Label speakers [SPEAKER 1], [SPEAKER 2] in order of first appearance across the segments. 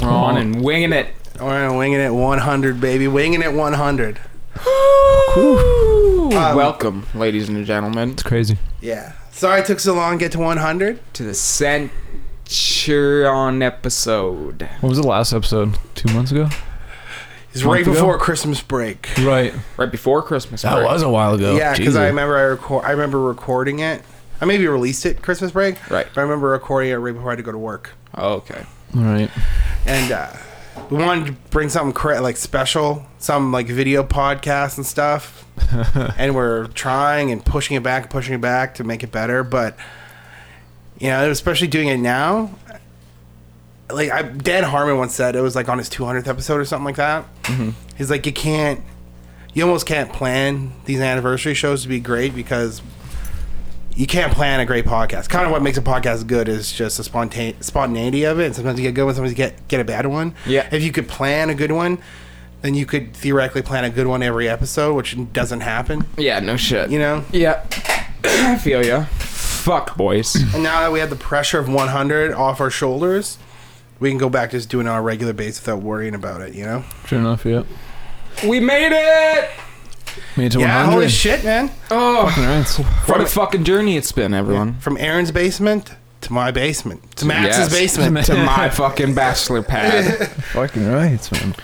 [SPEAKER 1] I'm winging it.
[SPEAKER 2] We're winging it 100, baby. Winging it 100. Um,
[SPEAKER 1] Welcome, ladies and gentlemen,
[SPEAKER 3] It's crazy.
[SPEAKER 2] Yeah. Sorry it took so long to get to 100.
[SPEAKER 1] to the Centurion episode.
[SPEAKER 3] What was the last episode? Two months ago?
[SPEAKER 2] It's
[SPEAKER 3] Month
[SPEAKER 2] right
[SPEAKER 3] ago?
[SPEAKER 2] before Christmas break.
[SPEAKER 3] Right.
[SPEAKER 1] Right before Christmas.
[SPEAKER 3] That
[SPEAKER 1] break.
[SPEAKER 3] was a while ago.
[SPEAKER 2] yeah, because
[SPEAKER 3] Oh, Jeez.
[SPEAKER 2] I remember I record. I remember recording it. I maybe released it Christmas break.
[SPEAKER 1] Right.
[SPEAKER 2] But I remember recording it right before I had to go to work,
[SPEAKER 1] Oh, okay.
[SPEAKER 3] All right.
[SPEAKER 2] and uh, we wanted to bring something cra- like special, some like video podcast and stuff. and we're trying and pushing it back, pushing it back to make it better. But you know, especially doing it now. Like I, Dan Harmon once said, it was like on his 200th episode or something like that. He's like, you can't, you almost can't plan these anniversary shows to be great because you can't plan a great podcast. Kind of what makes a podcast good is just the spontane spontaneity of it. And sometimes you get a good one, sometimes you get get a bad one.
[SPEAKER 1] Yeah.
[SPEAKER 2] If you could plan a good one, then you could theoretically plan a good one every episode, which doesn't happen.
[SPEAKER 1] Yeah, no shit.
[SPEAKER 2] You know.
[SPEAKER 1] Yeah. I feel ya. Fuck, boys.
[SPEAKER 2] And now that we have the pressure of 100 off our shoulders, we can go back to just doing it on a regular basis without worrying about it. You know.
[SPEAKER 3] Sure enough, yeah.
[SPEAKER 1] we made it!
[SPEAKER 3] Made it to
[SPEAKER 2] Yeah.
[SPEAKER 3] 100.
[SPEAKER 2] Holy shit, man!
[SPEAKER 1] Oh,
[SPEAKER 3] All right.
[SPEAKER 1] what a fucking journey it's been, everyone.
[SPEAKER 2] From Aaron's basement to my basement to Max's
[SPEAKER 1] Yes.
[SPEAKER 2] basement
[SPEAKER 1] to my fucking bachelor pad.
[SPEAKER 3] Fucking right, man.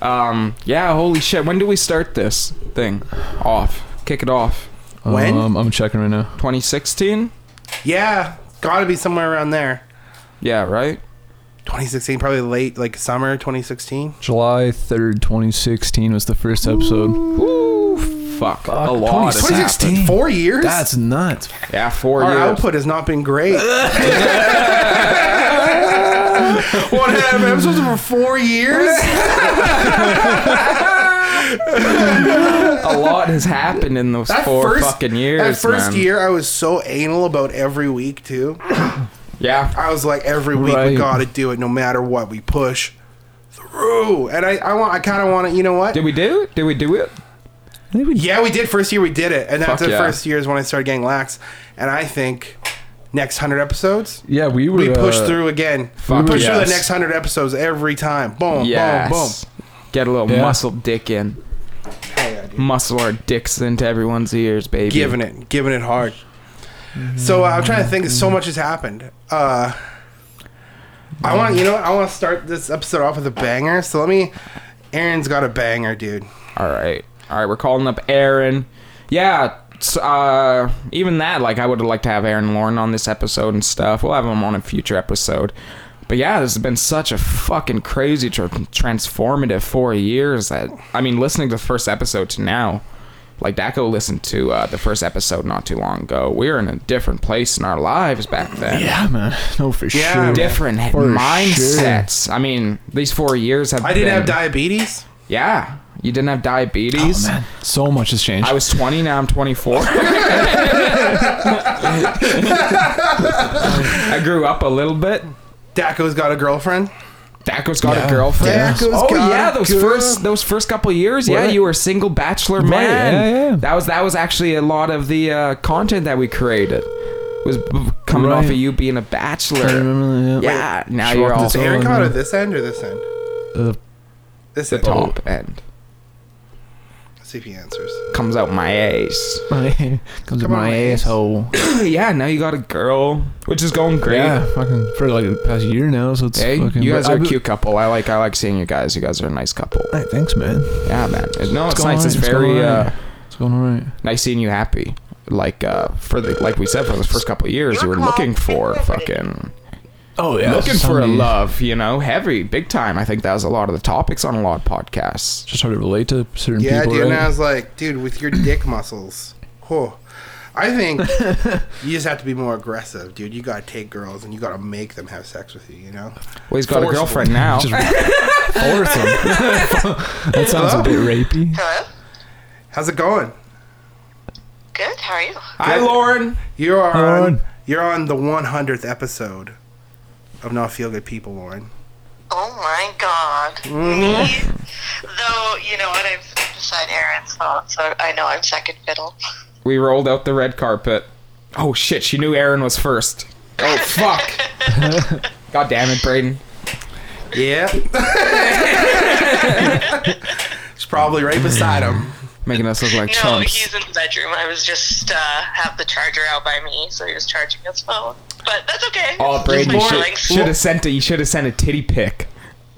[SPEAKER 1] Um, yeah, holy shit. When do we start this thing off? Kick it off.
[SPEAKER 2] When?
[SPEAKER 3] Um, I'm checking right now.
[SPEAKER 1] 2016?
[SPEAKER 2] Yeah, gotta be somewhere around there.
[SPEAKER 1] Yeah, right?
[SPEAKER 2] 2016, probably late like summer 2016.
[SPEAKER 3] July 3rd, 2016 was the first episode.
[SPEAKER 1] Woo, fuck. A lot. has
[SPEAKER 2] 2016,
[SPEAKER 1] happened.
[SPEAKER 2] four years.
[SPEAKER 3] That's nuts.
[SPEAKER 1] Yeah, four
[SPEAKER 2] our
[SPEAKER 1] years.
[SPEAKER 2] output has not been great. One half episodes for four years.
[SPEAKER 1] A lot has happened in those
[SPEAKER 2] That
[SPEAKER 1] four
[SPEAKER 2] first-
[SPEAKER 1] fucking years.
[SPEAKER 2] That first
[SPEAKER 1] man.
[SPEAKER 2] year, I was so anal about every week too.
[SPEAKER 1] Yeah.
[SPEAKER 2] I was like, every week we
[SPEAKER 3] Right.
[SPEAKER 2] gotta do it, no matter what. We push through, and I, I want, I kind of want to, you know what?
[SPEAKER 1] Did we do it? Did we do it?
[SPEAKER 2] Yeah, we did. First year we did it, and
[SPEAKER 1] Fuck
[SPEAKER 2] after the
[SPEAKER 1] yeah.
[SPEAKER 2] first year is when I started getting lax. And I think next hundred episodes,
[SPEAKER 3] Yeah, we were.
[SPEAKER 2] we push
[SPEAKER 3] uh,
[SPEAKER 2] through again. We
[SPEAKER 1] fuck
[SPEAKER 2] push through
[SPEAKER 1] yes.
[SPEAKER 2] the next hundred episodes every time. Boom, boom, boom.
[SPEAKER 1] Yes. Get a little
[SPEAKER 3] uh, Yeah.
[SPEAKER 1] muscle dick in.
[SPEAKER 2] Hell yeah, dude.
[SPEAKER 1] Muscle our dicks into everyone's ears, baby.
[SPEAKER 2] Giving it, giving it hard. So uh, I'm trying to think. So much has happened. Uh, I want you know what? I want to start this episode off with a banger. So let me. Aaron's got a banger, dude.
[SPEAKER 1] All right. All right. We're calling up Aaron. Yeah. it's, uh, even that, like, I would have liked to have Aaron Lauren on this episode and stuff. We'll have him on a future episode. But yeah, this has been such a fucking crazy, tr- transformative four years that, I mean, listening to the first episode to now, like, Daco listened to uh, the first episode not too long ago. We were in a different place in our lives back then.
[SPEAKER 3] Yeah, man. No, for
[SPEAKER 2] Yeah,
[SPEAKER 3] sure.
[SPEAKER 1] Different
[SPEAKER 3] For
[SPEAKER 1] mindsets. I mean, these four years have
[SPEAKER 2] I didn't
[SPEAKER 1] been-
[SPEAKER 2] have diabetes.
[SPEAKER 1] Yeah. You didn't have diabetes.
[SPEAKER 3] Oh, Man, so much has changed.
[SPEAKER 1] I was 20, now I'm 24. I grew up a little bit.
[SPEAKER 2] Daco's got a girlfriend.
[SPEAKER 1] Daco's got a
[SPEAKER 3] Yeah.
[SPEAKER 1] girlfriend.
[SPEAKER 2] Daco's
[SPEAKER 1] oh
[SPEAKER 2] got
[SPEAKER 1] yeah,
[SPEAKER 2] a
[SPEAKER 1] those
[SPEAKER 2] girl-
[SPEAKER 1] first those first couple years, yeah,
[SPEAKER 3] Right.
[SPEAKER 1] you were a single bachelor man.
[SPEAKER 3] yeah, yeah.
[SPEAKER 1] That was that was actually a lot of the uh, content that we created was b- coming off
[SPEAKER 3] Right.
[SPEAKER 1] of you being a bachelor.
[SPEAKER 3] I remember that, yeah.
[SPEAKER 1] yeah, now
[SPEAKER 3] Sure.
[SPEAKER 1] you're all
[SPEAKER 2] Does
[SPEAKER 3] Oh,
[SPEAKER 2] Aaron come out
[SPEAKER 3] no.
[SPEAKER 2] of this end or this end?
[SPEAKER 3] Uh,
[SPEAKER 2] This
[SPEAKER 1] the
[SPEAKER 2] end.
[SPEAKER 1] top end.
[SPEAKER 2] Let's see if he answers.
[SPEAKER 1] Comes out my ass.
[SPEAKER 3] my, comes
[SPEAKER 2] on,
[SPEAKER 3] with my
[SPEAKER 2] ladies.
[SPEAKER 3] asshole.
[SPEAKER 1] yeah, now you got a girl, which is going great.
[SPEAKER 3] Yeah, fucking for like the past year now, so it's
[SPEAKER 1] Hey,
[SPEAKER 3] fucking.
[SPEAKER 1] you guys
[SPEAKER 3] but
[SPEAKER 1] are
[SPEAKER 3] I-
[SPEAKER 1] a cute couple. I like I like seeing you guys. You guys are a nice couple.
[SPEAKER 3] Hey, thanks, man.
[SPEAKER 1] Yeah, man. It- no, it's,
[SPEAKER 3] going
[SPEAKER 1] nice.
[SPEAKER 3] alright,
[SPEAKER 1] It's,
[SPEAKER 3] going
[SPEAKER 1] very
[SPEAKER 3] alright.
[SPEAKER 1] uh,
[SPEAKER 3] it's going all right.
[SPEAKER 1] nice seeing you happy. Like uh, for the like we said for the first couple of years, you were looking for fucking
[SPEAKER 3] Oh yeah,
[SPEAKER 1] looking for a love. You know, heavy, big time. I think that was a lot of the topics on a lot of podcasts.
[SPEAKER 3] Just hard to relate to certain
[SPEAKER 2] Yeah,
[SPEAKER 3] people.
[SPEAKER 2] dude. And I
[SPEAKER 3] right?
[SPEAKER 2] was like, dude, with your dick muscles, oh, I think you just have to be more aggressive, dude. You gotta take girls and you gotta make them have sex with you. You know?
[SPEAKER 1] Well, he's got a
[SPEAKER 2] Forceful.
[SPEAKER 1] girlfriend now.
[SPEAKER 3] Just force 'em. that sounds a bit rapey.
[SPEAKER 4] Hello.
[SPEAKER 2] How's it going?
[SPEAKER 4] Good. How are you?
[SPEAKER 1] Hi, Lauren.
[SPEAKER 2] You are
[SPEAKER 3] Hello.
[SPEAKER 2] on. You're on the 100th episode of Not Feel Good People, Lauren.
[SPEAKER 4] Oh my God. Me, though, you know what? I'm sitting beside Aaron, so, so I know I'm second fiddle.
[SPEAKER 1] We rolled out the red carpet. Oh shit! She knew Aaron was first. Oh fuck! God damn it, Braden.
[SPEAKER 2] Yeah. She's probably right beside him.
[SPEAKER 1] Making us look like
[SPEAKER 4] No,
[SPEAKER 1] chumps.
[SPEAKER 4] he's in the bedroom. I was just uh, have the charger out by me, so he was charging his phone. But that's okay.
[SPEAKER 1] Oh,
[SPEAKER 4] It's just
[SPEAKER 1] Brady,
[SPEAKER 4] my
[SPEAKER 1] you
[SPEAKER 4] feelings.
[SPEAKER 1] should have sent a you should have sent a titty pic.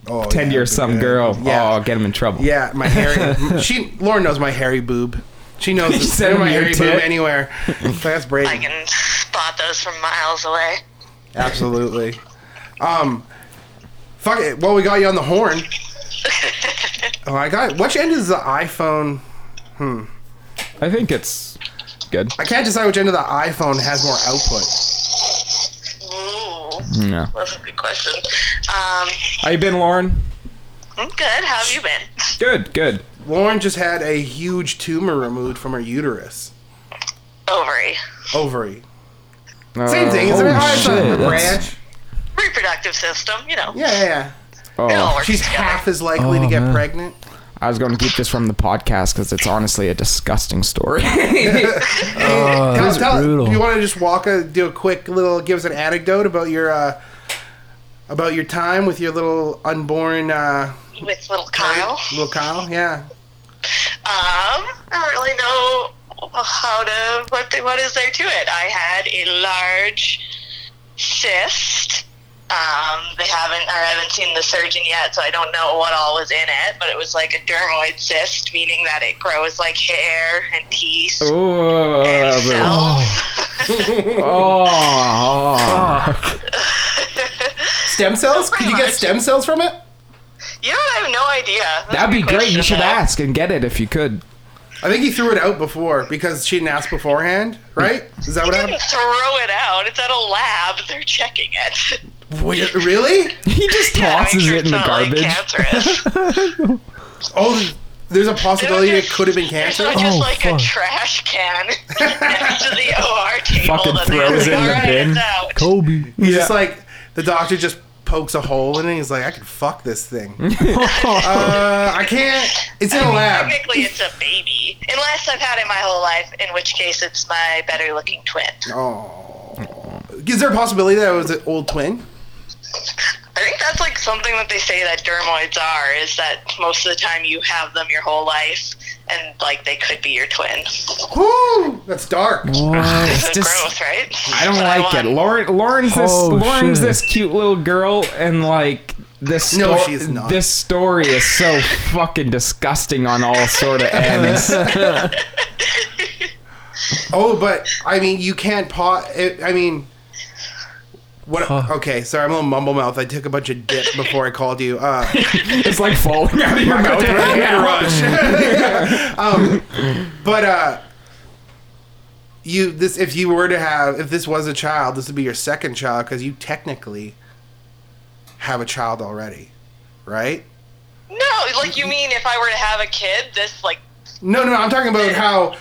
[SPEAKER 2] Oh,
[SPEAKER 1] Pretend
[SPEAKER 2] yeah,
[SPEAKER 1] you're
[SPEAKER 2] that'd be
[SPEAKER 1] some
[SPEAKER 2] good.
[SPEAKER 1] girl.
[SPEAKER 2] Yeah.
[SPEAKER 1] Oh, get him in trouble.
[SPEAKER 2] Yeah, my hairy. she Lauren knows my hairy boob. She knows
[SPEAKER 1] You sent him
[SPEAKER 2] my
[SPEAKER 1] your
[SPEAKER 2] hairy
[SPEAKER 1] tit?
[SPEAKER 2] boob anywhere. That's
[SPEAKER 4] I
[SPEAKER 2] Brady.
[SPEAKER 4] can spot those from miles away.
[SPEAKER 2] Absolutely. Um, fuck it. Well, we got you on the horn. Oh, I got. Which end is the iPhone?
[SPEAKER 1] I think it's good.
[SPEAKER 2] I can't decide which end of the iPhone has more output.
[SPEAKER 4] Ooh,
[SPEAKER 1] No.
[SPEAKER 4] that's a good question. Um,
[SPEAKER 1] How you been, Lauren?
[SPEAKER 4] I'm good. How have you been?
[SPEAKER 1] Good, good.
[SPEAKER 2] Lauren just had a huge tumor removed from her uterus,
[SPEAKER 4] Ovary.
[SPEAKER 2] ovary.
[SPEAKER 1] Uh,
[SPEAKER 2] Same thing. Is
[SPEAKER 1] holy
[SPEAKER 2] there it's a
[SPEAKER 1] shit, that's-
[SPEAKER 2] branch?
[SPEAKER 4] Reproductive system, you know.
[SPEAKER 2] Yeah, yeah, yeah.
[SPEAKER 4] It all
[SPEAKER 1] Oh,
[SPEAKER 4] works
[SPEAKER 2] She's
[SPEAKER 4] together.
[SPEAKER 2] half as likely to
[SPEAKER 3] Oh,
[SPEAKER 2] get
[SPEAKER 3] man.
[SPEAKER 2] pregnant.
[SPEAKER 1] I was going to keep this from the podcast because it's honestly a disgusting story.
[SPEAKER 3] Oh,
[SPEAKER 2] Tell-
[SPEAKER 3] that's
[SPEAKER 2] tell-
[SPEAKER 3] brutal.
[SPEAKER 2] You want to just walk a do a quick little give us an anecdote about your uh, about your time with your little unborn uh,
[SPEAKER 4] With little Kyle.
[SPEAKER 2] little Kyle? Yeah.
[SPEAKER 4] Um, I don't really know how to what the, what is there to it. I had a large cyst. Um, they haven't I haven't seen the surgeon yet, so I don't know what all was in it. But it was like a dermoid cyst, meaning that it grows like hair and teeth
[SPEAKER 1] oh,
[SPEAKER 4] and
[SPEAKER 1] but-
[SPEAKER 4] cells.
[SPEAKER 1] oh,
[SPEAKER 2] Stem cells? Could you get
[SPEAKER 4] much.
[SPEAKER 2] stem cells from it?
[SPEAKER 4] You know, I have no idea. That's
[SPEAKER 1] that'd
[SPEAKER 4] a
[SPEAKER 1] be
[SPEAKER 4] good
[SPEAKER 1] great. You
[SPEAKER 4] question,
[SPEAKER 1] should
[SPEAKER 4] though.
[SPEAKER 1] ask and get it if you could.
[SPEAKER 2] I think he threw it out before because she didn't ask beforehand, right? Is that what
[SPEAKER 4] You can
[SPEAKER 2] happened?
[SPEAKER 4] throw it out. It's at a lab. They're checking it.
[SPEAKER 2] Wait, really?
[SPEAKER 1] He just
[SPEAKER 4] Yeah, make
[SPEAKER 1] tosses
[SPEAKER 4] sure
[SPEAKER 1] it
[SPEAKER 4] it's
[SPEAKER 1] in the
[SPEAKER 4] not, like,
[SPEAKER 1] garbage.
[SPEAKER 4] cancerous.
[SPEAKER 2] Oh, there's a
[SPEAKER 4] It
[SPEAKER 2] possibility
[SPEAKER 4] was
[SPEAKER 2] it
[SPEAKER 4] just-
[SPEAKER 2] could have been
[SPEAKER 4] There's
[SPEAKER 2] cancer.
[SPEAKER 4] not just
[SPEAKER 3] Oh,
[SPEAKER 4] like
[SPEAKER 3] fuck.
[SPEAKER 4] a trash can next to the OR table.
[SPEAKER 1] Fucking
[SPEAKER 4] that they
[SPEAKER 1] throws
[SPEAKER 4] just
[SPEAKER 1] it in
[SPEAKER 4] go,
[SPEAKER 1] the
[SPEAKER 4] "Alright,
[SPEAKER 1] bin."
[SPEAKER 4] it's out."
[SPEAKER 3] Kobe.
[SPEAKER 2] He's just like the doctor just pokes a hole in it. And he's like, I could fuck this thing. uh, I can't. It's in a lab.
[SPEAKER 4] Technically, it's a baby, unless I've had it my whole life, in which case it's my better-looking twin.
[SPEAKER 2] Oh. Is there a possibility that it was an old twin?
[SPEAKER 4] I think that's like something that they say that dermoids are is that most of the time you have them your whole life, and like they could be your twin.
[SPEAKER 2] Whoo! That's dark.
[SPEAKER 4] It's
[SPEAKER 1] Oh, It's just-
[SPEAKER 4] gross, right?
[SPEAKER 1] I don't
[SPEAKER 4] But
[SPEAKER 1] like it.
[SPEAKER 4] want-
[SPEAKER 1] Lauren, Lauren's this
[SPEAKER 3] Oh,
[SPEAKER 1] Lauren's
[SPEAKER 3] shit.
[SPEAKER 1] this cute little girl, and like this.
[SPEAKER 2] No,
[SPEAKER 1] sto-
[SPEAKER 2] she is not.
[SPEAKER 1] This story is so fucking disgusting on all sort of ends.
[SPEAKER 2] Oh, but I mean, you can't paw. It, I mean, what? Okay, sorry, I'm a little mumble mouth. I took a bunch of dip before I called you. Uh,
[SPEAKER 1] it's like falling out of your mouth right now.
[SPEAKER 2] um, but uh, you this if you were to have if this was a child, this would be your second child because you technically have a child already, right?
[SPEAKER 4] No, like you mean if I were to have a kid, this like
[SPEAKER 2] No, no, I'm talking about how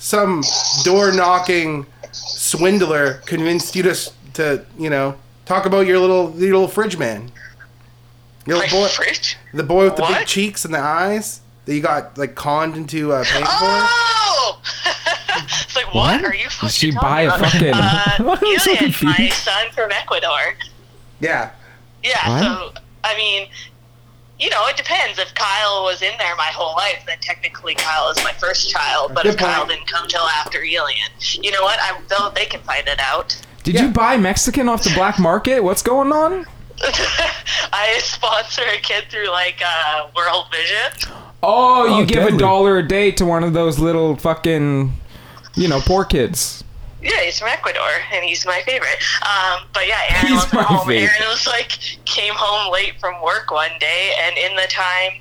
[SPEAKER 2] some door knocking swindler convinced you to s- to you know talk about your little your little fridge man, your
[SPEAKER 4] my
[SPEAKER 2] little boy,
[SPEAKER 4] fridge.
[SPEAKER 2] the boy with the big
[SPEAKER 4] What?
[SPEAKER 2] cheeks and the eyes that you got like conned into uh, paying for.
[SPEAKER 4] Oh! it's like, what,
[SPEAKER 3] What?
[SPEAKER 4] are you fucking
[SPEAKER 1] she
[SPEAKER 4] talking
[SPEAKER 1] buy a
[SPEAKER 4] about?
[SPEAKER 1] fucking-
[SPEAKER 4] Uh,
[SPEAKER 3] I'm so
[SPEAKER 4] Julian, my
[SPEAKER 3] confused.
[SPEAKER 4] son from Ecuador.
[SPEAKER 2] Yeah.
[SPEAKER 4] Yeah,
[SPEAKER 1] What?
[SPEAKER 4] so, I mean, you know, it depends. If Kyle was in there my whole life, then technically Kyle is my first child. But if
[SPEAKER 2] Good point.
[SPEAKER 4] Kyle didn't come till after Julian, you know what? I, they'll, they can find it out.
[SPEAKER 1] Did
[SPEAKER 2] Yeah.
[SPEAKER 1] you buy Mexican off the black market? What's going on?
[SPEAKER 4] I sponsor a kid through, like, uh, World Vision.
[SPEAKER 1] Oh, you
[SPEAKER 3] Oh,
[SPEAKER 1] give a
[SPEAKER 3] deadly.
[SPEAKER 1] dollar a day to one of those little fucking, you know, poor kids.
[SPEAKER 4] Yeah, he's from Ecuador, and he's my favorite. Um, but yeah, Aaron
[SPEAKER 1] He's
[SPEAKER 4] wasn't
[SPEAKER 1] my
[SPEAKER 4] home.
[SPEAKER 1] favorite.
[SPEAKER 4] Aaron was like came home late from work one day, and in the time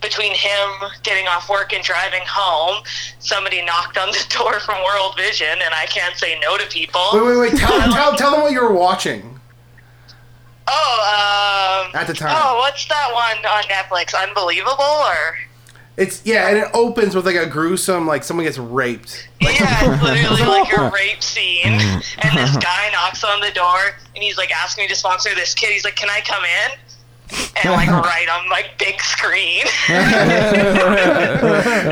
[SPEAKER 4] between him getting off work and driving home, somebody knocked on the door from World Vision, and I can't say no to people.
[SPEAKER 2] Wait, wait, wait. Tell, tell, tell them what you were watching.
[SPEAKER 4] Oh, um,
[SPEAKER 2] At the time.
[SPEAKER 4] Oh, what's that one on Netflix? Unbelievable, or
[SPEAKER 2] It's yeah, and it opens with like a gruesome, like someone gets raped.
[SPEAKER 4] Yeah, it's literally like a rape scene.
[SPEAKER 1] Mm.
[SPEAKER 4] And this guy knocks on the door and he's like asking me to sponsor this kid. He's like, Can I come in? And like right on my big screen.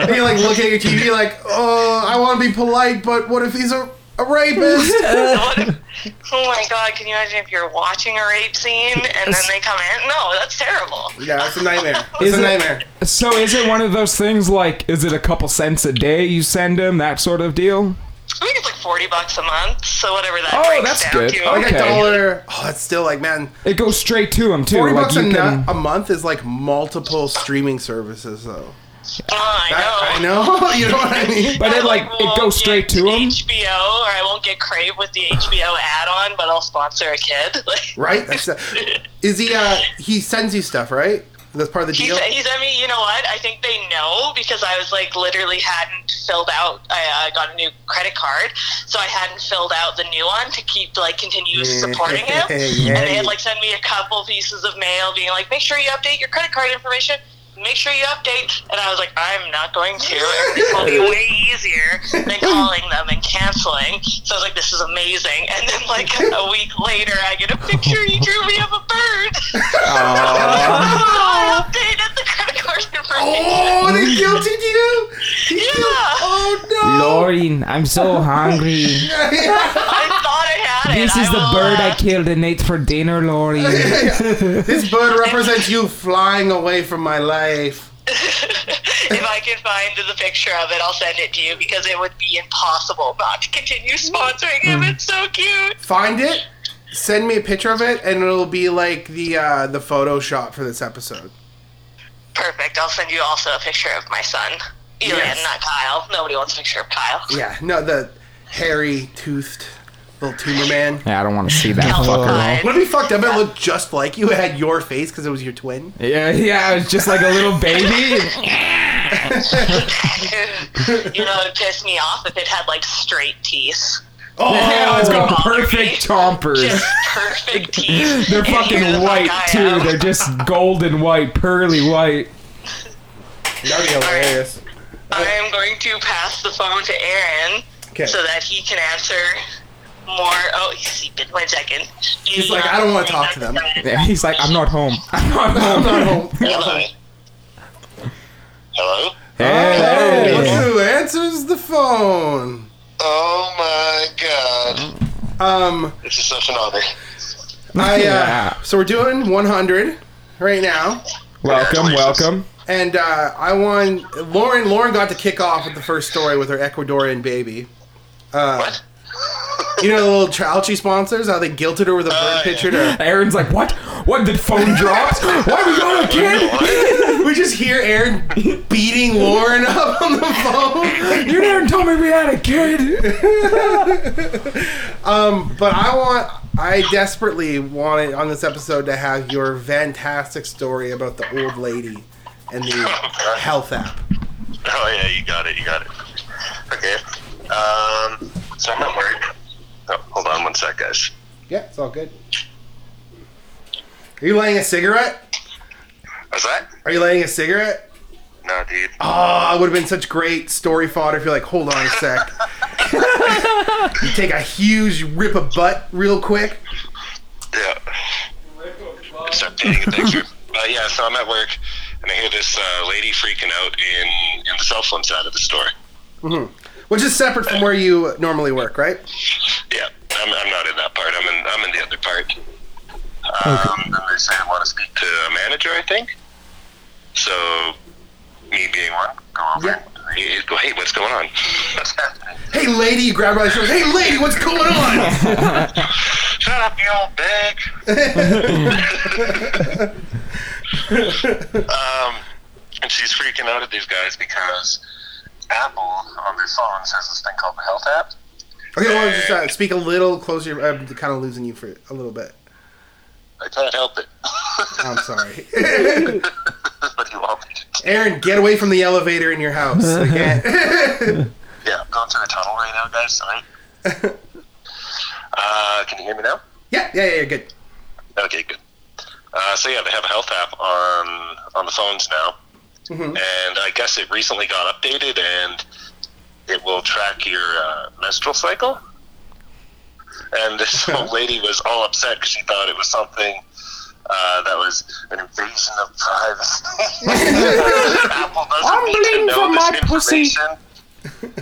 [SPEAKER 2] And you like look at your TV, like, oh, I want to be polite, but what if he's a a rapist.
[SPEAKER 4] What if- oh my god, can you imagine if you're watching a rape scene and then they come in? No, that's terrible.
[SPEAKER 2] yeah, it's a nightmare. It's
[SPEAKER 1] Is
[SPEAKER 2] a
[SPEAKER 1] it-
[SPEAKER 2] nightmare.
[SPEAKER 1] So is it one of those things like is it a couple cents a day you send him that sort of deal?
[SPEAKER 4] I think it's like 40 bucks a month, so whatever that
[SPEAKER 1] Oh,
[SPEAKER 4] breaks
[SPEAKER 1] that's
[SPEAKER 4] down
[SPEAKER 1] good.
[SPEAKER 4] to.
[SPEAKER 1] Okay.
[SPEAKER 2] Like a dollar. Oh, it's still like man,
[SPEAKER 1] It goes straight to him too.
[SPEAKER 2] forty
[SPEAKER 1] like
[SPEAKER 2] bucks a,
[SPEAKER 1] you
[SPEAKER 2] nut-
[SPEAKER 1] can,
[SPEAKER 2] a month is like multiple streaming services though.
[SPEAKER 4] Oh, I know.
[SPEAKER 2] I know. you know what I mean?
[SPEAKER 1] but it like
[SPEAKER 4] won't
[SPEAKER 1] it goes straight
[SPEAKER 4] get
[SPEAKER 1] to him.
[SPEAKER 4] HBO, or I won't get Crave with the HBO add-on, but I'll sponsor a kid. Like,
[SPEAKER 2] Right? That's the- is he? uh He sends you stuff, right? That's part of the
[SPEAKER 4] He
[SPEAKER 2] deal.
[SPEAKER 4] said, he sent me, you know what? I think they know because I was like literally hadn't filled out. I uh, got a new credit card, so I hadn't filled out the new one to keep like continue
[SPEAKER 2] Mm-hmm.
[SPEAKER 4] supporting him.
[SPEAKER 2] Yeah.
[SPEAKER 4] And they had like sent me a couple pieces of mail being like, make sure you update your credit card information. Make sure you update. And I was like, I'm not going to. It will be way easier than calling them and canceling. So I was like, this is amazing. And then like a week later, I get a picture you drew me of a bird. I updated the credit card information.
[SPEAKER 2] Oh, they guilty you? He
[SPEAKER 4] Yeah.
[SPEAKER 2] guilted- Oh
[SPEAKER 1] Lorraine, I'm so hungry.
[SPEAKER 2] no!
[SPEAKER 4] I thought I had it.
[SPEAKER 1] This is the
[SPEAKER 4] will,
[SPEAKER 1] bird
[SPEAKER 4] uh,
[SPEAKER 1] I killed and ate for dinner, Lorraine.
[SPEAKER 2] this bird represents you flying away from my life.
[SPEAKER 4] if I can find the picture of it, I'll send it to you because it would be impossible not to continue sponsoring him. It's so cute.
[SPEAKER 2] Find it, send me a picture of it, and it'll be like the uh, the Photoshop for this episode.
[SPEAKER 4] Perfect. I'll send you also a picture of my son, Elian,
[SPEAKER 2] Yes.
[SPEAKER 4] not Kyle. Nobody wants a picture of Kyle.
[SPEAKER 2] Yeah, no, the hairy toothed little tumor man.
[SPEAKER 1] Yeah, I don't want to see that
[SPEAKER 4] Alpha
[SPEAKER 1] fucker.
[SPEAKER 4] Pride.
[SPEAKER 2] Would it be fucked up? It looked just like you. It had your face because it was your twin.
[SPEAKER 1] Yeah, yeah, I was just like a little baby.
[SPEAKER 4] you know, it pissed me off if it had like straight teeth.
[SPEAKER 2] Oh,
[SPEAKER 1] Yeah, let's go.
[SPEAKER 4] Oh,
[SPEAKER 1] Perfect chompers.
[SPEAKER 4] Just perfect teeth.
[SPEAKER 1] They're
[SPEAKER 4] And here's
[SPEAKER 1] fucking
[SPEAKER 4] how
[SPEAKER 1] white
[SPEAKER 4] guy
[SPEAKER 1] too.
[SPEAKER 4] am.
[SPEAKER 1] They're just golden white, pearly white.
[SPEAKER 2] that'd be hilarious.
[SPEAKER 4] I am going to pass the phone to Aaron
[SPEAKER 2] Okay.
[SPEAKER 4] so that he can answer more. Oh, he's sleeping. One second.
[SPEAKER 2] He's like, I don't wanna talk to them.
[SPEAKER 1] Yeah, he's like, I'm not home. I'm not home.
[SPEAKER 2] I'm not home.
[SPEAKER 4] Hello. Hello.
[SPEAKER 1] Hey,
[SPEAKER 2] Oh,
[SPEAKER 1] hey.
[SPEAKER 2] look who answers the phone?
[SPEAKER 5] Oh my god.
[SPEAKER 2] Um,
[SPEAKER 5] This is such an honor.
[SPEAKER 2] I, uh,
[SPEAKER 1] Yeah.
[SPEAKER 2] So we're doing 100 right now,
[SPEAKER 1] Welcome, welcome.
[SPEAKER 2] and uh, I won. Lauren, Lauren got to kick off with the first story with her Ecuadorian baby. Uh,
[SPEAKER 4] What?
[SPEAKER 2] you know the little child she sponsors? How they guilted her with a bird
[SPEAKER 5] Oh, yeah.
[SPEAKER 2] picture. To,
[SPEAKER 1] Aaron's like, what? What? Did phone drops? Why we got a kid?
[SPEAKER 2] we just hear Aaron beating Lauren up on the phone.
[SPEAKER 1] You never told me we had a kid.
[SPEAKER 2] Um, But I want, I desperately wanted on this episode to have your fantastic story about the old lady and the health app.
[SPEAKER 5] Oh yeah, you got it, you got it. Okay. Um so I'm at work. Oh, hold on one sec, guys.
[SPEAKER 2] Yeah, it's all good. Are you lighting a cigarette?
[SPEAKER 5] Was that?
[SPEAKER 2] Are you lighting a cigarette?
[SPEAKER 5] No, dude.
[SPEAKER 2] Oh, I would have been such great story fodder if you're like, hold on a sec. you take a huge rip of butt real quick.
[SPEAKER 5] Yeah. It's updating the picture. Uh, yeah, so I'm at work and I hear this uh, lady freaking out in, in the cell phone side of the store.
[SPEAKER 2] Which is separate from where you normally work, right?
[SPEAKER 5] Yeah, I'm, I'm not in that part. I'm in I'm in the other part. Um, and they say I want to speak to a manager, I think. So, me being one, go over.
[SPEAKER 2] Yeah.
[SPEAKER 5] Hey, hey, what's going on? What's happening?
[SPEAKER 2] Hey lady, you grab her by the shoulders. Hey lady, what's going on?
[SPEAKER 5] Shut up, you old bag. um, and she's freaking out at these guys because Apple on their phones has this thing called the Health app.
[SPEAKER 2] okay, well, just uh, speak a little closer. I'm kind of losing you for a little bit.
[SPEAKER 5] I can't help it.
[SPEAKER 2] I'm sorry.
[SPEAKER 5] what do you want me to do?
[SPEAKER 2] Aaron, get away from the elevator in your house. I can't.
[SPEAKER 5] Yeah, I'm going through a tunnel right now, guys. Sorry. uh, can you hear me now?
[SPEAKER 2] yeah, yeah, yeah, good.
[SPEAKER 5] Okay, good. Uh, so yeah, they have a health app on on the phones now, and I guess it recently got updated, and it will track your uh, menstrual cycle. And this old lady was all upset because she thought it was something uh, that was an invasion of privacy. Apple doesn't need to know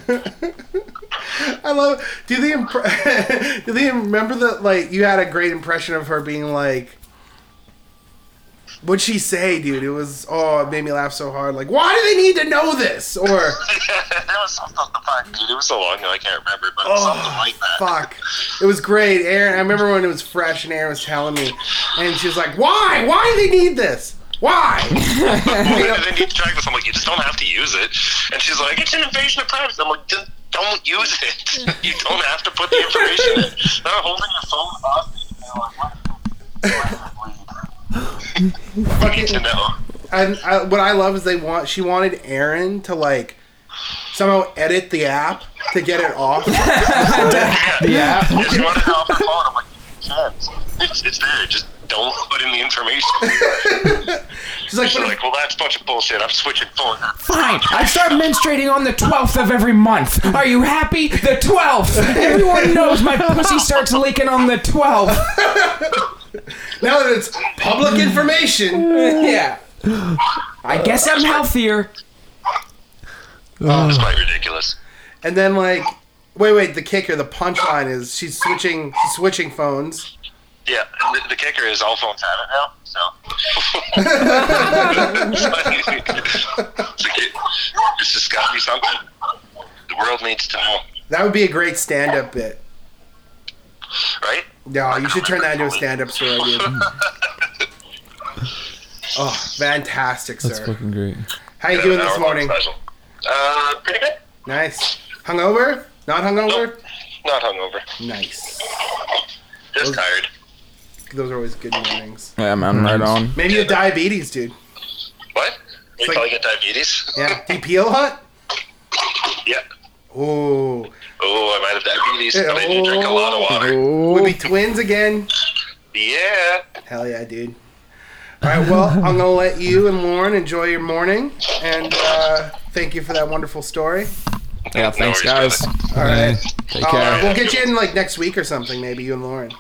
[SPEAKER 5] this information.
[SPEAKER 2] I love. Do they imp- do they remember that? Like you had a great impression of her being like, what'd she say, dude? It was oh, it made me laugh so hard. Like, why do they need to know this? Or
[SPEAKER 5] that was something fuck, dude. It was so long ago, I can't remember, but it was something like that.
[SPEAKER 2] fuck, it was great, Aaron. I remember when it was fresh, and Aaron was telling me, and she was like, why? Why do they need this? Why?
[SPEAKER 5] Why do they need to track this? I'm like, you just don't have to use it. And she's like, it's an invasion of privacy. I'm like, just don't use it. You don't have to put the information in. They're holding your phone off. and they're like, what? You need to know.
[SPEAKER 2] and I, what I love is they want she wanted Aaron to like somehow edit the app to get it off.
[SPEAKER 1] Yeah.
[SPEAKER 5] If you want to off her phone, I'm like, you can. It's, it's there. Just don't put in the information.
[SPEAKER 2] She's like,
[SPEAKER 5] She's
[SPEAKER 2] but
[SPEAKER 5] like, well, that's a bunch of bullshit. I'm switching phone.
[SPEAKER 1] Fine. I start menstruating on the 12th of every month. Are you happy? The 12th. Everyone knows my pussy starts leaking on the 12th.
[SPEAKER 2] now that it's public information,
[SPEAKER 1] Yeah. I guess I'm healthier.
[SPEAKER 5] It's quite ridiculous.
[SPEAKER 2] and then like, wait, wait, the kicker, the punchline is she's switching, she's switching phones.
[SPEAKER 5] Yeah, the, the kicker is all phones have it now, so. It's like, this has got to be something. The world needs to know,
[SPEAKER 2] That would be a great stand-up bit.
[SPEAKER 5] right?
[SPEAKER 2] No, you should turn that into a stand-up story. Dude. Oh, fantastic,
[SPEAKER 3] That's
[SPEAKER 2] sir.
[SPEAKER 3] fucking great.
[SPEAKER 2] How you doing this
[SPEAKER 5] Hour-long
[SPEAKER 2] morning?
[SPEAKER 5] special. Uh, pretty good.
[SPEAKER 2] Nice. Hungover? Not hungover?
[SPEAKER 5] Not hungover.
[SPEAKER 2] Nice.
[SPEAKER 5] Just tired.
[SPEAKER 2] Those are always good mornings.
[SPEAKER 1] Yeah, man, right on.
[SPEAKER 2] Maybe a diabetes, dude.
[SPEAKER 5] What? You
[SPEAKER 2] like-
[SPEAKER 5] probably get diabetes?
[SPEAKER 2] Yeah. DPO hut?
[SPEAKER 5] yeah.
[SPEAKER 2] Ooh.
[SPEAKER 5] Oh, I might have diabetes, but I do drink a lot of water.
[SPEAKER 2] We'll be twins again.
[SPEAKER 5] Yeah.
[SPEAKER 2] Hell yeah, dude. All right, well, I'm going to let you and Lauren enjoy your morning. And uh, thank you for that wonderful story.
[SPEAKER 1] Yeah, thanks,
[SPEAKER 5] No worries,
[SPEAKER 1] guys.
[SPEAKER 2] All right.
[SPEAKER 1] Take
[SPEAKER 2] Uh,
[SPEAKER 1] care.
[SPEAKER 2] we'll get you in like next week or something, maybe, you and Lauren.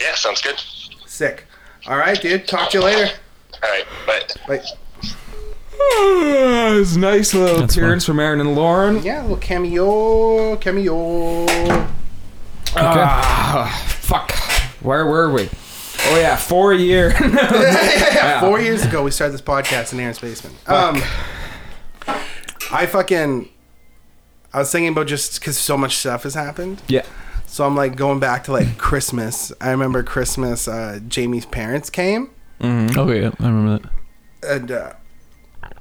[SPEAKER 5] Yeah, sounds good.
[SPEAKER 2] Sick. All right, dude. Talk to you later.
[SPEAKER 5] All right, bye.
[SPEAKER 2] Like,
[SPEAKER 1] It was a Ah, nice little
[SPEAKER 3] That's fun.
[SPEAKER 1] appearance from Aaron and Lauren.
[SPEAKER 2] yeah, a little cameo, cameo.
[SPEAKER 1] Ah, fuck. Where were we? Oh yeah, four a year.
[SPEAKER 2] Yeah, four years ago, we started this podcast in Aaron's basement. Um, I fucking, I was thinking about just because so much stuff has happened.
[SPEAKER 1] yeah.
[SPEAKER 2] So I'm like going back to like Christmas. I remember Christmas. Uh, Jamie's parents came,
[SPEAKER 3] Okay, yeah, I remember that.
[SPEAKER 2] and uh,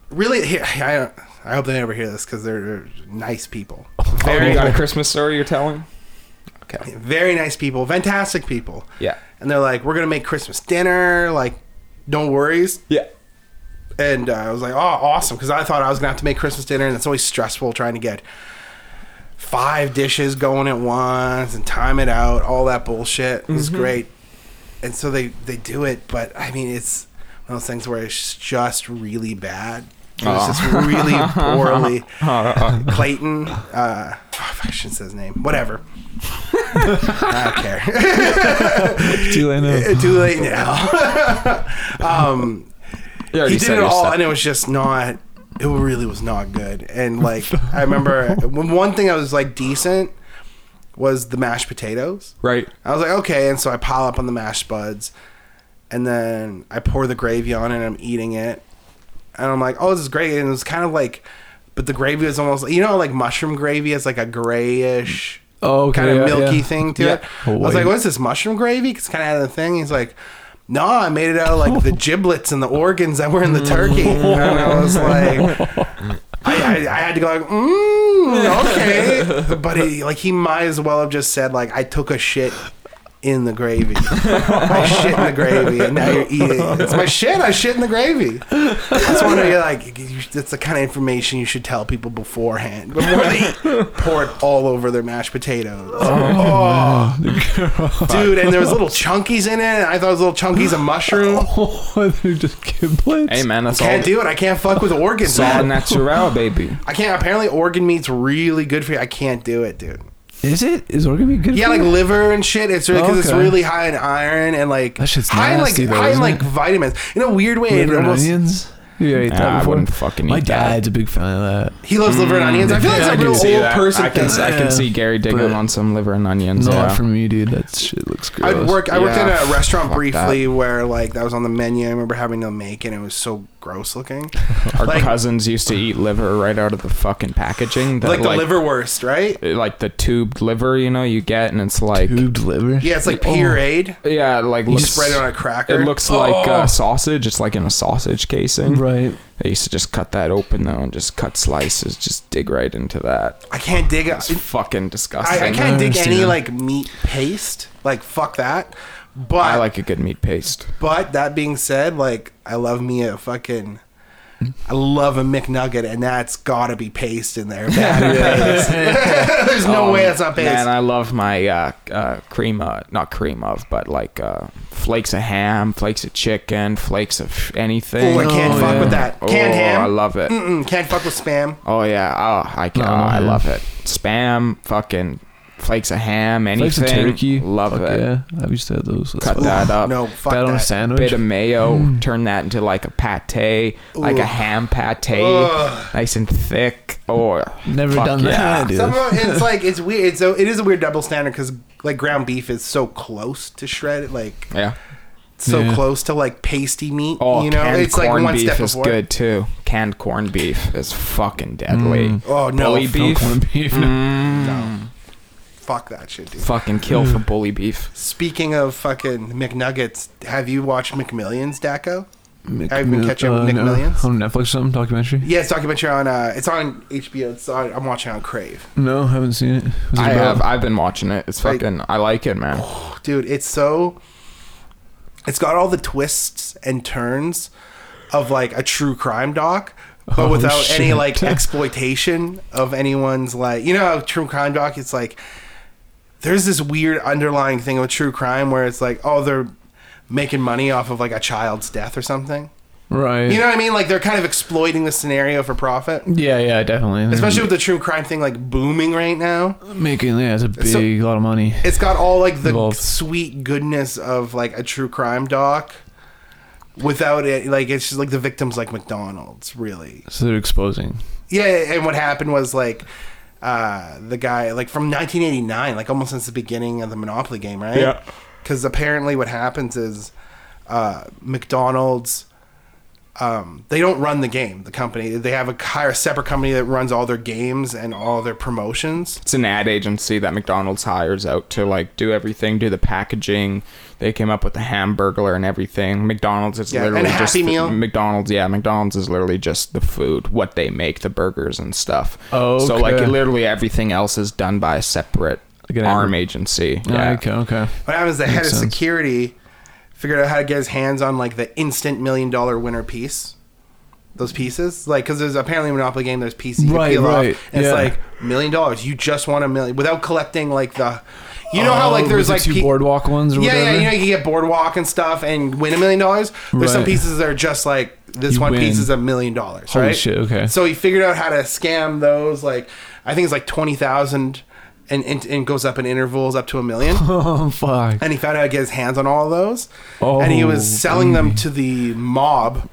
[SPEAKER 2] really, here I I hope they never hear this because they're nice people,
[SPEAKER 1] Aaron, Oh, you got a Christmas story you're telling?
[SPEAKER 2] very nice people, fantastic people.
[SPEAKER 1] Yeah.
[SPEAKER 2] And they're like, we're gonna make Christmas dinner. Like, no worries.
[SPEAKER 1] Yeah.
[SPEAKER 2] and uh, I was like, "Oh, awesome!" Because I thought I was gonna have to make Christmas dinner, and it's always stressful trying to get five dishes going at once and time it out, all that bullshit. It was great, and so they they do it, but I mean, it's one of those things where it's just really bad. It was just really poorly. Clayton, uh, oh, I shouldn't say his name. Whatever. I don't care.
[SPEAKER 3] Too late now.
[SPEAKER 2] Too late now. um,
[SPEAKER 1] You already
[SPEAKER 2] he did
[SPEAKER 1] said
[SPEAKER 2] it
[SPEAKER 1] your
[SPEAKER 2] all,
[SPEAKER 1] stuff.
[SPEAKER 2] and it was just not. It really was not good. And like, I remember when one thing I was like decent was the mashed potatoes.
[SPEAKER 1] Right.
[SPEAKER 2] I was like, okay, and so I pile up on the mashed spuds, and then I pour the gravy on, it, and I'm eating it, and I'm like, oh, this is great. And it was kind of like, but the gravy is almost, you know, like mushroom gravy is like a grayish
[SPEAKER 3] Oh, okay,
[SPEAKER 2] kind of
[SPEAKER 3] yeah,
[SPEAKER 2] milky
[SPEAKER 3] yeah.
[SPEAKER 2] thing to
[SPEAKER 1] Yeah.
[SPEAKER 2] it. I was like,
[SPEAKER 3] Hawaii.
[SPEAKER 2] "What's this mushroom gravy?" 'Cause It's kind of out of the thing. He's like, "No, I made it out of like the giblets and the organs that were in the turkey." And I was like, I, I, I had to go like, "Mm, okay," but he, like he might as well have just said like, "I took a shit." In the gravy, I shit in the gravy, and now you're eating. It's my shit. I shit in the gravy. I just wonder, you're like, you, that's the kind of information you should tell people beforehand before they pour it all over their mashed potatoes. Oh, dude, and there was little chunkies in it. And I thought it was little chunkies of mushroom.
[SPEAKER 3] Oh, they're just giblets.
[SPEAKER 1] Hey man, that's all.
[SPEAKER 2] Can't do it. I can't fuck with organs.
[SPEAKER 1] It's all
[SPEAKER 2] man.
[SPEAKER 1] natural, baby.
[SPEAKER 2] I can't. Apparently, organ meat's really good for you. I can't do it, dude.
[SPEAKER 3] Is it? Is organ meat good?
[SPEAKER 2] Yeah,
[SPEAKER 3] for
[SPEAKER 2] like
[SPEAKER 3] you?
[SPEAKER 2] liver and shit. It's really because it's
[SPEAKER 3] Mm-hmm. Okay.
[SPEAKER 2] really high in iron and like
[SPEAKER 3] That shit's
[SPEAKER 2] high in like
[SPEAKER 3] nasty though,
[SPEAKER 2] high in
[SPEAKER 3] isn't
[SPEAKER 2] like
[SPEAKER 3] it?
[SPEAKER 2] vitamins. In a weird way, it
[SPEAKER 3] liver and
[SPEAKER 2] almost
[SPEAKER 3] onions. Have you already
[SPEAKER 1] Nah,
[SPEAKER 3] thought
[SPEAKER 1] I
[SPEAKER 3] before?
[SPEAKER 1] wouldn't fucking
[SPEAKER 3] My
[SPEAKER 1] eat that.
[SPEAKER 3] dad's a big fan of that.
[SPEAKER 2] He loves liver and onions. I feel like
[SPEAKER 3] Yeah,
[SPEAKER 2] it's
[SPEAKER 3] I
[SPEAKER 2] a
[SPEAKER 3] can
[SPEAKER 2] real old
[SPEAKER 3] see that.
[SPEAKER 2] person
[SPEAKER 1] Mm, I can,
[SPEAKER 2] thing.
[SPEAKER 1] I
[SPEAKER 3] Yeah.
[SPEAKER 1] can see Gary digging
[SPEAKER 3] But-
[SPEAKER 1] on some liver and onions.
[SPEAKER 3] Not
[SPEAKER 1] yeah.
[SPEAKER 3] for me, dude. That shit looks gross.
[SPEAKER 2] I work. I worked
[SPEAKER 1] Yeah,
[SPEAKER 2] in a restaurant
[SPEAKER 1] fuck
[SPEAKER 2] briefly where like that was on the menu. I remember having to make it. and It was so gross looking.
[SPEAKER 1] Our
[SPEAKER 2] Like-
[SPEAKER 1] cousins used to eat liver right out of the fucking packaging. That,
[SPEAKER 2] like
[SPEAKER 1] like,
[SPEAKER 2] the liverwurst, right?
[SPEAKER 1] like the tubed liver, you know, you get, and it's like
[SPEAKER 3] Tubed liver. Oh
[SPEAKER 2] Yeah, it's
[SPEAKER 1] Oh.
[SPEAKER 2] like pureed.
[SPEAKER 1] yeah, like
[SPEAKER 2] You
[SPEAKER 1] looks,
[SPEAKER 2] spread it on a cracker.
[SPEAKER 1] It looks like
[SPEAKER 3] Oh.
[SPEAKER 1] uh, sausage. It's like in a sausage casing.
[SPEAKER 3] Right.
[SPEAKER 1] They used to just cut that open though, and just cut slices, just dig right into that.
[SPEAKER 2] I can't dig. it.
[SPEAKER 1] It's fucking disgusting.
[SPEAKER 2] I, I
[SPEAKER 1] I,
[SPEAKER 2] can't dig any
[SPEAKER 3] understand.
[SPEAKER 2] like meat paste. Like fuck that. But
[SPEAKER 1] like a good meat paste.
[SPEAKER 2] But that being said, like I love me a fucking, I love a McNugget, and that's gotta be paste in there. That'd be paste. There's no way that's not paste.
[SPEAKER 1] Um, Man, I love my uh, uh, cream, uh, not cream of, but like uh, flakes of ham, flakes of chicken, flakes of anything.
[SPEAKER 2] oh, I can't
[SPEAKER 3] Oh,
[SPEAKER 2] fuck
[SPEAKER 3] yeah.
[SPEAKER 2] with that. Canned
[SPEAKER 1] oh,
[SPEAKER 2] ham. Mm.
[SPEAKER 1] I love it.
[SPEAKER 2] Mm-mm, can't fuck with spam.
[SPEAKER 1] Oh yeah. Oh, I can.
[SPEAKER 3] No,
[SPEAKER 1] oh,
[SPEAKER 3] no
[SPEAKER 1] I
[SPEAKER 3] ham.
[SPEAKER 1] love it. Spam, fucking flakes of ham, anything.
[SPEAKER 3] Flakes of turkey.
[SPEAKER 1] Love
[SPEAKER 3] Fuck
[SPEAKER 1] it.
[SPEAKER 3] Yeah, I used to have those. That's
[SPEAKER 1] Cut
[SPEAKER 3] fun.
[SPEAKER 1] that up.
[SPEAKER 2] No, fuck
[SPEAKER 3] that on a
[SPEAKER 2] that.
[SPEAKER 3] sandwich. Mm.
[SPEAKER 1] Bit of mayo, turn that into like a pate, like a ham pate,
[SPEAKER 2] Ugh.
[SPEAKER 1] nice and thick. Oh,
[SPEAKER 3] Never
[SPEAKER 1] fuck
[SPEAKER 3] done
[SPEAKER 1] yeah.
[SPEAKER 3] that, dude.
[SPEAKER 2] Some of- it's like it's weird. It's a, it is a weird double standard because like ground beef is so close to shredded, like
[SPEAKER 1] Yeah.
[SPEAKER 2] so
[SPEAKER 3] Yeah.
[SPEAKER 2] close to like pasty meat.
[SPEAKER 1] Oh,
[SPEAKER 2] you know,
[SPEAKER 1] canned
[SPEAKER 2] it's like
[SPEAKER 1] corned
[SPEAKER 2] one
[SPEAKER 1] beef
[SPEAKER 2] step
[SPEAKER 1] is
[SPEAKER 2] before.
[SPEAKER 1] good too. Canned corned beef is fucking deadly.
[SPEAKER 2] Oh, no,
[SPEAKER 1] bully
[SPEAKER 2] no
[SPEAKER 1] beef, Mm-hmm.
[SPEAKER 3] corned beef.
[SPEAKER 2] Fuck that shit, dude.
[SPEAKER 1] fucking kill
[SPEAKER 2] Mm.
[SPEAKER 1] for bully beef.
[SPEAKER 2] Speaking of fucking McNuggets, have you watched McMillions, Daco?
[SPEAKER 3] Mc-
[SPEAKER 2] I've been catching up with Nick
[SPEAKER 3] Uh, no,
[SPEAKER 2] Millions.
[SPEAKER 3] on Netflix. or Something documentary.
[SPEAKER 2] Yeah, it's a documentary on. Uh, it's on HBO. It's on, I'm watching on Crave.
[SPEAKER 3] No, haven't seen it. What's it
[SPEAKER 1] I
[SPEAKER 3] about?
[SPEAKER 1] have. I've been watching it. It's
[SPEAKER 2] Like- Oh.
[SPEAKER 1] fucking. I like it, man.
[SPEAKER 2] Dude, it's so. It's got all the twists and turns of like a true crime doc, but
[SPEAKER 3] Oh,
[SPEAKER 2] without any
[SPEAKER 3] shit.
[SPEAKER 2] like exploitation of anyone's like you know how true crime doc. It's like there's this weird underlying thing with true crime where it's like oh they're making money off of like a child's death or something.
[SPEAKER 3] Right.
[SPEAKER 2] You know what I mean? Like they're kind of exploiting the scenario for profit.
[SPEAKER 3] Yeah, yeah, definitely.
[SPEAKER 2] Especially with the true crime thing like booming right now.
[SPEAKER 3] making yeah, it's a big
[SPEAKER 2] So-
[SPEAKER 3] lot of money.
[SPEAKER 2] It's got all like the
[SPEAKER 3] Involved.
[SPEAKER 2] sweet goodness of like a true crime doc without it like it's just like the victims like McDonald's really.
[SPEAKER 3] So they're exposing.
[SPEAKER 2] Yeah, and what happened was like uh the guy like from 1989 like almost since the beginning of the Monopoly game, right?
[SPEAKER 1] Yeah.
[SPEAKER 2] Cuz apparently what happens is uh McDonald's um, they don't run the game. The company they have a hire a separate company that runs all their games and all their promotions.
[SPEAKER 1] It's an ad agency that McDonald's hires out to like do everything, do the packaging. They came up with the hamburger and everything. McDonald's is
[SPEAKER 2] Yeah, and
[SPEAKER 1] literally
[SPEAKER 2] a
[SPEAKER 1] just
[SPEAKER 2] Happy
[SPEAKER 1] the-
[SPEAKER 2] Meal.
[SPEAKER 1] McDonald's, yeah, McDonald's is literally just the food, what they make, the burgers and stuff.
[SPEAKER 3] Oh,
[SPEAKER 1] so like
[SPEAKER 3] okay.
[SPEAKER 1] literally everything else is done by a separate
[SPEAKER 3] Like an
[SPEAKER 1] arm
[SPEAKER 3] ad-
[SPEAKER 1] agency.
[SPEAKER 3] Yeah.
[SPEAKER 1] Yeah.
[SPEAKER 3] okay, okay.
[SPEAKER 2] What happens? The head of
[SPEAKER 3] Makes sense.
[SPEAKER 2] security figured out how to get his hands on like the instant million dollar winner piece. Those pieces, like, because there's apparently a Monopoly game. There's pieces you
[SPEAKER 3] Right,
[SPEAKER 2] can peel
[SPEAKER 3] right,
[SPEAKER 2] off, and
[SPEAKER 3] yeah.
[SPEAKER 2] it's like million dollars. You just want a million without collecting like the, you know how
[SPEAKER 3] Oh,
[SPEAKER 2] like
[SPEAKER 3] with
[SPEAKER 2] there's
[SPEAKER 3] the
[SPEAKER 2] like
[SPEAKER 3] two
[SPEAKER 2] pe-
[SPEAKER 3] boardwalk ones or
[SPEAKER 2] yeah,
[SPEAKER 3] whatever.
[SPEAKER 2] yeah. You know you can get boardwalk and stuff and win a million dollars. There's some
[SPEAKER 3] Right.
[SPEAKER 2] pieces that are just like this
[SPEAKER 3] You
[SPEAKER 2] one piece
[SPEAKER 3] win.
[SPEAKER 2] is a million dollars.
[SPEAKER 3] Holy
[SPEAKER 2] right?
[SPEAKER 3] shit, okay.
[SPEAKER 2] So he figured out how to scam those. Like I think it's like twenty thousand, and and and goes up in intervals up to a million
[SPEAKER 3] Oh fuck.
[SPEAKER 2] and he found out how to get his hands on all of those.
[SPEAKER 3] Oh,
[SPEAKER 2] and he was selling them to the mob,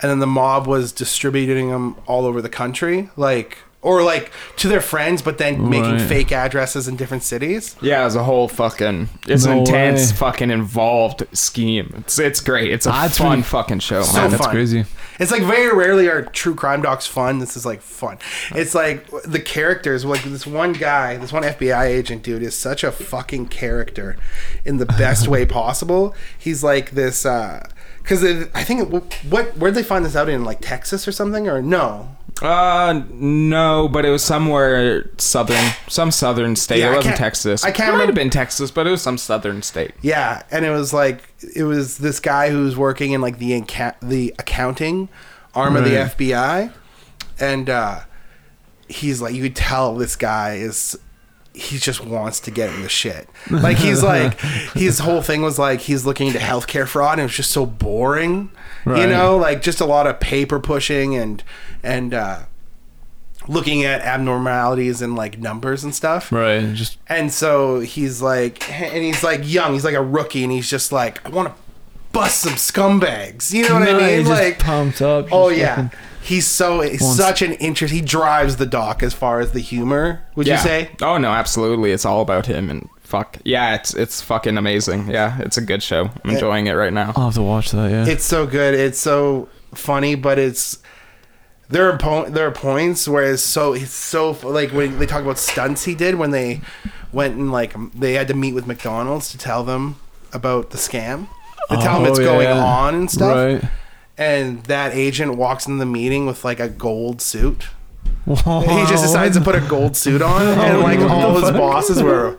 [SPEAKER 2] and then the mob was distributing them all over the country, like or like to their friends, but then making
[SPEAKER 3] Right.
[SPEAKER 2] fake addresses in different cities.
[SPEAKER 1] Yeah, it was a whole fucking it's an
[SPEAKER 3] No
[SPEAKER 1] intense
[SPEAKER 3] way.
[SPEAKER 1] fucking involved scheme. It's it's great. It's a
[SPEAKER 3] That's
[SPEAKER 1] fun
[SPEAKER 3] really-
[SPEAKER 1] fucking show.
[SPEAKER 2] So
[SPEAKER 1] man.
[SPEAKER 3] that's
[SPEAKER 2] fun.
[SPEAKER 3] crazy.
[SPEAKER 2] It's like very rarely are true crime docs fun. This is like fun. It's like the characters, like this one guy, this one FBI agent dude is such a fucking character in the best way possible. He's like this, uh, because I think, it- what, where'd they find this out in? Like Texas or something? Or no?
[SPEAKER 1] Uh, no, but it was somewhere southern, some southern state.
[SPEAKER 2] Yeah, I
[SPEAKER 1] it wasn't
[SPEAKER 2] can't-
[SPEAKER 1] Texas.
[SPEAKER 2] I can't
[SPEAKER 1] It might have
[SPEAKER 2] remember-
[SPEAKER 1] been Texas, but it was some southern state.
[SPEAKER 2] Yeah, and it was like it was this guy who was working in like the inca- the accounting arm
[SPEAKER 3] Right.
[SPEAKER 2] of the FBI, and uh, he's like, you could tell this guy is he just wants to get in the shit. Like he's like his whole thing was like he's looking into healthcare fraud, and it was just so boring, you
[SPEAKER 3] Right.
[SPEAKER 2] know, like just a lot of paper pushing and and uh, looking at abnormalities and like numbers and stuff.
[SPEAKER 3] Right. Just
[SPEAKER 2] And so he's like, and he's like young, he's like a rookie, and he's just like, I want to bust some scumbags. You know what
[SPEAKER 3] No,
[SPEAKER 2] I
[SPEAKER 3] you're
[SPEAKER 2] mean?
[SPEAKER 3] just
[SPEAKER 2] Like
[SPEAKER 3] pumped up.
[SPEAKER 2] Oh
[SPEAKER 3] just
[SPEAKER 2] yeah,
[SPEAKER 3] fucking-
[SPEAKER 2] he's so he's
[SPEAKER 3] Wants-
[SPEAKER 2] such an interest. He drives the dock as far as the humor. Would you say?
[SPEAKER 1] Oh no, absolutely. It's all about him and fuck. Yeah, it's it's fucking amazing. Yeah, it's a good show. I'm enjoying it right now.
[SPEAKER 3] I'll have to watch that. Yeah.
[SPEAKER 2] It's so good. It's so funny, but it's there are po- there are points where it's so it's so like when they talk about stunts he did when they went and like m- they had to meet with McDonald's to tell them about the scam, to tell them
[SPEAKER 3] Oh,
[SPEAKER 2] it's going
[SPEAKER 3] yeah.
[SPEAKER 2] on and stuff.
[SPEAKER 3] Right.
[SPEAKER 2] And that agent walks in the meeting with like a gold suit.
[SPEAKER 3] Wow.
[SPEAKER 2] He just decides to put a gold suit on, and like
[SPEAKER 3] what
[SPEAKER 2] all
[SPEAKER 3] the
[SPEAKER 2] his
[SPEAKER 3] fuck?
[SPEAKER 2] bosses were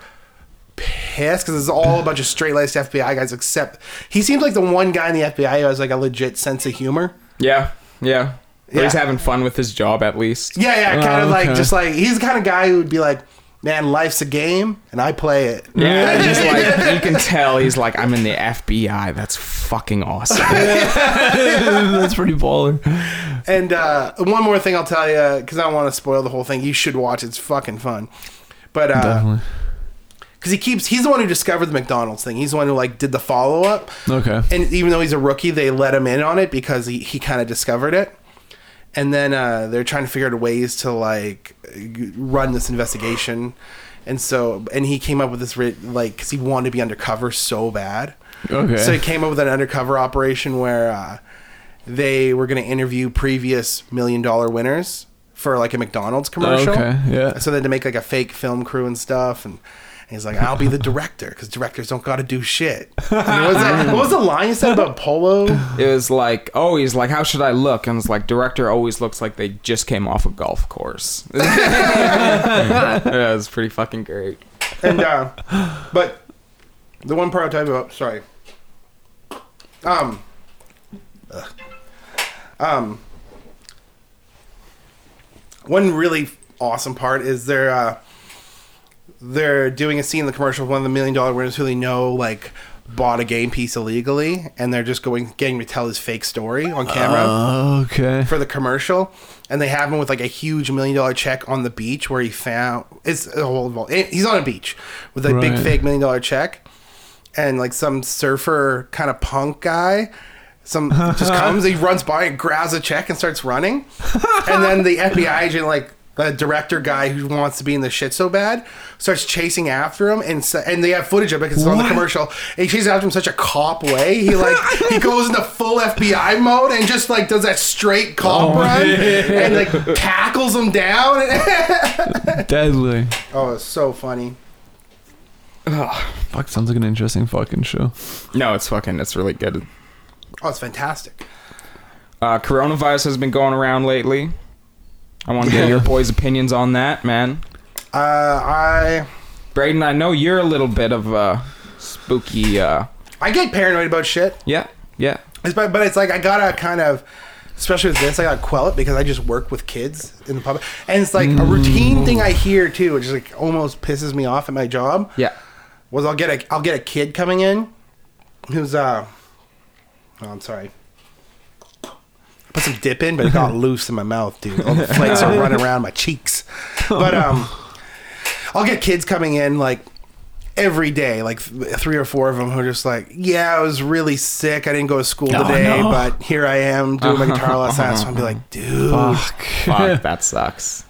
[SPEAKER 2] pissed because it's all a bunch of straight laced FBI guys. Except he seems like the one guy in the FBI who has like a legit sense of humor.
[SPEAKER 1] Yeah, yeah. But he's
[SPEAKER 2] Yeah.
[SPEAKER 1] having fun with his job at least.
[SPEAKER 2] Yeah, yeah, kind of
[SPEAKER 3] Oh,
[SPEAKER 2] like
[SPEAKER 3] okay.
[SPEAKER 2] just like he's the kind of guy who would be like, "Man, life's a game, and I play it."
[SPEAKER 1] Yeah, he's like you can tell he's like I'm in the FBI. That's fucking awesome.
[SPEAKER 3] That's pretty baller.
[SPEAKER 2] And uh, one more thing I'll tell you because I don't want to spoil the whole thing. You should watch; it's fucking fun. But uh
[SPEAKER 3] Definitely.
[SPEAKER 2] because he keeps, he's the one who discovered the McDonald's thing. He's the one who like did the follow up.
[SPEAKER 3] Okay.
[SPEAKER 2] and even though he's a rookie, they let him in on it because he, he kind of discovered it. And then uh, they're trying to figure out ways to like run this investigation. And so, and he came up with this ri- like because he wanted to be undercover so bad.
[SPEAKER 3] Okay.
[SPEAKER 2] So he came up with an undercover operation where uh, they were going to interview previous million dollar winners for like a McDonald's commercial.
[SPEAKER 3] Okay, yeah.
[SPEAKER 2] So they had to make like a fake film crew and stuff. And, and he's like, I'll be the director because directors don't got to do shit. And what, was that, what was the line you said about polo?
[SPEAKER 1] it was like, oh, he's like, how should I look? And it's like, director always looks like they just came off a golf course. yeah, it's pretty fucking great.
[SPEAKER 2] And uh, but the one part I talked about, sorry. Um. ugh. Um. One really awesome part is they're uh, they're doing a scene in the commercial with one of the million dollar winners who they know like bought a game piece illegally, and they're just going getting to tell his fake story on camera
[SPEAKER 3] Uh. okay.
[SPEAKER 2] for the commercial, and they have him with like a huge million dollar check on the beach where he found it's a whole. well, it- He's on a beach with a big
[SPEAKER 3] Right.
[SPEAKER 2] fake million dollar check, and like some surfer kind of punk guy. Some just comes, he runs by and grabs a check and starts running, and then the FBI agent, like the director guy who wants to be in the shit so bad, starts chasing after him, and so, and they have footage of it because it's on the
[SPEAKER 3] What?
[SPEAKER 2] commercial. And he chases after him in such a cop way. He like he goes into full FBI mode and just like does that straight cop
[SPEAKER 3] Oh,
[SPEAKER 2] run
[SPEAKER 3] yeah.
[SPEAKER 2] and like tackles him down.
[SPEAKER 3] Deadly.
[SPEAKER 2] oh, it's so funny.
[SPEAKER 3] Fuck. Sounds like an interesting fucking show.
[SPEAKER 1] No, it's fucking, it's really good.
[SPEAKER 2] Oh, it's fantastic.
[SPEAKER 1] Uh, coronavirus has been going around lately. I want to
[SPEAKER 3] Yeah.
[SPEAKER 1] get your boys' opinions on that, man.
[SPEAKER 2] Uh, I
[SPEAKER 1] Braden, I know you're a little bit of a spooky. Uh,
[SPEAKER 2] I get paranoid about shit.
[SPEAKER 1] yeah, yeah.
[SPEAKER 2] It's, but, but it's like I gotta kind of, especially with this, I gotta quell it because I just work with kids in the public, and it's like a routine thing I hear too, which is like almost pisses me off at my job.
[SPEAKER 1] Yeah.
[SPEAKER 2] was I'll get a I'll get a kid coming in who's uh oh, I'm sorry. Put some dip in, but it got loose in my mouth, dude. All the flakes are running around my cheeks. But um I'll get kids coming in like every day, like th- three or four of them who are just like, "Yeah, I was really sick. I didn't go to school
[SPEAKER 3] Oh,
[SPEAKER 2] today,
[SPEAKER 3] no.
[SPEAKER 2] but here I am doing my guitar lesson." So I'll be like, "Dude,
[SPEAKER 1] Fuck, that sucks.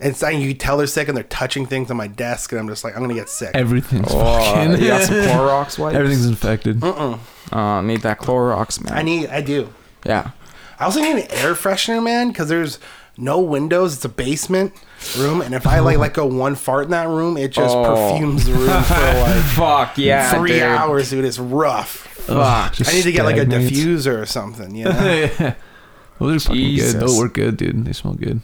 [SPEAKER 2] and it's like you can tell they're sick and they're touching things on my desk, and I'm just like, I'm gonna get sick."
[SPEAKER 3] Everything's
[SPEAKER 1] Oh,
[SPEAKER 3] fucking.
[SPEAKER 1] you got some Clorox wipes?
[SPEAKER 3] Everything's infected.
[SPEAKER 1] Uh, need that Clorox, man.
[SPEAKER 2] I need, I do.
[SPEAKER 1] yeah.
[SPEAKER 2] I also need an air freshener, man, because there's no windows. It's a basement room, and if I like let go one fart in that room, it just
[SPEAKER 1] Oh.
[SPEAKER 2] perfumes the room for like
[SPEAKER 1] Fuck, yeah.
[SPEAKER 2] three
[SPEAKER 1] dude.
[SPEAKER 2] hours, dude. It's rough.
[SPEAKER 1] Fuck.
[SPEAKER 3] Just
[SPEAKER 2] I need to get like a
[SPEAKER 3] stagnates.
[SPEAKER 2] diffuser or something. You know?
[SPEAKER 3] yeah. Well, they're fucking good.
[SPEAKER 1] Jesus.
[SPEAKER 3] They'll work good, dude. They smell good.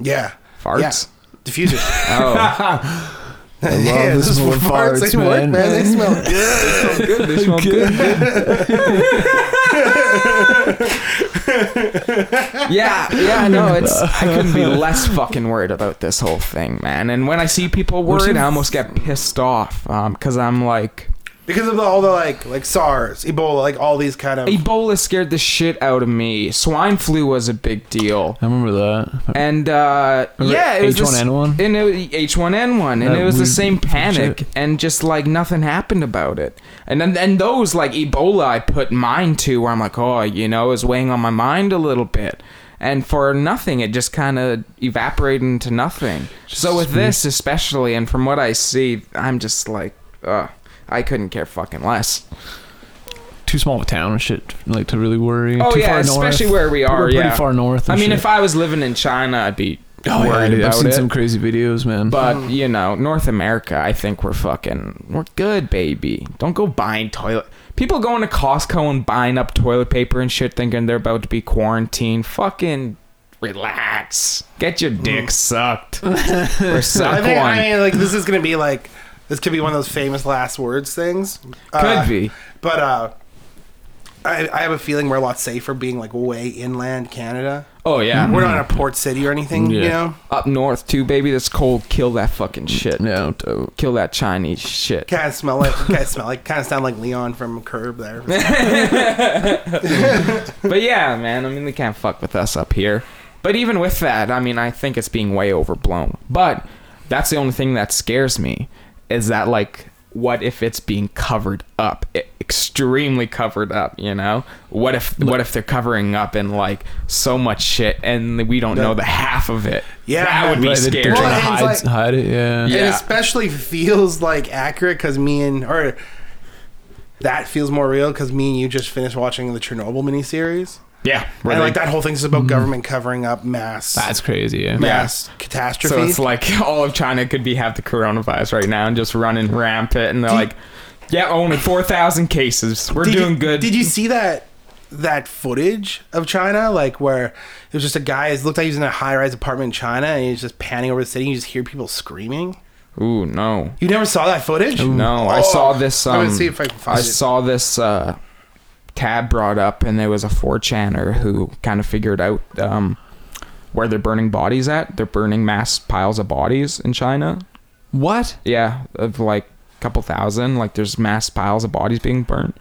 [SPEAKER 2] yeah,
[SPEAKER 1] Farts?
[SPEAKER 2] yeah. diffuser.
[SPEAKER 1] Oh.
[SPEAKER 2] I love yeah,
[SPEAKER 3] the
[SPEAKER 2] this is
[SPEAKER 3] smell of
[SPEAKER 2] farts.
[SPEAKER 3] farts,
[SPEAKER 2] They work,
[SPEAKER 3] man.
[SPEAKER 2] man. They smell good.
[SPEAKER 1] good. They smell good. yeah, yeah, no, it's I couldn't be less fucking worried about this whole thing, man. And when I see people worried, I almost get pissed off because um, I'm like,
[SPEAKER 2] because of the, all the like like SARS, Ebola, like all these kind of.
[SPEAKER 1] Ebola scared the shit out of me. Swine flu was a big deal.
[SPEAKER 3] I remember that.
[SPEAKER 1] And uh,
[SPEAKER 3] Remember
[SPEAKER 1] yeah, it was the s-
[SPEAKER 3] H1N1?
[SPEAKER 1] And it, H1N1, and
[SPEAKER 3] That
[SPEAKER 1] it was the
[SPEAKER 3] weird
[SPEAKER 1] same panic,
[SPEAKER 3] shit.
[SPEAKER 1] and just like nothing happened about it. And then and those like Ebola, I put mine to where I'm like, oh, you know, is weighing on my mind a little bit. And for nothing, it just kind of evaporated into nothing. so with this especially, and from what I see, I'm just like, ugh, I couldn't care fucking less.
[SPEAKER 3] Too small of a town and shit, like to really worry.
[SPEAKER 1] Oh
[SPEAKER 3] Too
[SPEAKER 1] yeah,
[SPEAKER 3] far
[SPEAKER 1] especially
[SPEAKER 3] north.
[SPEAKER 1] where we are.
[SPEAKER 3] We're pretty
[SPEAKER 1] yeah.
[SPEAKER 3] far north.
[SPEAKER 1] I
[SPEAKER 3] and
[SPEAKER 1] mean,
[SPEAKER 3] shit.
[SPEAKER 1] if I was living in China, I'd be
[SPEAKER 3] oh, yeah,
[SPEAKER 1] worried
[SPEAKER 3] dude, I've
[SPEAKER 1] about
[SPEAKER 3] seen
[SPEAKER 1] it.
[SPEAKER 3] some crazy videos,
[SPEAKER 2] Mm-hmm.
[SPEAKER 3] man.
[SPEAKER 1] but you know, North America, I think we're fucking we're good, baby. Don't go buying toilet. People going to Costco and buying up toilet paper and shit, thinking they're about to be quarantined. Fucking relax. Get your dick sucked or
[SPEAKER 2] Mm-hmm. I
[SPEAKER 1] suck
[SPEAKER 2] think
[SPEAKER 1] one.
[SPEAKER 2] I mean like this is gonna be like this could be one of those famous last words things. Uh,
[SPEAKER 1] Could be.
[SPEAKER 2] but uh, I, I have a feeling we're a lot safer being like way inland Canada.
[SPEAKER 1] Oh yeah,
[SPEAKER 2] We're not in a port city or anything, you
[SPEAKER 3] Yeah.
[SPEAKER 2] know.
[SPEAKER 1] up north too, baby. That's cold. Kill that fucking shit.
[SPEAKER 3] no, dope.
[SPEAKER 1] Kill that Chinese shit.
[SPEAKER 2] Kind of smell like, kind of smell like, kind of sound like Leon from Curb there.
[SPEAKER 1] But yeah, man, I mean, they can't fuck with us up here. But even with that, I mean, I think it's being way overblown. But that's the only thing that scares me is that, like, what if it's being covered up, e- extremely covered up? You know, what if what if they're covering up in like so much shit and we don't know the half of it?
[SPEAKER 2] Yeah,
[SPEAKER 1] that would be
[SPEAKER 2] right,
[SPEAKER 3] They
[SPEAKER 1] scary.
[SPEAKER 3] don't
[SPEAKER 2] Well, and
[SPEAKER 3] hide,
[SPEAKER 2] it's like-
[SPEAKER 3] hide it. Yeah.
[SPEAKER 1] Yeah.
[SPEAKER 2] It especially feels like accurate because me and or that feels more real because me and you just finished watching the Chernobyl miniseries,
[SPEAKER 1] yeah,
[SPEAKER 2] and
[SPEAKER 1] really. Hmm.
[SPEAKER 2] like that whole thing's about government covering up mass
[SPEAKER 3] That's crazy. Yeah.
[SPEAKER 2] mass catastrophe.
[SPEAKER 1] So it's like all of China could be have the coronavirus right now and just running rampant, and they're like, yeah, only four thousand cases. We're
[SPEAKER 2] Did you-
[SPEAKER 1] doing good.
[SPEAKER 2] Did you see that that footage of China, like where it was just a guy? It looked like he was in a high-rise apartment in China, and he was just panning over the city. and You just hear people screaming.
[SPEAKER 1] Ooh, no.
[SPEAKER 2] You never saw that footage?
[SPEAKER 1] No, I
[SPEAKER 2] Oh,
[SPEAKER 1] saw this. Um,
[SPEAKER 2] I'm gonna see if I can find
[SPEAKER 1] I
[SPEAKER 2] it.
[SPEAKER 1] saw this uh, tab brought up, and there was a 4chaner who kind of figured out um, where they're burning bodies at. They're burning mass piles of bodies in China.
[SPEAKER 3] What?
[SPEAKER 1] Yeah, of like a couple thousand. Like there's mass piles of bodies being burnt.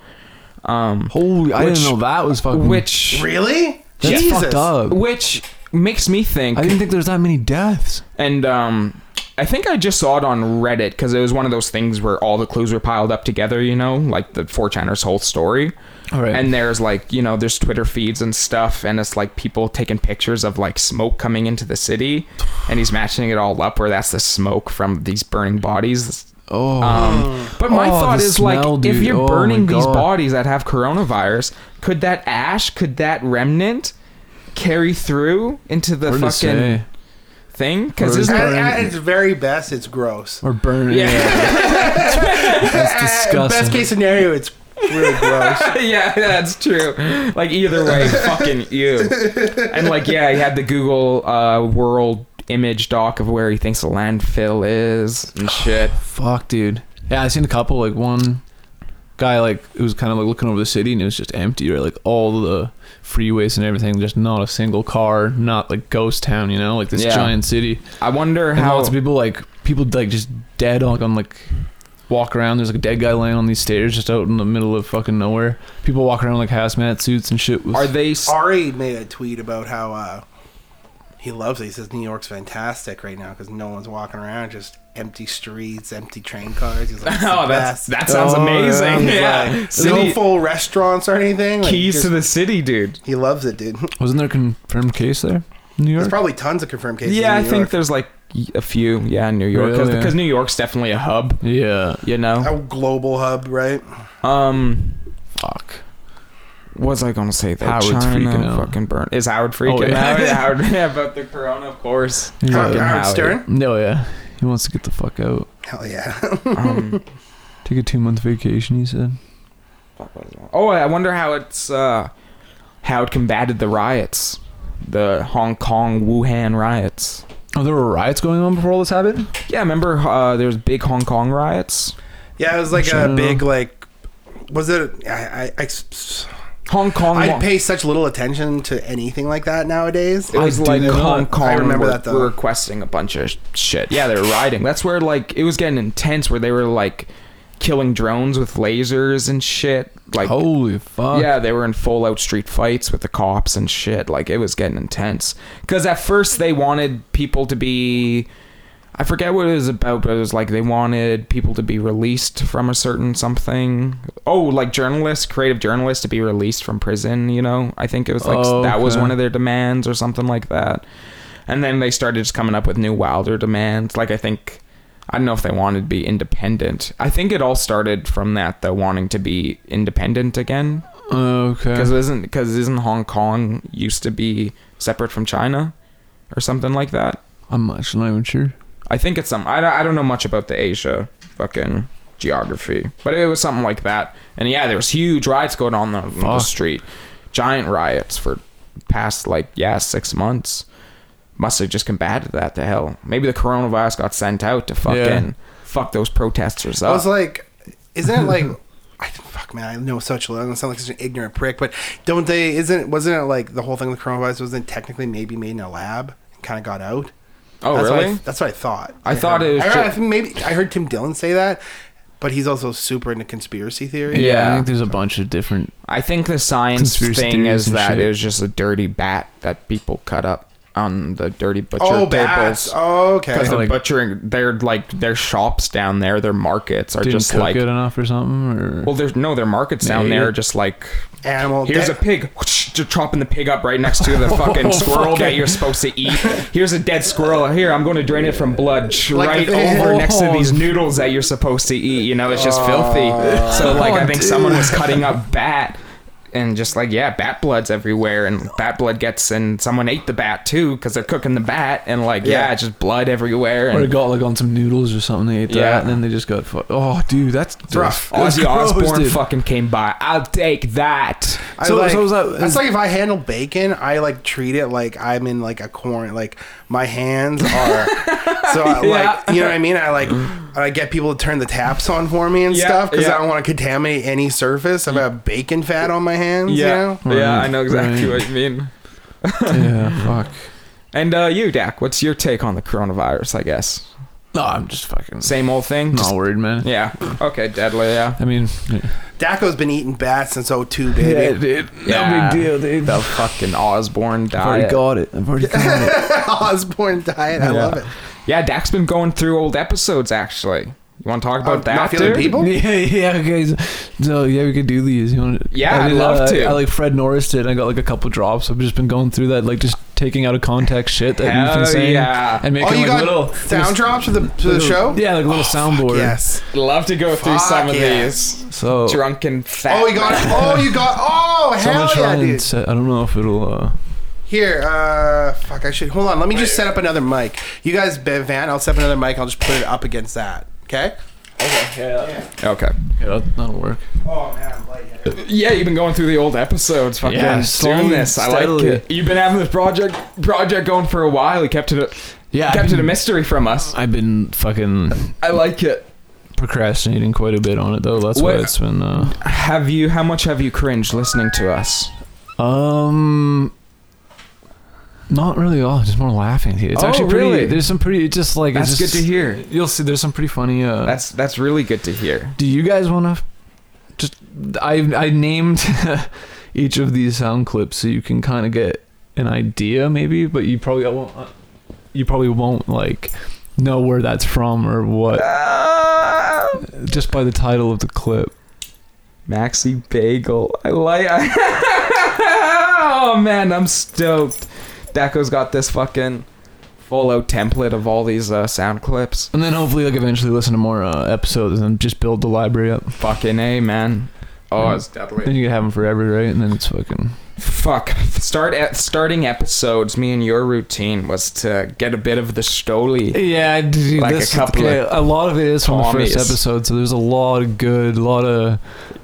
[SPEAKER 1] Um,
[SPEAKER 3] Holy! I
[SPEAKER 1] Which-
[SPEAKER 3] didn't know that was fucking.
[SPEAKER 1] which
[SPEAKER 2] Really?
[SPEAKER 3] that's fucked up.
[SPEAKER 1] which makes me think.
[SPEAKER 3] I didn't think there was that many deaths.
[SPEAKER 1] and um I think I just saw it on Reddit because it was one of those things where all the clues were piled up together, you know, like the 4chaners whole story.
[SPEAKER 3] All right.
[SPEAKER 1] And there's like, you know, there's Twitter feeds and stuff, and it's like people taking pictures of like smoke coming into the city, and he's matching it all up where that's the smoke from these burning bodies.
[SPEAKER 3] Oh.
[SPEAKER 1] Um, but my
[SPEAKER 3] Oh,
[SPEAKER 1] thought
[SPEAKER 3] the
[SPEAKER 1] is
[SPEAKER 3] smell,
[SPEAKER 1] like, if
[SPEAKER 3] dude.
[SPEAKER 1] you're
[SPEAKER 3] Oh my
[SPEAKER 1] burning these
[SPEAKER 3] God.
[SPEAKER 1] bodies that have coronavirus, could that ash, could that remnant carry through into the
[SPEAKER 3] Hard to
[SPEAKER 1] fucking
[SPEAKER 3] say.
[SPEAKER 1] thing? Because
[SPEAKER 3] Or is
[SPEAKER 1] isn't
[SPEAKER 3] that-
[SPEAKER 2] At, at its very best, it's gross.
[SPEAKER 3] Or burn it.
[SPEAKER 1] Yeah.
[SPEAKER 3] That's
[SPEAKER 2] At
[SPEAKER 3] disgusting.
[SPEAKER 2] best case scenario, it's really gross.
[SPEAKER 1] yeah, that's true. Like either way, fucking you. And like yeah, he had the Google uh, World image doc of where he thinks the landfill is and shit.
[SPEAKER 3] Fuck, dude. Yeah, I seen a couple. Like one guy, like it was kind of like looking over the city, and it was just empty. Right, like all the freeways and everything, just not a single car. Not like ghost town, you know, like this
[SPEAKER 1] Yeah.
[SPEAKER 3] giant city.
[SPEAKER 1] I wonder
[SPEAKER 3] And
[SPEAKER 1] how
[SPEAKER 3] lots of people like people like just dead on, on like walk around. There's like a dead guy laying on these stairs just out in the middle of fucking nowhere. People walk around like hazmat suits and shit. With,
[SPEAKER 1] are they. s-
[SPEAKER 2] Ari made a tweet about how uh, he loves it. He says New York's fantastic right now because no one's walking around, just empty streets, empty train cars. He's like, it's
[SPEAKER 1] Oh,
[SPEAKER 2] the
[SPEAKER 1] that's
[SPEAKER 2] best.
[SPEAKER 1] that sounds
[SPEAKER 3] Oh,
[SPEAKER 1] amazing.
[SPEAKER 2] He's
[SPEAKER 1] Yeah,
[SPEAKER 2] like,
[SPEAKER 1] City-
[SPEAKER 2] no full restaurants or anything. Like,
[SPEAKER 1] keys
[SPEAKER 2] just-
[SPEAKER 1] to the city, dude.
[SPEAKER 2] He loves it, dude.
[SPEAKER 3] Wasn't there a confirmed case there? in New
[SPEAKER 2] There's
[SPEAKER 3] York.
[SPEAKER 2] probably tons of confirmed cases.
[SPEAKER 1] Yeah, I
[SPEAKER 2] in New
[SPEAKER 1] think
[SPEAKER 2] York.
[SPEAKER 1] there's like a few. Yeah, in New York because
[SPEAKER 3] Really?
[SPEAKER 1] New York's definitely a hub.
[SPEAKER 3] yeah.
[SPEAKER 1] You know.
[SPEAKER 2] a global hub, right?
[SPEAKER 1] Um,
[SPEAKER 3] Fuck.
[SPEAKER 1] what was I gonna say? That
[SPEAKER 3] Howard's
[SPEAKER 1] China
[SPEAKER 3] freaking out. Oh,
[SPEAKER 1] fucking burn. Is Howard freaking
[SPEAKER 3] yeah.
[SPEAKER 1] out? Yeah, Howard, yeah, about the corona, of course.
[SPEAKER 2] Howard,
[SPEAKER 1] Fucking
[SPEAKER 2] Howard Stern.
[SPEAKER 3] No, yeah. He wants to get the fuck out.
[SPEAKER 2] Hell yeah.
[SPEAKER 1] Um,
[SPEAKER 3] Take a two month vacation, he said.
[SPEAKER 1] oh, I wonder how it's uh, how it combated the riots, the Hong Kong Wuhan riots.
[SPEAKER 3] Oh, there were riots going on before all this happened?
[SPEAKER 1] Yeah, remember uh, there was big Hong Kong riots.
[SPEAKER 2] yeah, it was like
[SPEAKER 3] Sure.
[SPEAKER 2] a big like. Was it? I I, I,
[SPEAKER 1] Hong Kong.
[SPEAKER 2] I pay such little attention to anything like that nowadays.
[SPEAKER 1] it was
[SPEAKER 3] I do
[SPEAKER 1] like
[SPEAKER 3] know
[SPEAKER 1] Hong
[SPEAKER 3] that.
[SPEAKER 1] Kong.
[SPEAKER 2] I remember
[SPEAKER 1] were,
[SPEAKER 2] that, though.
[SPEAKER 1] were requesting a bunch of shit. Yeah, they were rioting. That's where like it was getting intense. Where they were like killing drones with lasers and shit. Like,
[SPEAKER 3] Holy fuck.
[SPEAKER 1] yeah, they were in full out street fights with the cops and shit. Like it was getting intense. Because at first they wanted people to be. I forget what it was about, but it was like they wanted people to be released from a certain something. Oh, like journalists, creative journalists to be released from prison, you know? I think it was like
[SPEAKER 3] Oh,
[SPEAKER 1] that was
[SPEAKER 3] okay.
[SPEAKER 1] one of their demands or something like that. And then they started just coming up with new wilder demands. Like I think I don't know if they wanted to be independent. I think it all started from that though wanting to be independent again because
[SPEAKER 3] Okay.
[SPEAKER 1] isn't because isn't Hong Kong used to be separate from China or something like that?
[SPEAKER 3] I'm actually not even sure.
[SPEAKER 1] I think it's some. I don't, I don't know much about the Asia fucking geography, but it was something like that. And yeah, there was huge riots going on the, on the
[SPEAKER 3] Fuck.
[SPEAKER 1] street, giant riots for past like yeah six months. Must have just combated that to hell. Maybe the coronavirus got sent out to fucking fuck those protesters
[SPEAKER 2] I
[SPEAKER 1] up.
[SPEAKER 2] was like, isn't it like, I, fuck man, I know such. I don't sound like such an ignorant prick, but don't they? Isn't wasn't it like the whole thing with coronavirus wasn't technically maybe made in a lab and kind of got out?
[SPEAKER 1] oh
[SPEAKER 2] that's What I,
[SPEAKER 1] really?
[SPEAKER 2] that's what I thought.
[SPEAKER 1] I thought it was
[SPEAKER 2] I,
[SPEAKER 1] ju-
[SPEAKER 2] I think maybe I heard Tim Dillon say that, but he's also super into conspiracy theory.
[SPEAKER 1] Yeah.
[SPEAKER 3] I think there's a bunch of different.
[SPEAKER 1] I think the science
[SPEAKER 3] Conspiracy
[SPEAKER 1] thing
[SPEAKER 3] theories
[SPEAKER 1] is
[SPEAKER 3] and
[SPEAKER 1] that
[SPEAKER 3] shit.
[SPEAKER 1] it was just a dirty bat that people cut up on the dirty butcher
[SPEAKER 2] Oh,
[SPEAKER 1] tables.
[SPEAKER 2] bats. Oh, okay.
[SPEAKER 1] Because the
[SPEAKER 3] Like-
[SPEAKER 1] butchering, their like their shops down there, their markets are
[SPEAKER 3] Didn't
[SPEAKER 1] just
[SPEAKER 3] cook
[SPEAKER 1] like.
[SPEAKER 3] good enough or something, or
[SPEAKER 1] Well, there's no their markets down
[SPEAKER 3] Maybe.
[SPEAKER 1] there are just like.
[SPEAKER 2] Animal.
[SPEAKER 1] Here's a
[SPEAKER 2] dead- Oh,
[SPEAKER 1] pig. Just chopping the pig up right next to the fucking squirrel that you're supposed to eat. Here's a dead squirrel. Here, I'm going to drain it from blood sh-
[SPEAKER 2] Like
[SPEAKER 1] right
[SPEAKER 2] the- Oh.
[SPEAKER 1] over next to these noodles that you're supposed to eat. You know, it's just filthy. So, like, I think someone was cutting up bat and just like, yeah, bat blood's everywhere. And bat blood gets, and someone ate the bat too because they're cooking the bat. And, like, yeah,
[SPEAKER 2] Yeah.
[SPEAKER 1] just blood everywhere.
[SPEAKER 3] or
[SPEAKER 1] And
[SPEAKER 3] it got like on some noodles or something. They ate
[SPEAKER 1] Yeah.
[SPEAKER 3] that, and then they just got. Fu- oh, dude, that's
[SPEAKER 2] rough.
[SPEAKER 3] that's
[SPEAKER 1] Ozzy
[SPEAKER 3] gross,
[SPEAKER 1] Osbourne
[SPEAKER 3] dude.
[SPEAKER 1] fucking came by. I'll take that.
[SPEAKER 2] I
[SPEAKER 3] So-
[SPEAKER 2] like,
[SPEAKER 3] so is that-
[SPEAKER 2] that's like if I handle bacon, I like treat it like I'm in like a corn. Like my hands are, so I, like you know what I mean. I like I get people to turn the taps on for me and
[SPEAKER 1] Yeah,
[SPEAKER 2] stuff because
[SPEAKER 1] yeah.
[SPEAKER 2] I don't want to contaminate any surface. I've got bacon fat on my hands.
[SPEAKER 1] Yeah,
[SPEAKER 2] Yeah. You know?
[SPEAKER 1] yeah,
[SPEAKER 3] Right,
[SPEAKER 1] I know exactly
[SPEAKER 3] right.
[SPEAKER 1] what you mean.
[SPEAKER 3] yeah, fuck.
[SPEAKER 1] And uh, you, Dak, what's your take on the coronavirus? I guess
[SPEAKER 3] No, I'm just fucking
[SPEAKER 1] same old thing.
[SPEAKER 3] not
[SPEAKER 1] Just-
[SPEAKER 3] worried, man.
[SPEAKER 1] yeah. Okay, deadly. Yeah.
[SPEAKER 3] I mean,
[SPEAKER 2] Daco's been eating bats since 02, baby.
[SPEAKER 3] dude,
[SPEAKER 1] Yeah.
[SPEAKER 3] dude.
[SPEAKER 1] The fucking Osborne
[SPEAKER 3] I've already
[SPEAKER 1] diet.
[SPEAKER 3] got it. I've already got it.
[SPEAKER 2] Osborne diet. I love it.
[SPEAKER 1] Yeah, Dak's been going through old episodes actually. You want to talk about
[SPEAKER 2] Uh, Not
[SPEAKER 1] that?
[SPEAKER 2] feeling
[SPEAKER 1] dude?
[SPEAKER 2] people?
[SPEAKER 3] Yeah, yeah, guys. So yeah, we could do these. You want?
[SPEAKER 1] Yeah, I'd
[SPEAKER 3] did,
[SPEAKER 1] love
[SPEAKER 3] uh,
[SPEAKER 1] to.
[SPEAKER 3] I like Fred Norris did. And I got like a couple drops. I've just been going through that, like just taking out of context shit that you've
[SPEAKER 1] Hell
[SPEAKER 3] been saying,
[SPEAKER 1] yeah.
[SPEAKER 3] and making
[SPEAKER 2] Oh, you got
[SPEAKER 3] like little
[SPEAKER 2] sound drops for the, for the
[SPEAKER 3] little-
[SPEAKER 2] show? Oh,
[SPEAKER 3] Yeah, like a little soundboard.
[SPEAKER 2] Yes.
[SPEAKER 1] Love to go through
[SPEAKER 2] Fuck
[SPEAKER 1] some of
[SPEAKER 2] yeah.
[SPEAKER 1] these
[SPEAKER 3] So
[SPEAKER 1] drunken fat.
[SPEAKER 2] Oh, you got. Oh, you got. Oh,
[SPEAKER 3] so I'm
[SPEAKER 2] hell
[SPEAKER 3] gonna try
[SPEAKER 2] yeah,
[SPEAKER 3] and
[SPEAKER 2] dude.
[SPEAKER 3] set- I don't know if it'll. Uh,
[SPEAKER 2] Here, uh, fuck, I should. Hold on, let me just set up another mic. You guys, Ben Van, I'll set up another mic. I'll just put it up against that. Okay?
[SPEAKER 1] Okay.
[SPEAKER 3] yeah, that'll, that'll work.
[SPEAKER 2] Oh, man, I'm light headed.
[SPEAKER 1] Yeah, you've been going through the old episodes. Fucking
[SPEAKER 3] Yeah,
[SPEAKER 1] doing
[SPEAKER 3] slowly,
[SPEAKER 1] this. I like
[SPEAKER 3] steadily.
[SPEAKER 1] it. You've been having this project project going for a while. You kept it. A,
[SPEAKER 3] Yeah,
[SPEAKER 1] kept
[SPEAKER 3] I've
[SPEAKER 1] it a
[SPEAKER 3] been-
[SPEAKER 1] mystery from us.
[SPEAKER 3] I've been fucking
[SPEAKER 1] I like it.
[SPEAKER 3] procrastinating quite a bit on it though. That's why
[SPEAKER 1] What-
[SPEAKER 3] it's been. Uh,
[SPEAKER 1] Have you? How much have you cringed listening to us?
[SPEAKER 3] Um, not really. Oh, just more laughing. Dude. It's
[SPEAKER 1] Oh,
[SPEAKER 3] actually pretty.
[SPEAKER 1] really?
[SPEAKER 3] There's some pretty. It's just like
[SPEAKER 1] That's
[SPEAKER 3] it's just,
[SPEAKER 1] good to hear.
[SPEAKER 3] You'll see. There's some pretty funny. Uh,
[SPEAKER 1] That's that's really good to hear.
[SPEAKER 3] do you guys want to? Just I I named each of these sound clips so you can kind of get an idea maybe, but you probably won't. uh, You probably won't like know where that's from or what
[SPEAKER 1] Uh,
[SPEAKER 3] just by the title of the clip.
[SPEAKER 1] Maxi Bagel. I like. oh man, I'm stoked. Daco's got this fucking full out template of all these uh, sound clips.
[SPEAKER 3] And then hopefully like eventually listen to more uh, episodes and just build the library up.
[SPEAKER 1] Fucking a man. Oh, it's
[SPEAKER 3] Then
[SPEAKER 1] deadly.
[SPEAKER 3] you can have them forever, right? And then it's fucking.
[SPEAKER 1] Fuck. Start at starting episodes. Me and your routine was to get a bit of the stoli.
[SPEAKER 3] Yeah, dude,
[SPEAKER 1] Like a
[SPEAKER 3] this,
[SPEAKER 1] couple
[SPEAKER 3] okay,
[SPEAKER 1] of
[SPEAKER 3] a lot of it is from
[SPEAKER 1] commies.
[SPEAKER 3] the first episode, so there's a lot of good, a lot of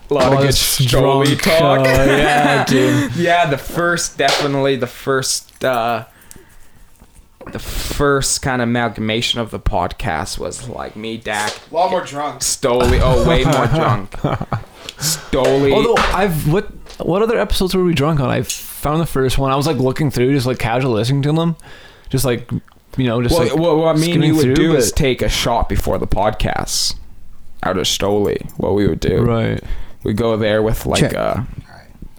[SPEAKER 1] A lot of good
[SPEAKER 3] drunk,
[SPEAKER 1] stoli talk.
[SPEAKER 3] uh, yeah, dude.
[SPEAKER 1] yeah, the first definitely the first uh the first kind of amalgamation of the podcast was like me, Dak,
[SPEAKER 2] A lot more drunk.
[SPEAKER 1] Stoli. Oh, way more drunk. Stoli.
[SPEAKER 3] Although I've what what other episodes were we drunk on? I found the first one. I was like looking through, just like casual listening to them, just like you know, just
[SPEAKER 1] well,
[SPEAKER 3] like
[SPEAKER 1] well, what I mean
[SPEAKER 3] skimming
[SPEAKER 1] you would
[SPEAKER 3] through,
[SPEAKER 1] do
[SPEAKER 3] but-
[SPEAKER 1] is take a shot before the podcast. out of Stoli, what we would do.
[SPEAKER 3] Right.
[SPEAKER 1] We'd go there with like
[SPEAKER 2] Check.
[SPEAKER 1] uh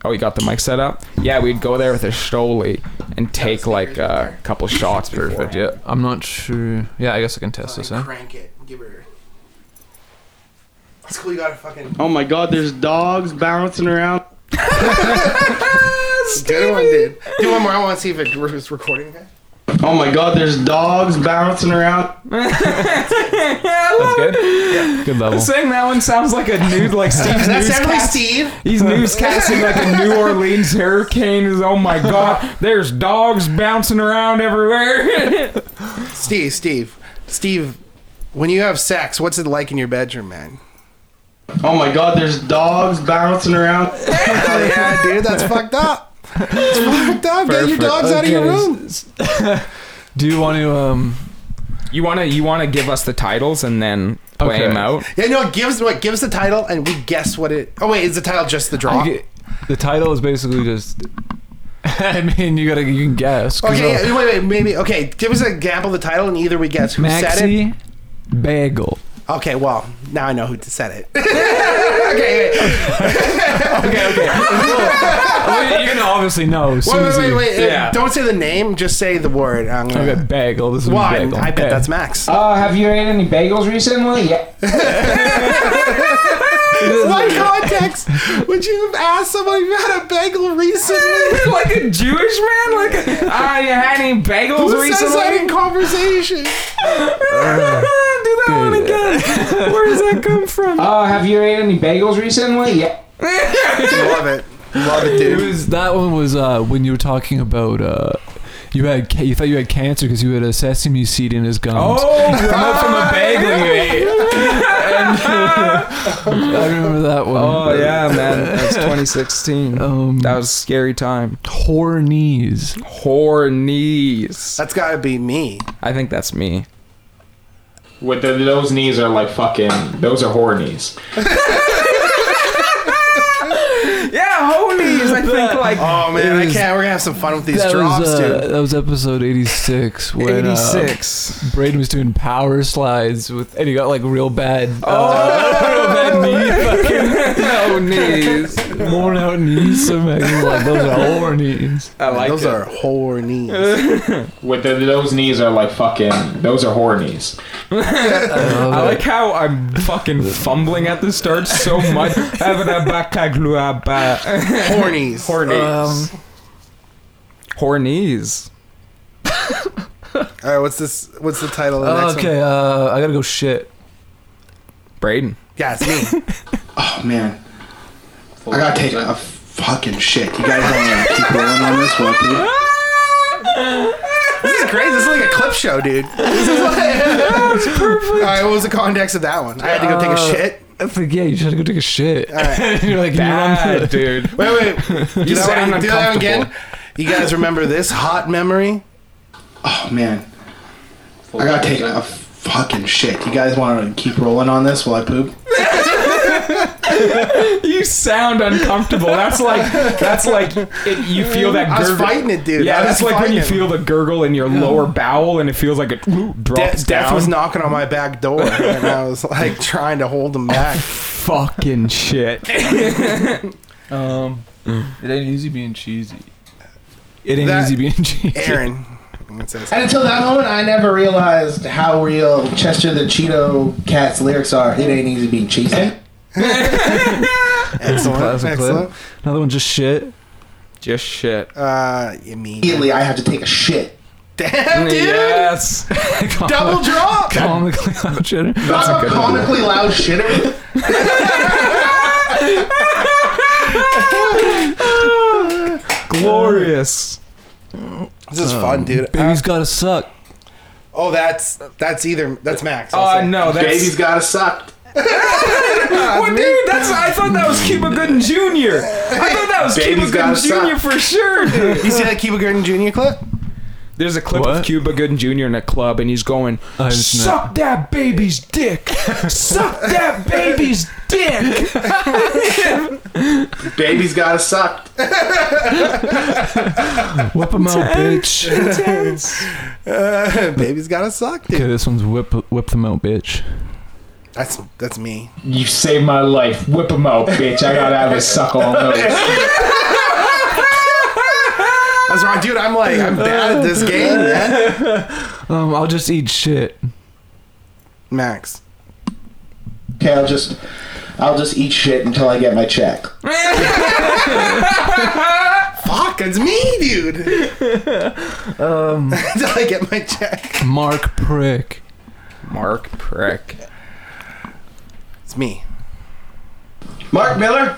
[SPEAKER 1] Oh, you got the mic set up? Yeah, we'd go there with a Stoli and take like a couple shots before.
[SPEAKER 3] Perfect. Yeah. I'm not sure. Yeah, I guess I can test this. Huh?
[SPEAKER 2] Crank it. Give her. That's cool. You got a fucking.
[SPEAKER 6] Oh my god, there's dogs bouncing around.
[SPEAKER 2] Good one, dude. Do one more. I want to see if it re- it's recording. Okay.
[SPEAKER 6] Oh my god, there's dogs bouncing around.
[SPEAKER 3] That's good. Good level.
[SPEAKER 1] Saying that one sounds like a nude, like Steve's
[SPEAKER 2] That's definitely
[SPEAKER 1] newscast.
[SPEAKER 2] Steve.
[SPEAKER 1] He's newscasting like a New Orleans hurricane. Is oh my god, there's dogs bouncing around everywhere.
[SPEAKER 2] Steve. Steve. Steve. When you have sex, what's it like in your bedroom, man?
[SPEAKER 6] Oh my god, there's dogs bouncing around.
[SPEAKER 2] Hell yeah, dude. That's fucked up. It's fucked up. Get your
[SPEAKER 1] Perfect.
[SPEAKER 2] dogs out of your
[SPEAKER 3] Okay.
[SPEAKER 2] room.
[SPEAKER 3] Do you want to? Um.
[SPEAKER 1] you wanna you wanna give us the titles and then play
[SPEAKER 3] Okay.
[SPEAKER 1] them out.
[SPEAKER 2] Yeah, no. Give us what? Give us the title, and we guess what it. Oh wait, is the title just the draw?
[SPEAKER 3] I
[SPEAKER 2] Okay,
[SPEAKER 3] get- the title is basically just. I mean, you gotta you can guess. 'cause, uh,
[SPEAKER 2] yeah, wait, wait, maybe. Okay, give us an example of the title, and either we guess who said it.
[SPEAKER 3] Maxi Bagel.
[SPEAKER 2] Okay, well, now I know who said it. okay, wait.
[SPEAKER 1] Okay, okay.
[SPEAKER 3] Well, you're gonna obviously know. as
[SPEAKER 2] Wait,
[SPEAKER 3] soon
[SPEAKER 2] wait,
[SPEAKER 3] as
[SPEAKER 2] wait,
[SPEAKER 3] you-
[SPEAKER 2] wait.
[SPEAKER 1] Yeah.
[SPEAKER 2] Uh, don't say the name. Just say the word. I'm gonna.
[SPEAKER 3] Okay, bagel. This is
[SPEAKER 2] Well, I,
[SPEAKER 3] bagel.
[SPEAKER 2] I bet
[SPEAKER 3] Okay.
[SPEAKER 2] that's Max.
[SPEAKER 1] Uh, have you ate any bagels recently? Yeah.
[SPEAKER 2] My context. Would you have asked someone if you had a bagel recently?
[SPEAKER 1] like a Jewish man? Like, ah, you had any bagels
[SPEAKER 2] Who says that in
[SPEAKER 1] recently?
[SPEAKER 2] conversation?
[SPEAKER 1] Do that one again. Where does that come from? Uh, have you ate any bagels recently? Yeah.
[SPEAKER 2] Love it. Love it,
[SPEAKER 3] It
[SPEAKER 2] dude.
[SPEAKER 3] was that one was uh, when you were talking about uh, you had ca- you thought you had cancer because you had a sesame seed in his gums.
[SPEAKER 1] Oh, come up from a bagel you ate.
[SPEAKER 3] I remember that one.
[SPEAKER 1] Oh yeah, man. That's 2016.
[SPEAKER 3] Um,
[SPEAKER 1] that was a scary time.
[SPEAKER 3] Hornies.
[SPEAKER 1] Hornies.
[SPEAKER 2] That's gotta be me.
[SPEAKER 1] I think that's me.
[SPEAKER 7] With the, those knees are like fucking. Those are whore knees.
[SPEAKER 1] Yeah, hornies. I think like
[SPEAKER 2] Oh man, I
[SPEAKER 3] was-
[SPEAKER 2] can't. We're gonna have some fun with these
[SPEAKER 3] That
[SPEAKER 2] drops,
[SPEAKER 3] was, uh,
[SPEAKER 2] dude.
[SPEAKER 3] that was episode 86 when
[SPEAKER 1] 86.
[SPEAKER 3] Uh, Braden was doing power slides with and he got like real bad uh, real bad knee
[SPEAKER 1] No knees.
[SPEAKER 3] fucking worn out knees so man, he was like those are hornies.
[SPEAKER 1] I like
[SPEAKER 2] Those
[SPEAKER 1] it.
[SPEAKER 2] are whore knees.
[SPEAKER 7] With the, those knees are like fucking. Those are whore knees.
[SPEAKER 1] I like how I'm fucking fumbling at the start so much. ah, Hornies.
[SPEAKER 2] Hornies.
[SPEAKER 3] Um,
[SPEAKER 1] Hornies.
[SPEAKER 2] All right, what's this? What's the title? Of the next One?
[SPEAKER 3] okay, uh, I gotta go shit.
[SPEAKER 1] Braden.
[SPEAKER 2] Yeah, it's me.
[SPEAKER 6] Oh man. I gotta take a fucking shit. You guys don't wanna keep rolling on this one, dude.
[SPEAKER 2] this is great. This is like a clip show, dude. This is like. perfect. All right, what was the context of that one? I had to go take
[SPEAKER 3] Uh,
[SPEAKER 2] a shit.
[SPEAKER 3] I think, yeah, you should go take a shit. you're like, you're on the,
[SPEAKER 1] Bad, dude.
[SPEAKER 2] Wait, wait. Do that
[SPEAKER 1] sound
[SPEAKER 2] one, do that one again. You guys remember this hot memory?
[SPEAKER 6] Oh man. I gotta take a fucking shit. You guys wanna keep rolling on this while I poop?
[SPEAKER 1] You sound uncomfortable. That's like that's like it, you feel that
[SPEAKER 2] I was
[SPEAKER 1] gurgle.
[SPEAKER 2] fighting it, dude. I
[SPEAKER 1] Yeah,
[SPEAKER 2] was
[SPEAKER 1] that's like when you
[SPEAKER 2] fighting it.
[SPEAKER 1] feel the gurgle in your lower bowel and it feels like it ooh,
[SPEAKER 2] De-
[SPEAKER 1] drops
[SPEAKER 2] Death
[SPEAKER 1] down.
[SPEAKER 2] was knocking on my back door, and I was like trying to hold him back.
[SPEAKER 1] fucking shit.
[SPEAKER 3] Um, it ain't easy being cheesy. It ain't
[SPEAKER 2] That-
[SPEAKER 3] easy being cheesy.
[SPEAKER 2] Aaron. It says-
[SPEAKER 6] And until that moment, I never realized how real Chester the Cheeto Cat's lyrics are. It ain't easy being cheesy.
[SPEAKER 2] Eh? Excellent.
[SPEAKER 3] Classic
[SPEAKER 2] Excellent.
[SPEAKER 3] clip. Another one, just shit.
[SPEAKER 1] Just shit.
[SPEAKER 2] Uh, you mean?
[SPEAKER 6] Immediately, I have to take a shit.
[SPEAKER 2] Damn, dude.
[SPEAKER 1] Yes.
[SPEAKER 2] Double drop.
[SPEAKER 3] Comically loud cheddar.
[SPEAKER 6] I'm a comically loud shitter.
[SPEAKER 1] Glorious.
[SPEAKER 2] This is fun, dude.
[SPEAKER 3] Baby's gotta suck.
[SPEAKER 2] Oh, that's that's either that's Max. I'll
[SPEAKER 1] Oh
[SPEAKER 2] say.
[SPEAKER 1] no, that's
[SPEAKER 6] Baby's gotta suck.
[SPEAKER 1] Well, dude, that's I thought that was Cuba Gooden Jr. I thought that was
[SPEAKER 6] Baby's
[SPEAKER 1] Cuba
[SPEAKER 6] gotta
[SPEAKER 1] Gooden Jr.
[SPEAKER 6] suck.
[SPEAKER 1] for sure, dude.
[SPEAKER 2] You see that Cuba Gooden Jr. clip?
[SPEAKER 1] There's a clip of
[SPEAKER 3] What?
[SPEAKER 1] Cuba Gooden Jr. in a club, and he's going,
[SPEAKER 3] I just know.
[SPEAKER 1] "Suck that baby's dick, suck that baby's dick."
[SPEAKER 6] Baby's gotta suck.
[SPEAKER 3] Whip 'em
[SPEAKER 1] Oh,
[SPEAKER 3] out, bitch. Okay,
[SPEAKER 2] Uh, baby's gotta suck, dude.
[SPEAKER 3] this one's whip whip them out, bitch.
[SPEAKER 2] That's that's me.
[SPEAKER 7] You saved my life. Whip him out, bitch. I gotta have a suckle on those.
[SPEAKER 2] That's wrong, dude. I'm like I'm bad at this game, man.
[SPEAKER 3] Um, I'll just eat shit.
[SPEAKER 2] Max.
[SPEAKER 8] Okay, I'll just I'll just eat shit until I get my check.
[SPEAKER 2] Fuck, it's me, dude. um, Did I get my check?
[SPEAKER 3] Mark prick.
[SPEAKER 1] Mark prick.
[SPEAKER 2] It's me.
[SPEAKER 8] Mark Miller,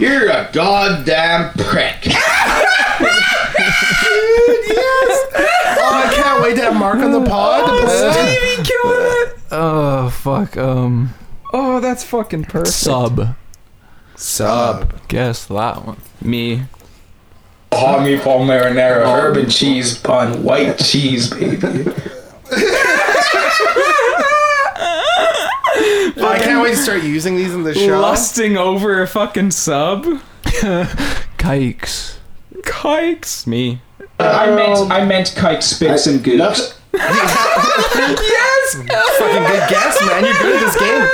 [SPEAKER 8] you're a goddamn prick.
[SPEAKER 2] Oh, I can't wait to have Mark on the pod. to play.
[SPEAKER 1] Stevie killing it.
[SPEAKER 3] Oh fuck. Um,
[SPEAKER 1] Oh, that's fucking perfect.
[SPEAKER 3] sub.
[SPEAKER 2] Sub.
[SPEAKER 3] Guess that one.
[SPEAKER 1] Me.
[SPEAKER 7] Homie Paul Marinara, herb and cheese bun, white cheese, baby.
[SPEAKER 2] Oh, I can't wait to start using these in the show.
[SPEAKER 1] Lusting over a fucking sub.
[SPEAKER 3] Kikes.
[SPEAKER 1] Kikes. Me.
[SPEAKER 7] I meant I meant kike spicks and goose.
[SPEAKER 8] Nothing-
[SPEAKER 1] Yes!
[SPEAKER 2] Fucking good guess, man. You're good at this game.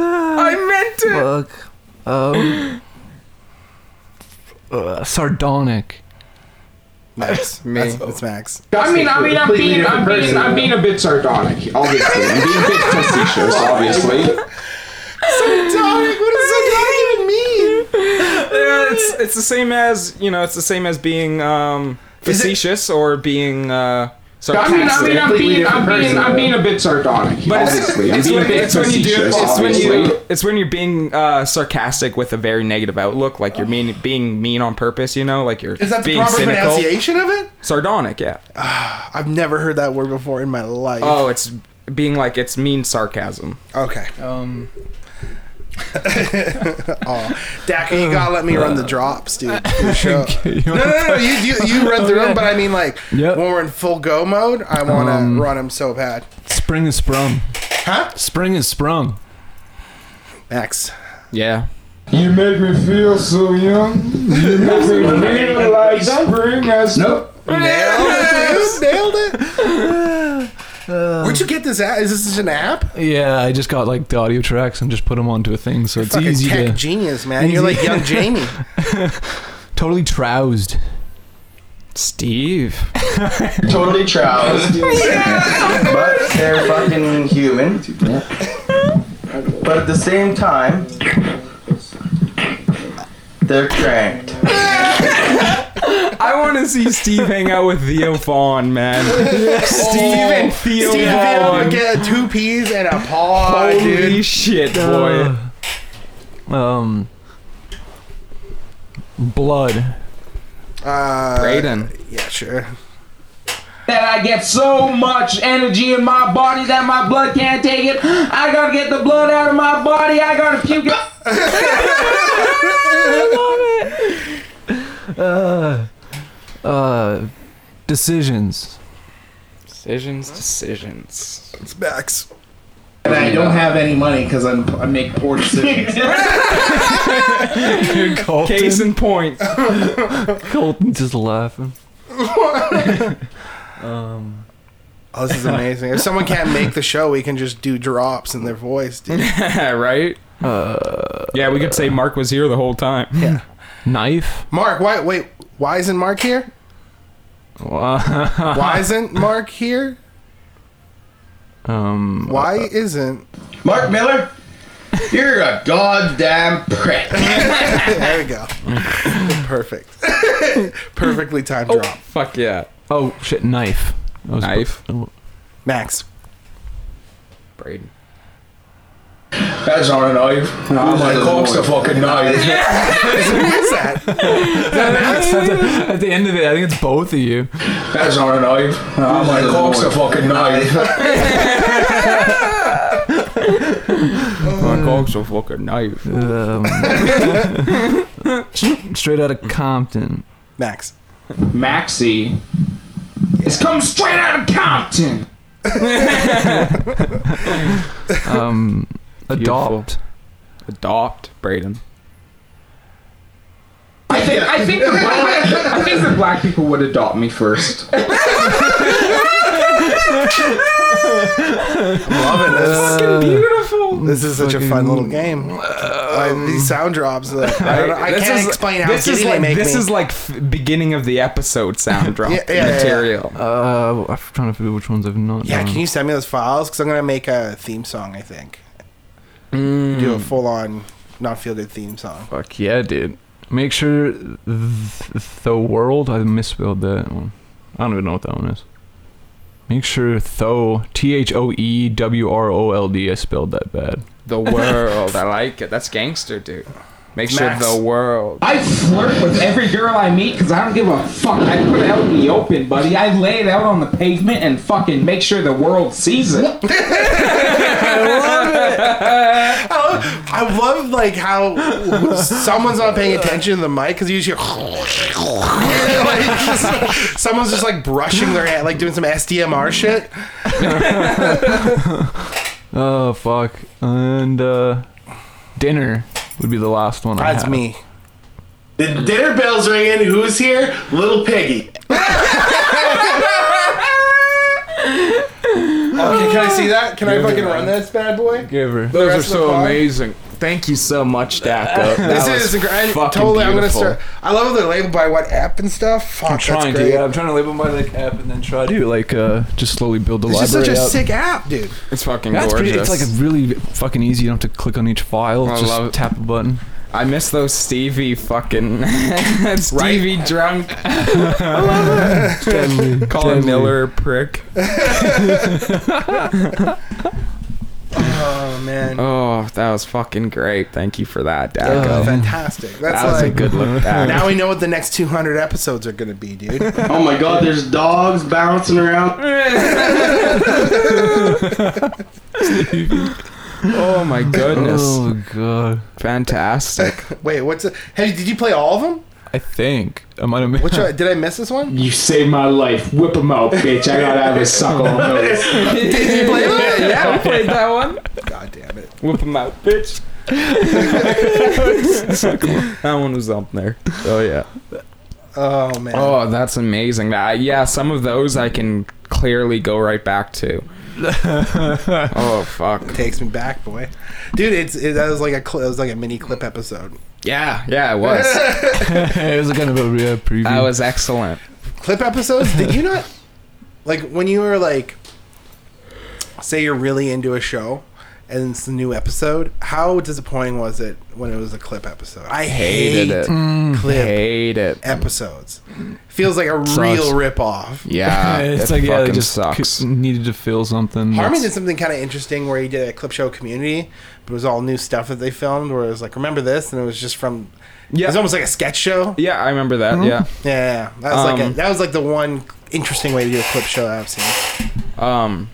[SPEAKER 1] I meant it!
[SPEAKER 3] Fuck. Um. uh, sardonic.
[SPEAKER 2] Max.
[SPEAKER 1] Me.
[SPEAKER 2] That's, that's Max.
[SPEAKER 7] I mean, I mean, I'm
[SPEAKER 8] Completely
[SPEAKER 7] being, I'm
[SPEAKER 8] different
[SPEAKER 7] being,
[SPEAKER 8] person.
[SPEAKER 7] I'm being a bit sardonic, obviously. I'm being a bit facetious, obviously.
[SPEAKER 2] Sardonic? What does sardonic even mean?
[SPEAKER 1] Yeah, it's it's the same as you know, it's the same as being um,
[SPEAKER 2] Is it-
[SPEAKER 1] facetious or being uh,
[SPEAKER 7] I
[SPEAKER 1] sarcastic.
[SPEAKER 7] mean, I mean, I'm being, I'm being, I'm being a bit sardonic,
[SPEAKER 1] but it's,
[SPEAKER 7] obviously. I'm
[SPEAKER 1] it's,
[SPEAKER 7] being a
[SPEAKER 1] when,
[SPEAKER 7] bit
[SPEAKER 1] it's when you do
[SPEAKER 7] facetious,
[SPEAKER 1] it's when
[SPEAKER 7] obviously.
[SPEAKER 1] you it's when you're being uh, sarcastic with a very negative outlook, like you're mean being mean on purpose. You know, like you're
[SPEAKER 2] Is that the
[SPEAKER 1] being
[SPEAKER 2] proper
[SPEAKER 1] cynical,
[SPEAKER 2] pronunciation of it?
[SPEAKER 1] sardonic. Yeah.
[SPEAKER 2] I've never heard that word before in my life.
[SPEAKER 1] Oh, it's being like it's mean sarcasm.
[SPEAKER 2] Okay. Um. oh, Dak,
[SPEAKER 3] Um,
[SPEAKER 2] you gotta let me run
[SPEAKER 3] uh,
[SPEAKER 2] the drops, dude. for the show. No, no, no, no. You, you, you run through them, but I mean, like,
[SPEAKER 3] Oh, Yep. Um,
[SPEAKER 2] when we're in full go mode, I want to 'em run them so bad.
[SPEAKER 3] Spring is sprung.
[SPEAKER 2] Huh?
[SPEAKER 3] Spring is sprung.
[SPEAKER 2] Max.
[SPEAKER 1] Yeah.
[SPEAKER 7] You make me feel so young. You make me feel like spring has
[SPEAKER 8] Nope.
[SPEAKER 2] Nailed it, dude. Nailed it.
[SPEAKER 3] Uh,
[SPEAKER 2] Where'd you get this at? Is this just an app?
[SPEAKER 3] Yeah, I just got like the audio tracks and just put them onto a thing, so it's
[SPEAKER 2] Fucking
[SPEAKER 3] easy
[SPEAKER 2] tech
[SPEAKER 3] to
[SPEAKER 2] genius, man. You're like
[SPEAKER 3] Easy.
[SPEAKER 2] young Jamie.
[SPEAKER 3] totally troused.
[SPEAKER 1] Steve.
[SPEAKER 8] Totally troused. but they're fucking human. But at the same time, they're cranked.
[SPEAKER 1] I want to see Steve hang out with Theo Vaughn, man. Steve and Theo
[SPEAKER 2] Steve
[SPEAKER 1] Vaughn.
[SPEAKER 3] um,
[SPEAKER 2] Vaughn, get two peas and a paw,
[SPEAKER 1] Holy
[SPEAKER 2] dude.
[SPEAKER 1] shit, boy.
[SPEAKER 3] Uh, um. Blood.
[SPEAKER 2] Uh,
[SPEAKER 1] Brayden.
[SPEAKER 2] Yeah, sure.
[SPEAKER 7] that I get so much energy in my body that my blood can't take it. I gotta get the blood out of my body. I gotta puke it.
[SPEAKER 3] Uh, decisions.
[SPEAKER 1] Decisions, decisions.
[SPEAKER 2] It's Max.
[SPEAKER 8] And I don't have any money because I'm I make poor decisions.
[SPEAKER 3] Colton,
[SPEAKER 1] Case in point.
[SPEAKER 3] Colton just laughing.
[SPEAKER 2] Oh, this is amazing. if someone can't make the show, we can just do drops in their voice, dude.
[SPEAKER 1] right? yeah, we could say Mark was here the whole time. Uh, Yeah.
[SPEAKER 3] Knife.
[SPEAKER 2] Mark, why? Wait, why isn't Mark here? Why isn't Mark here?
[SPEAKER 3] um.
[SPEAKER 2] Why isn't?
[SPEAKER 8] Mark Miller, you're a goddamn prick.
[SPEAKER 2] There we go. Perfect. Perfectly timed drop.
[SPEAKER 1] Fuck yeah.
[SPEAKER 3] Oh shit! Knife. That was-
[SPEAKER 1] Knife.
[SPEAKER 2] Max.
[SPEAKER 1] Braden.
[SPEAKER 8] That's not a knife. my cock's a fucking knife.
[SPEAKER 2] What's that?
[SPEAKER 3] At the, at the end of it, I think it's both of you.
[SPEAKER 8] That's not a knife. my cock's a fucking knife.
[SPEAKER 1] My cock's a fucking knife.
[SPEAKER 3] Um, straight out of Compton.
[SPEAKER 2] Max.
[SPEAKER 7] Maxie, it's coming straight out of Compton.
[SPEAKER 3] Um, adopt.
[SPEAKER 1] Adopt Braden.
[SPEAKER 7] I think I think the black, I think the black people would adopt me first.
[SPEAKER 2] Loving this.
[SPEAKER 1] Uh, beautiful.
[SPEAKER 2] This is such a fun little game. Uh, these sound drops. Like, I, don't know, I
[SPEAKER 1] Um, This
[SPEAKER 2] can't
[SPEAKER 1] is-
[SPEAKER 2] explain how
[SPEAKER 1] this is
[SPEAKER 2] giddy
[SPEAKER 1] like
[SPEAKER 2] they make
[SPEAKER 1] this
[SPEAKER 2] me.
[SPEAKER 1] is like f- beginning of the episode sound drop
[SPEAKER 2] Yeah, yeah, yeah, yeah.
[SPEAKER 1] material.
[SPEAKER 3] Uh, I'm trying to figure which ones I've not
[SPEAKER 2] yeah,
[SPEAKER 3] done.
[SPEAKER 2] can you send me those files? Because I'm gonna make a theme song. I think do a full on not feel good theme song.
[SPEAKER 3] Fuck yeah, dude. Make sure th- the world. I misspelled that one. I don't even know what that one is. Make sure tho t h o e w r o l d. I spelled that bad.
[SPEAKER 1] The world, I like it. That's gangster, dude. Make sure
[SPEAKER 2] Max.
[SPEAKER 1] the world.
[SPEAKER 9] I flirt with every girl I meet because I don't give a fuck. I put it out in the open, buddy. I lay it out on the pavement and fucking make sure the world sees it.
[SPEAKER 2] Oh, I love like how someone's not paying attention to the mic because you just hear like, just- someone's just like brushing their hand, like doing some SDMR shit.
[SPEAKER 3] Oh fuck. And uh, dinner would be the last one. I
[SPEAKER 2] That's
[SPEAKER 3] have.
[SPEAKER 2] me.
[SPEAKER 7] The dinner bell's ringing. Who's here? Little Piggy.
[SPEAKER 2] Okay, Oh, can I see that? Can I fucking run this bad boy?
[SPEAKER 3] Give her.
[SPEAKER 2] Those are so
[SPEAKER 1] amazing. Thank you so much, Daco.
[SPEAKER 2] This is incredible. Totally, I'm gonna start. I love how they're labeled by what app and stuff. Fuck,
[SPEAKER 3] I'm trying
[SPEAKER 2] that's
[SPEAKER 3] to.
[SPEAKER 2] great.
[SPEAKER 3] Yeah, I'm trying to label my like app and then try to like uh just slowly build the
[SPEAKER 2] It's just
[SPEAKER 3] library
[SPEAKER 2] such a
[SPEAKER 3] up.
[SPEAKER 2] sick app, dude.
[SPEAKER 1] It's fucking
[SPEAKER 3] That's
[SPEAKER 1] gorgeous.
[SPEAKER 3] pretty. It's like really fucking easy. You don't have to click on each file.
[SPEAKER 1] I
[SPEAKER 3] just
[SPEAKER 1] love it.
[SPEAKER 3] tap a button.
[SPEAKER 1] I miss those Stevie fucking Stevie drunk. Colin
[SPEAKER 3] Deadly.
[SPEAKER 1] Miller prick.
[SPEAKER 2] Oh man,
[SPEAKER 1] Oh, that was fucking great. Thank you for that,
[SPEAKER 3] Uh,
[SPEAKER 1] Daco.
[SPEAKER 2] fantastic. That's
[SPEAKER 1] that was
[SPEAKER 2] like
[SPEAKER 1] a good look back.
[SPEAKER 2] now we know what the next 200 episodes are gonna be, dude.
[SPEAKER 7] Oh my God! There's dogs bouncing around.
[SPEAKER 1] oh my goodness.
[SPEAKER 3] Oh god.
[SPEAKER 1] Fantastic.
[SPEAKER 2] Wait, what's? The, hey, did you play all of them?
[SPEAKER 3] I think I might have.
[SPEAKER 2] Which one- did I miss this one?
[SPEAKER 10] You saved my life. Whip him out, bitch. I gotta have a suckle on those.
[SPEAKER 2] Did you play that?
[SPEAKER 1] yeah, we played that one.
[SPEAKER 2] God damn it!
[SPEAKER 1] Whip him out, bitch. that one was up there. Oh yeah.
[SPEAKER 2] Oh man.
[SPEAKER 1] Oh, that's amazing. That yeah, some of those I can clearly go right back to. oh fuck.
[SPEAKER 2] Takes me back, boy, dude. It's it, that was like a cl- that was like a mini clip episode.
[SPEAKER 1] Yeah, yeah, it was.
[SPEAKER 3] it was kind of a yeah, preview.
[SPEAKER 1] That was excellent.
[SPEAKER 2] Clip episodes? Did you not like when you were like, say you're really into a show and it's a new episode? How disappointing was it when it was a clip episode? I
[SPEAKER 1] Hated
[SPEAKER 2] hated
[SPEAKER 1] it.
[SPEAKER 2] clip
[SPEAKER 1] Hate it.
[SPEAKER 2] episodes. Feels like a real rip off.
[SPEAKER 1] Yeah,
[SPEAKER 3] it's
[SPEAKER 1] it
[SPEAKER 3] like yeah,
[SPEAKER 1] fucking
[SPEAKER 3] they just
[SPEAKER 1] sucks.
[SPEAKER 3] c- needed to fill something.
[SPEAKER 2] Harmon did
[SPEAKER 3] that's-
[SPEAKER 2] something kind of interesting where he did a clip show community, but it was all new stuff that they filmed. Where it was like, remember this, and it was just from. Yeah. It was almost like a sketch show.
[SPEAKER 1] yeah, I remember that.
[SPEAKER 2] Yeah, that was like a,
[SPEAKER 1] Um,
[SPEAKER 2] that was like the one interesting way to do a clip show that I've seen.
[SPEAKER 1] Yeah. Um.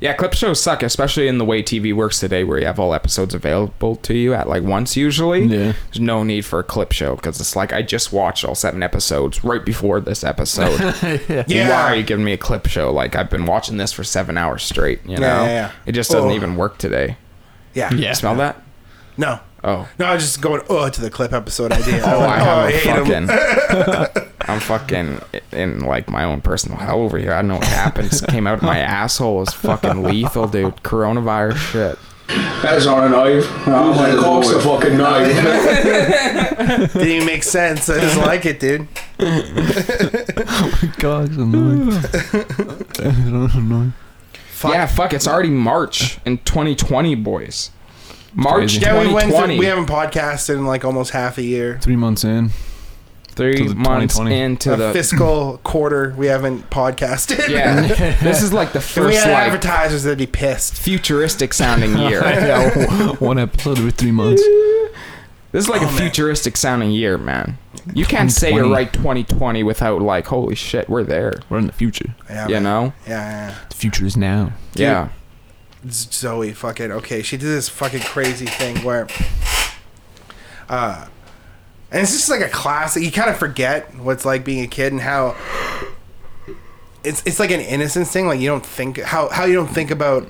[SPEAKER 1] Yeah, clip shows suck, especially in the way TV works today, where you have all episodes available to you at like once usually.
[SPEAKER 3] Yeah.
[SPEAKER 1] There's no need for a clip show because it's like I just watched all seven episodes right before this episode.
[SPEAKER 2] Yeah.
[SPEAKER 1] Why are you giving me a clip show? Like I've been watching this for seven hours straight. You know,
[SPEAKER 2] Yeah, yeah, yeah.
[SPEAKER 1] it just doesn't
[SPEAKER 2] Oh.
[SPEAKER 1] even work today.
[SPEAKER 2] Yeah.
[SPEAKER 3] Yeah.
[SPEAKER 1] Smell that?
[SPEAKER 2] No.
[SPEAKER 1] Oh.
[SPEAKER 2] No, I was just going oh to the clip episode idea. oh,
[SPEAKER 1] I have a
[SPEAKER 2] hate 'em.
[SPEAKER 1] fucking. I'm fucking in like my own personal hell over here. I don't know what happened. Just came out of my asshole. It's fucking lethal, dude. Coronavirus shit.
[SPEAKER 10] That's not a knife. Oh my cock's a fucking knife.
[SPEAKER 2] Didn't even make sense. I just like it, dude.
[SPEAKER 3] Gogs and like. I don't know.
[SPEAKER 2] Fuck.
[SPEAKER 1] Yeah, fuck. It's already March in 2020, boys. March
[SPEAKER 3] Crazy.
[SPEAKER 2] Yeah, we went.
[SPEAKER 1] 2020.
[SPEAKER 2] Through, we haven't podcasted in like almost half a year.
[SPEAKER 3] Three months in.
[SPEAKER 1] three
[SPEAKER 3] to the
[SPEAKER 1] months
[SPEAKER 3] 2020.
[SPEAKER 1] into
[SPEAKER 2] A
[SPEAKER 1] the.
[SPEAKER 2] fiscal quarter, we haven't podcasted.
[SPEAKER 1] yeah, this is like the
[SPEAKER 2] If we
[SPEAKER 1] first
[SPEAKER 2] had
[SPEAKER 1] like
[SPEAKER 2] advertisers, they'd be pissed.
[SPEAKER 1] futuristic sounding year.
[SPEAKER 3] Yeah, one episode every three months.
[SPEAKER 1] This is like a futuristic sounding year, man. You can't say you're
[SPEAKER 3] 2020.
[SPEAKER 1] right 2020 without like, holy shit, we're there.
[SPEAKER 3] We're in the future.
[SPEAKER 2] Yeah,
[SPEAKER 1] You
[SPEAKER 2] man.
[SPEAKER 1] know?
[SPEAKER 2] Yeah, yeah.
[SPEAKER 3] The future is now.
[SPEAKER 1] Yeah.
[SPEAKER 2] Z- Zoe, fucking okay. She did this fucking crazy thing where, uh, and it's just like a classic. You kind of forget what's like being a kid and how it's it's like an innocence thing. Like you don't think how how you don't think about.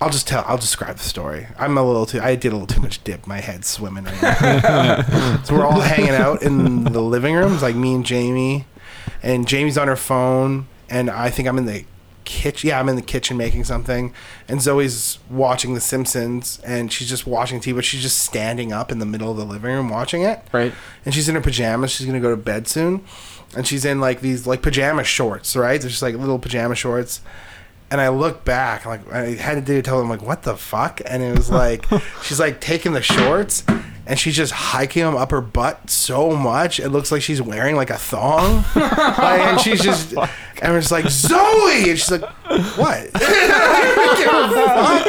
[SPEAKER 2] I'll just tell. I'll describe the story. I'm a little too. I did a little too much dip. My head's swimming. Right now. so we're all hanging out in the living room. It's like me and Jamie, and Jamie's on her phone. and I think I'm in the kitchen. Yeah, I'm in the kitchen making something, and Zoe's watching The Simpsons, and she's just watching TV, but she's just standing up in the middle of the living room watching it.
[SPEAKER 1] Right.
[SPEAKER 2] And she's in her pajamas. She's gonna go to bed soon, and she's in like these like pajama shorts, right? They're just like little pajama shorts. And I look back, like I had to do tell them like what the fuck, and it was like she's like taking the shorts. And she's just hiking them up her butt so much it looks like she's wearing like a thong. Like, and she's just, and we're just like, Zoe! And she's like, what? I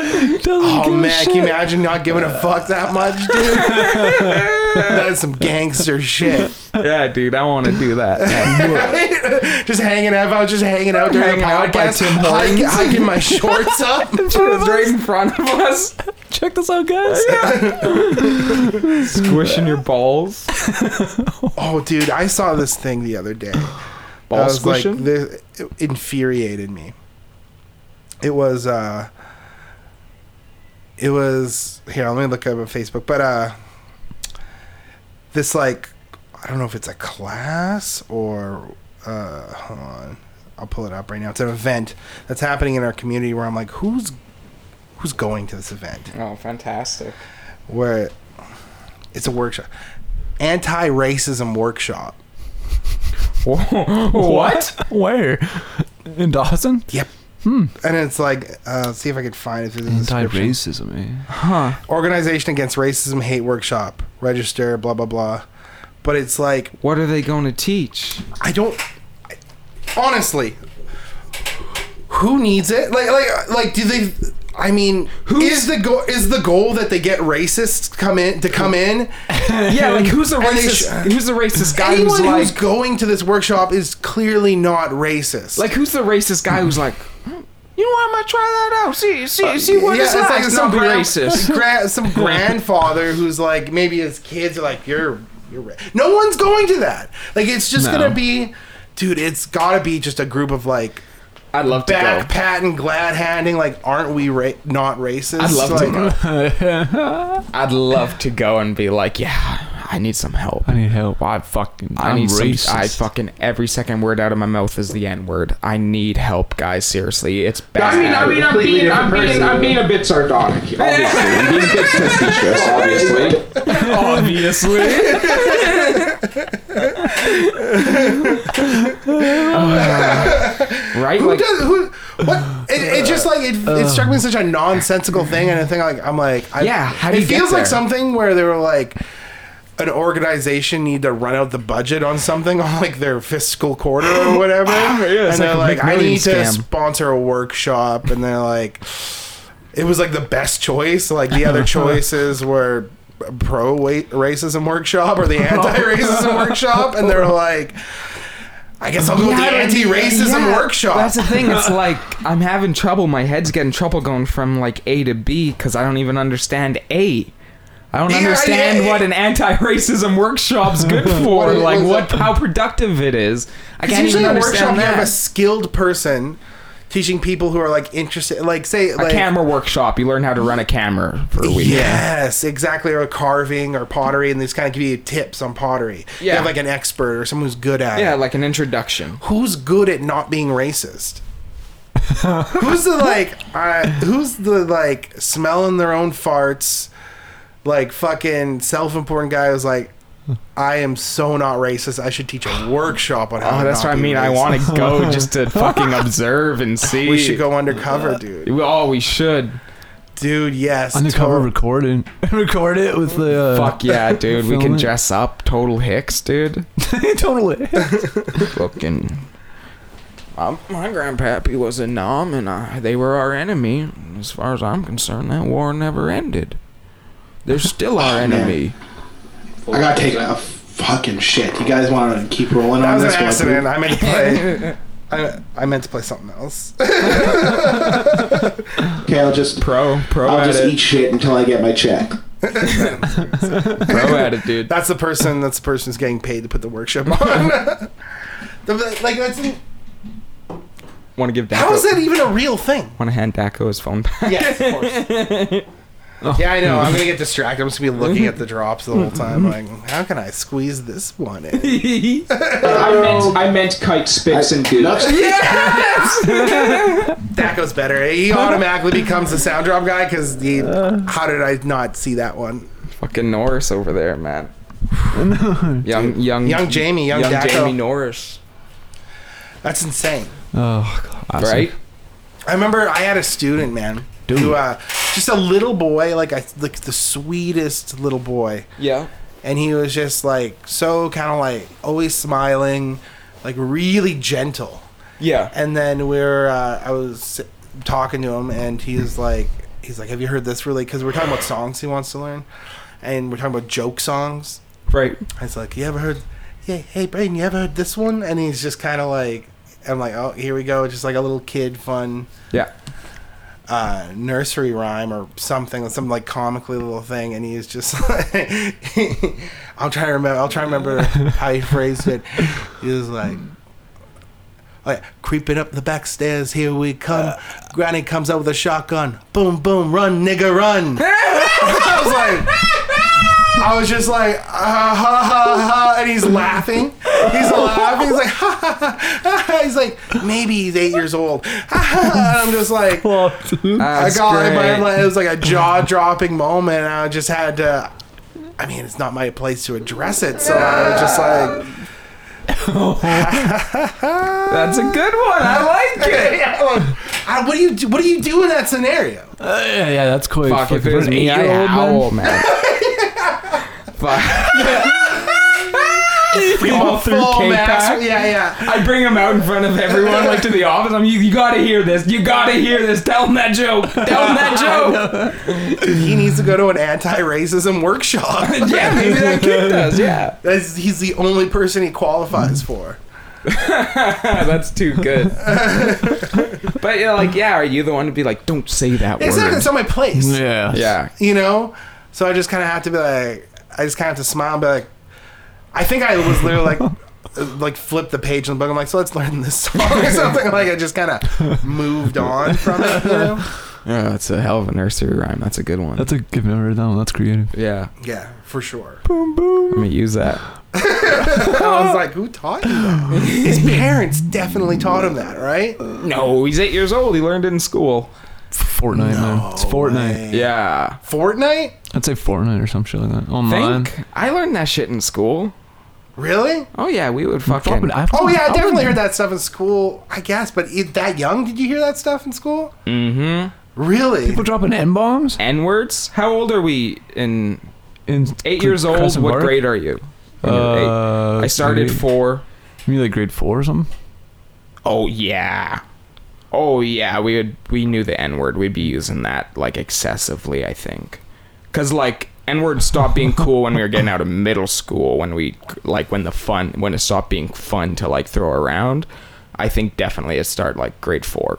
[SPEAKER 2] don't give a fuck, dude. Oh, man, can you imagine not giving a fuck that much, dude? that is some gangster shit.
[SPEAKER 1] Yeah, dude, I want to do that.
[SPEAKER 2] just hanging out. If I was just hanging out during
[SPEAKER 1] Hanging
[SPEAKER 2] the
[SPEAKER 1] out by
[SPEAKER 2] podcast,
[SPEAKER 1] Tim
[SPEAKER 2] hike, hiking my shorts up.
[SPEAKER 1] It's right in front of us.
[SPEAKER 3] Check this out, guys.
[SPEAKER 1] Squishing your balls.
[SPEAKER 2] Oh, dude, I saw this thing the other day.
[SPEAKER 1] Ball
[SPEAKER 2] I was
[SPEAKER 1] squishing?
[SPEAKER 2] like, this, it infuriated me. It was, uh, it was here. Let me look up on Facebook. But uh, this like, I don't know if it's a class or uh, hold on, I'll pull it up right now. It's an event that's happening in our community where I'm like, who's who's going to this event?
[SPEAKER 1] Oh, fantastic.
[SPEAKER 2] Where it's a workshop, anti-racism workshop.
[SPEAKER 3] what? Where? In Dawson?
[SPEAKER 2] Yep. And it's like, uh, let's see if I can find it through the description.
[SPEAKER 3] Anti-racism, eh?
[SPEAKER 2] Organization Against Racism Hate Workshop. Register, blah, blah, blah. But it's like,
[SPEAKER 1] What are they going to teach?
[SPEAKER 2] I don't. I- honestly, who needs it? Like, like, like, do they. I mean, is the goal is the goal that they get racists come in to come in?
[SPEAKER 1] Yeah, like who's the
[SPEAKER 2] And they
[SPEAKER 1] racist?
[SPEAKER 2] sh-
[SPEAKER 1] who's the racist guy
[SPEAKER 2] Anyone
[SPEAKER 1] who's like?
[SPEAKER 2] who's going to this workshop is clearly not racist.
[SPEAKER 1] Like who's the racist guy who's like, you know what, I might try that out. See, see, see what Uh, it's like. not be
[SPEAKER 2] gran-
[SPEAKER 1] racist.
[SPEAKER 2] gra- some grandfather who's like, maybe his kids are like, you're, you're. Ra-. No one's going to that. Like, it's just
[SPEAKER 3] No.
[SPEAKER 2] gonna be, dude. It's gotta be just a group of like
[SPEAKER 1] I'd love to
[SPEAKER 2] back
[SPEAKER 1] go.
[SPEAKER 2] patting, glad handing. Like, aren't we ra- not racist?
[SPEAKER 1] I'd love
[SPEAKER 2] like,
[SPEAKER 1] to go. I'd love to go and be like, yeah, I need some help.
[SPEAKER 3] I need help. I fucking.
[SPEAKER 1] I
[SPEAKER 3] am
[SPEAKER 1] need some-
[SPEAKER 3] racist.
[SPEAKER 1] I fucking every second word out of my mouth is the N word. I need help, guys. Seriously, it's bad.
[SPEAKER 7] I mean, I mean, I'm being, I'm being, I'm being a bit sardonic. Obviously, I'm being a bit facetious. Obviously,
[SPEAKER 1] obviously. right? Like,
[SPEAKER 2] Who
[SPEAKER 1] Uh.
[SPEAKER 2] does who? What? It, it just like it, it struck me as such a nonsensical thing, and I think like I'm like I,
[SPEAKER 1] Yeah, how do
[SPEAKER 2] it
[SPEAKER 1] you get
[SPEAKER 2] feels
[SPEAKER 1] there?
[SPEAKER 2] like something where they were like an organization need to run out the budget on something on like their fiscal quarter or whatever,
[SPEAKER 1] Ah, it's like
[SPEAKER 2] and they're
[SPEAKER 1] a
[SPEAKER 2] like I
[SPEAKER 1] McMillian
[SPEAKER 2] need to
[SPEAKER 1] scam.
[SPEAKER 2] sponsor a workshop, and they're like it was like the best choice. Like the other choices were pro racism workshop or the anti racism workshop, and they're like. I guess I'll go with the anti-racism
[SPEAKER 1] Yeah,
[SPEAKER 2] workshop.
[SPEAKER 1] That's the thing. It's like I'm having trouble. My head's getting trouble going from like A to B because I don't even understand A. I don't
[SPEAKER 2] Yeah,
[SPEAKER 1] understand
[SPEAKER 2] yeah,
[SPEAKER 1] what
[SPEAKER 2] yeah.
[SPEAKER 1] an anti-racism's workshop's good for.
[SPEAKER 2] What it
[SPEAKER 1] like
[SPEAKER 2] was,
[SPEAKER 1] what, how productive it is. I
[SPEAKER 2] It's
[SPEAKER 1] can't
[SPEAKER 2] usually
[SPEAKER 1] even
[SPEAKER 2] a workshop
[SPEAKER 1] understand
[SPEAKER 2] you have a
[SPEAKER 1] that.
[SPEAKER 2] skilled person teaching people who are like interested, like say
[SPEAKER 1] A
[SPEAKER 2] like
[SPEAKER 1] camera workshop. You learn how to run a camera for a week.
[SPEAKER 2] Yes, exactly. Or carving or pottery, and these kind of give you tips on pottery. You
[SPEAKER 1] Yeah.
[SPEAKER 2] have like an expert or someone who's good at
[SPEAKER 1] Yeah,
[SPEAKER 2] it.
[SPEAKER 1] like an introduction.
[SPEAKER 2] Who's good at not being racist? who's the like? Uh, who's the like smelling their own farts? Like fucking self-important guy who's like, I am so not racist. I should teach a workshop on how.
[SPEAKER 1] Oh,
[SPEAKER 2] to
[SPEAKER 1] that's
[SPEAKER 2] not
[SPEAKER 1] what I
[SPEAKER 2] be
[SPEAKER 1] mean. I
[SPEAKER 2] racist."
[SPEAKER 1] want to go just to fucking observe and see.
[SPEAKER 2] We should go undercover, dude.
[SPEAKER 1] Oh, we should.
[SPEAKER 2] Dude, yes.
[SPEAKER 3] Undercover
[SPEAKER 2] tot-
[SPEAKER 3] recording. Record it with the. Uh,
[SPEAKER 1] Fuck yeah, dude. We
[SPEAKER 3] Film
[SPEAKER 1] can
[SPEAKER 3] it.
[SPEAKER 1] dress up total hicks, dude.
[SPEAKER 3] totally.
[SPEAKER 1] fucking. Um, my grandpappy was a nom, and I, they were our enemy. As far as I'm concerned, that war never ended. They're still
[SPEAKER 2] Oh,
[SPEAKER 1] our enemy.
[SPEAKER 6] I got taken a fucking shit. You guys want to keep rolling
[SPEAKER 2] That
[SPEAKER 6] on
[SPEAKER 2] was an
[SPEAKER 6] this one?
[SPEAKER 2] accident. I meant to play. I, I meant to play something else.
[SPEAKER 6] Okay, I'll just
[SPEAKER 1] Pro, pro
[SPEAKER 6] I'll
[SPEAKER 1] at
[SPEAKER 6] just
[SPEAKER 1] it.
[SPEAKER 6] eat shit until I get my check.
[SPEAKER 1] Pro at it, dude.
[SPEAKER 2] That's the person. That's the person who's getting paid to put the workshop on. The- like that's
[SPEAKER 1] Want to give Daco?
[SPEAKER 2] how is that even a real thing?
[SPEAKER 1] Want to hand Daco his phone back?
[SPEAKER 2] Yes, of course. Yeah, I know. I'm gonna get distracted. I'm just gonna be looking at the drops the whole time. Like, how can I squeeze this one in?
[SPEAKER 7] I meant, I meant kite spicks and goo.
[SPEAKER 2] that goes better. He automatically becomes the sound drop guy because he. how did I not see that one?
[SPEAKER 1] Fucking Norris over there, man. young, young,
[SPEAKER 2] Young Jamie, young, Daco.
[SPEAKER 1] Jamie Norris,
[SPEAKER 2] That's insane.
[SPEAKER 3] Oh, God.
[SPEAKER 1] right?
[SPEAKER 2] I remember I had a student, man, who uh, just a little boy, like I like the sweetest little boy,
[SPEAKER 1] Yeah.
[SPEAKER 2] and he was just like so kind of like always smiling, like really gentle.
[SPEAKER 1] Yeah.
[SPEAKER 2] And then we're uh, I was talking to him, and he's like, he's like, have you heard this really? Because we're talking about songs he wants to learn, and we're talking about joke songs.
[SPEAKER 1] Right.
[SPEAKER 2] I was like, you ever heard? Yeah, hey Braden, you ever heard this one? And he's just kind of like, I'm like, oh, here we go, just like a little kid fun
[SPEAKER 1] Yeah.
[SPEAKER 2] uh, nursery rhyme or something, some like comically little thing, and he's just like, I'll try to remember. I'll try to remember how he phrased it. He was like. Like, creeping up the back stairs, here we come. Granny comes out with a shotgun. Boom, boom, run, nigga, run. I was like, I was just like, uh, ha, ha, ha, and he's laughing. He's laughing. He's like, ha, ha, ha, ha, ha. He's like, maybe he's eight years old. Ha, ha, ha. And I'm just like,
[SPEAKER 3] Uh,
[SPEAKER 2] I
[SPEAKER 1] That's
[SPEAKER 2] got
[SPEAKER 1] great.
[SPEAKER 2] it, but it was- it was like a jaw dropping moment. And I just had to. I mean, it's not my place to address it, so I was just like,
[SPEAKER 1] That's a good one. I like it.
[SPEAKER 2] yeah, like, I- "What do you do? What do you do in that scenario?"
[SPEAKER 3] Uh, yeah, yeah, that's quite
[SPEAKER 1] Fuck,
[SPEAKER 3] fucking
[SPEAKER 1] if it was
[SPEAKER 3] for an
[SPEAKER 1] me, I
[SPEAKER 3] eight-year-old, man.
[SPEAKER 1] howl, man. Fuck. We all through
[SPEAKER 2] Full max,
[SPEAKER 1] K-Pack.
[SPEAKER 2] yeah, yeah.
[SPEAKER 1] I bring him out in front of everyone, like to the office. I'm, you, you gotta hear this. You gotta hear this. Tell him that joke. Tell him that joke.
[SPEAKER 2] He needs to go to an anti-racism workshop.
[SPEAKER 1] yeah, maybe that kid does. Yeah.
[SPEAKER 2] That's, he's the only person he qualifies for.
[SPEAKER 1] That's too good. but you're like, yeah, are you the one to be like, don't say that
[SPEAKER 2] It's not.
[SPEAKER 1] word?
[SPEAKER 2] It's not my place.
[SPEAKER 3] Yeah.
[SPEAKER 1] Yeah.
[SPEAKER 2] you know so i just kind of have to be like i just kind of have to smile and be like i think i was literally like like flip the page in the book i'm like so let's learn this song or something like i just kind of moved on from it you know
[SPEAKER 1] Yeah, that's a hell of a nursery rhyme. That's a good one.
[SPEAKER 3] That's a give me a down. That's creative.
[SPEAKER 1] yeah,
[SPEAKER 2] yeah for sure
[SPEAKER 1] I'm gonna use that.
[SPEAKER 2] i was like who taught you that his parents definitely taught him that right
[SPEAKER 1] No, he's eight years old. He learned it in school.
[SPEAKER 3] Fortnite, man. It's Fortnite.
[SPEAKER 1] Yeah,
[SPEAKER 2] fortnite
[SPEAKER 3] I'd say Fortnite or some shit like that. Online.
[SPEAKER 1] think I learned that shit in school.
[SPEAKER 2] really
[SPEAKER 1] Oh yeah, we would fucking.
[SPEAKER 3] Fucking- I-
[SPEAKER 2] oh yeah i definitely
[SPEAKER 3] would-
[SPEAKER 2] heard that stuff in school i guess but it, that young did you hear that stuff in school mm-hmm really
[SPEAKER 3] People dropping n bombs
[SPEAKER 1] N words. How old are we? In
[SPEAKER 3] in
[SPEAKER 1] eight years old.
[SPEAKER 3] Crescent
[SPEAKER 1] what
[SPEAKER 3] Park?
[SPEAKER 1] grade are you? When you're eight.
[SPEAKER 3] Uh,
[SPEAKER 1] I started
[SPEAKER 3] grade-
[SPEAKER 1] four.
[SPEAKER 3] You mean like grade four or something?
[SPEAKER 1] Oh yeah. Oh yeah, we would we knew the N word. We'd be using that like excessively, I think. Cuz like N word stopped being cool when we were getting out of middle school when we like when the fun when it stopped being fun to like throw around. I think definitely it started like grade 4.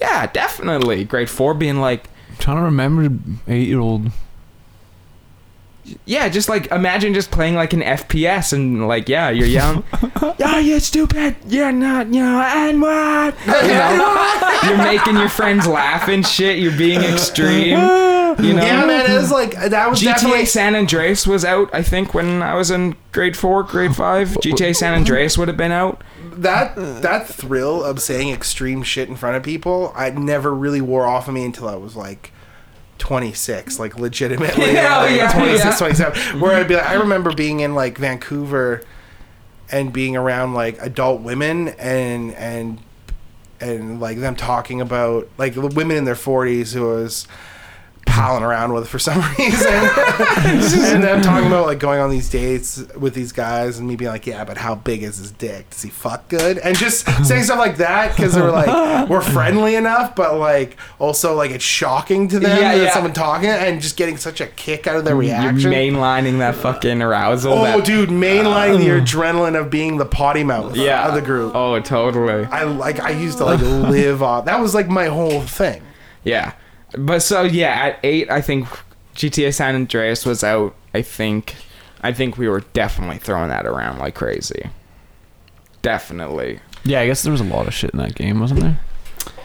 [SPEAKER 1] Yeah, definitely. Grade 4 being like
[SPEAKER 3] I'm trying to remember eight year old.
[SPEAKER 1] yeah, just like imagine just playing like an FPS and like yeah, you're young. yeah, you're stupid. You're not. You know, and what? You know, you're making your friends laugh and shit. You're being extreme. You know.
[SPEAKER 2] yeah man it was like that was definitely
[SPEAKER 1] GTA San Andreas was out, I think, when I was in grade four, grade five. GTA San Andreas would have been out.
[SPEAKER 2] that that thrill of saying extreme shit in front of people, I never really wore off of me until I was like 26, like legitimately
[SPEAKER 1] Yeah,
[SPEAKER 2] like,
[SPEAKER 1] yeah,
[SPEAKER 2] 26,
[SPEAKER 1] yeah.
[SPEAKER 2] 27, where I'd be like, I remember being in like Vancouver and being around like adult women and and and like them talking about like the women in their 40s who I was palling around with for some reason and them talking about like going on these dates with these guys and me being like yeah but how big is his dick does he fuck good and just saying stuff like that because they were like we're friendly enough but like also like it's shocking to them
[SPEAKER 1] Yeah,
[SPEAKER 2] that
[SPEAKER 1] yeah.
[SPEAKER 2] someone talking and just getting such a kick out of their
[SPEAKER 1] You're
[SPEAKER 2] reaction
[SPEAKER 1] mainlining that fucking arousal.
[SPEAKER 2] oh
[SPEAKER 1] that- Uh,
[SPEAKER 2] dude mainlining the adrenaline of being the potty mouth
[SPEAKER 1] Yeah.
[SPEAKER 2] of the group
[SPEAKER 1] Oh, totally.
[SPEAKER 2] I like I used to like live off that was like my whole thing
[SPEAKER 1] Yeah. But so yeah, at eight, I think GTA San Andreas was out. I think, I think we were definitely throwing that around like crazy. Definitely.
[SPEAKER 3] Yeah, I guess there was a lot of shit in that game, wasn't there?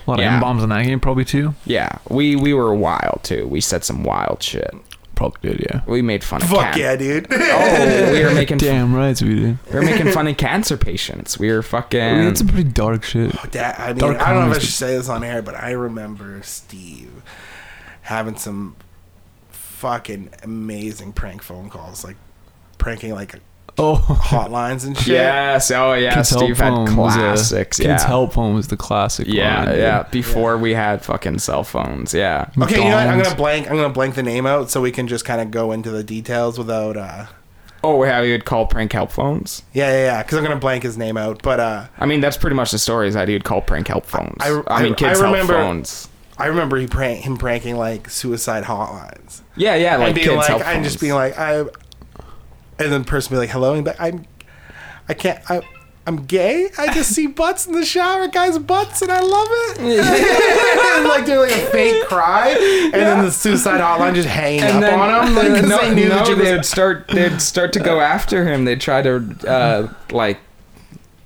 [SPEAKER 3] A lot
[SPEAKER 1] Yeah.
[SPEAKER 3] of M bombs in that game, probably too.
[SPEAKER 1] Yeah, we we were wild too. We said some wild shit.
[SPEAKER 3] Probably did, yeah.
[SPEAKER 1] We made fun of
[SPEAKER 2] Fuck
[SPEAKER 1] can-
[SPEAKER 2] yeah, dude.
[SPEAKER 1] Oh, we were making
[SPEAKER 3] Damn right, we did.
[SPEAKER 1] we were making fun of cancer patients. We were
[SPEAKER 3] I mean,
[SPEAKER 1] fucking
[SPEAKER 3] that's some pretty dark shit.
[SPEAKER 2] Dad, I mean,
[SPEAKER 3] Dark
[SPEAKER 2] I don't know if I
[SPEAKER 3] comedy.
[SPEAKER 2] should say this on air, but I remember Steve having some fucking amazing prank phone calls, like pranking like
[SPEAKER 3] Oh,
[SPEAKER 2] hotlines and shit.
[SPEAKER 1] yes. Oh yeah,
[SPEAKER 3] Kids
[SPEAKER 1] Steve
[SPEAKER 3] Help
[SPEAKER 1] had
[SPEAKER 3] Phone was a-
[SPEAKER 1] classics. yeah.
[SPEAKER 3] Kids Help Phone was the classic.
[SPEAKER 1] Yeah,
[SPEAKER 3] line, dude.
[SPEAKER 1] yeah. Before we had fucking cell phones. Yeah.
[SPEAKER 2] Okay, you know what? I'm
[SPEAKER 3] McDonald's.
[SPEAKER 2] gonna blank. I'm gonna blank the name out so we can just kind of go into the details without. uh
[SPEAKER 1] Oh, how you would call prank help phones?
[SPEAKER 2] Yeah, yeah, yeah. Because I'm gonna blank his name out. But uh
[SPEAKER 1] I mean, that's pretty much the story is that you'd call prank help phones.
[SPEAKER 2] I-
[SPEAKER 1] I,
[SPEAKER 2] I-
[SPEAKER 1] mean, kids
[SPEAKER 2] I
[SPEAKER 1] help
[SPEAKER 2] remember-
[SPEAKER 1] phones.
[SPEAKER 2] I remember he prank him pranking like suicide hotlines
[SPEAKER 1] Yeah, yeah. Like
[SPEAKER 2] and being
[SPEAKER 1] kids
[SPEAKER 2] like,
[SPEAKER 1] help
[SPEAKER 2] and
[SPEAKER 1] phones.
[SPEAKER 2] just being like, I. And then the person be like, "Hello," and be like, I'm, I can't, I, I'm gay. I just see butts in the shower, guys' butts, and I love it. and like doing like a fake cry, and then the suicide hotline just hanging up
[SPEAKER 1] and then,
[SPEAKER 2] on him, like 'cause
[SPEAKER 1] no,
[SPEAKER 2] they knew
[SPEAKER 1] no,
[SPEAKER 2] that you
[SPEAKER 1] they'd
[SPEAKER 2] was-
[SPEAKER 1] start they'd start to go after him. They'd try to uh, like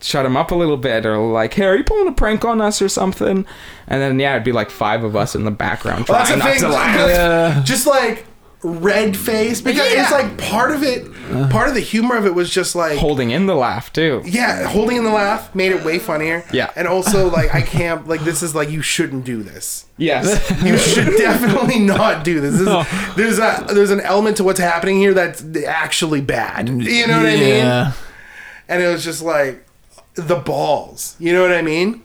[SPEAKER 1] shut him up a little bit, or like, "Hey, are you pulling a prank on us or something?" And then yeah, it'd be like five of us in the background
[SPEAKER 2] Well,
[SPEAKER 1] trying not
[SPEAKER 2] that's the
[SPEAKER 1] to
[SPEAKER 2] thing.
[SPEAKER 1] laugh.
[SPEAKER 3] Yeah.
[SPEAKER 2] Just like red face because it's like part of it, part of the humor of it was just like
[SPEAKER 1] Holding in the laugh too.
[SPEAKER 2] Yeah, holding in the laugh made it way funnier.
[SPEAKER 1] Yeah.
[SPEAKER 2] And also, like, I can't, like, this is like, you shouldn't do this.
[SPEAKER 1] Yes.
[SPEAKER 2] You should definitely not do this. this is, there's a there's an element to what's happening here that's actually bad. You know what I mean?
[SPEAKER 3] Yeah.
[SPEAKER 2] And it was just like the balls. You know what I mean?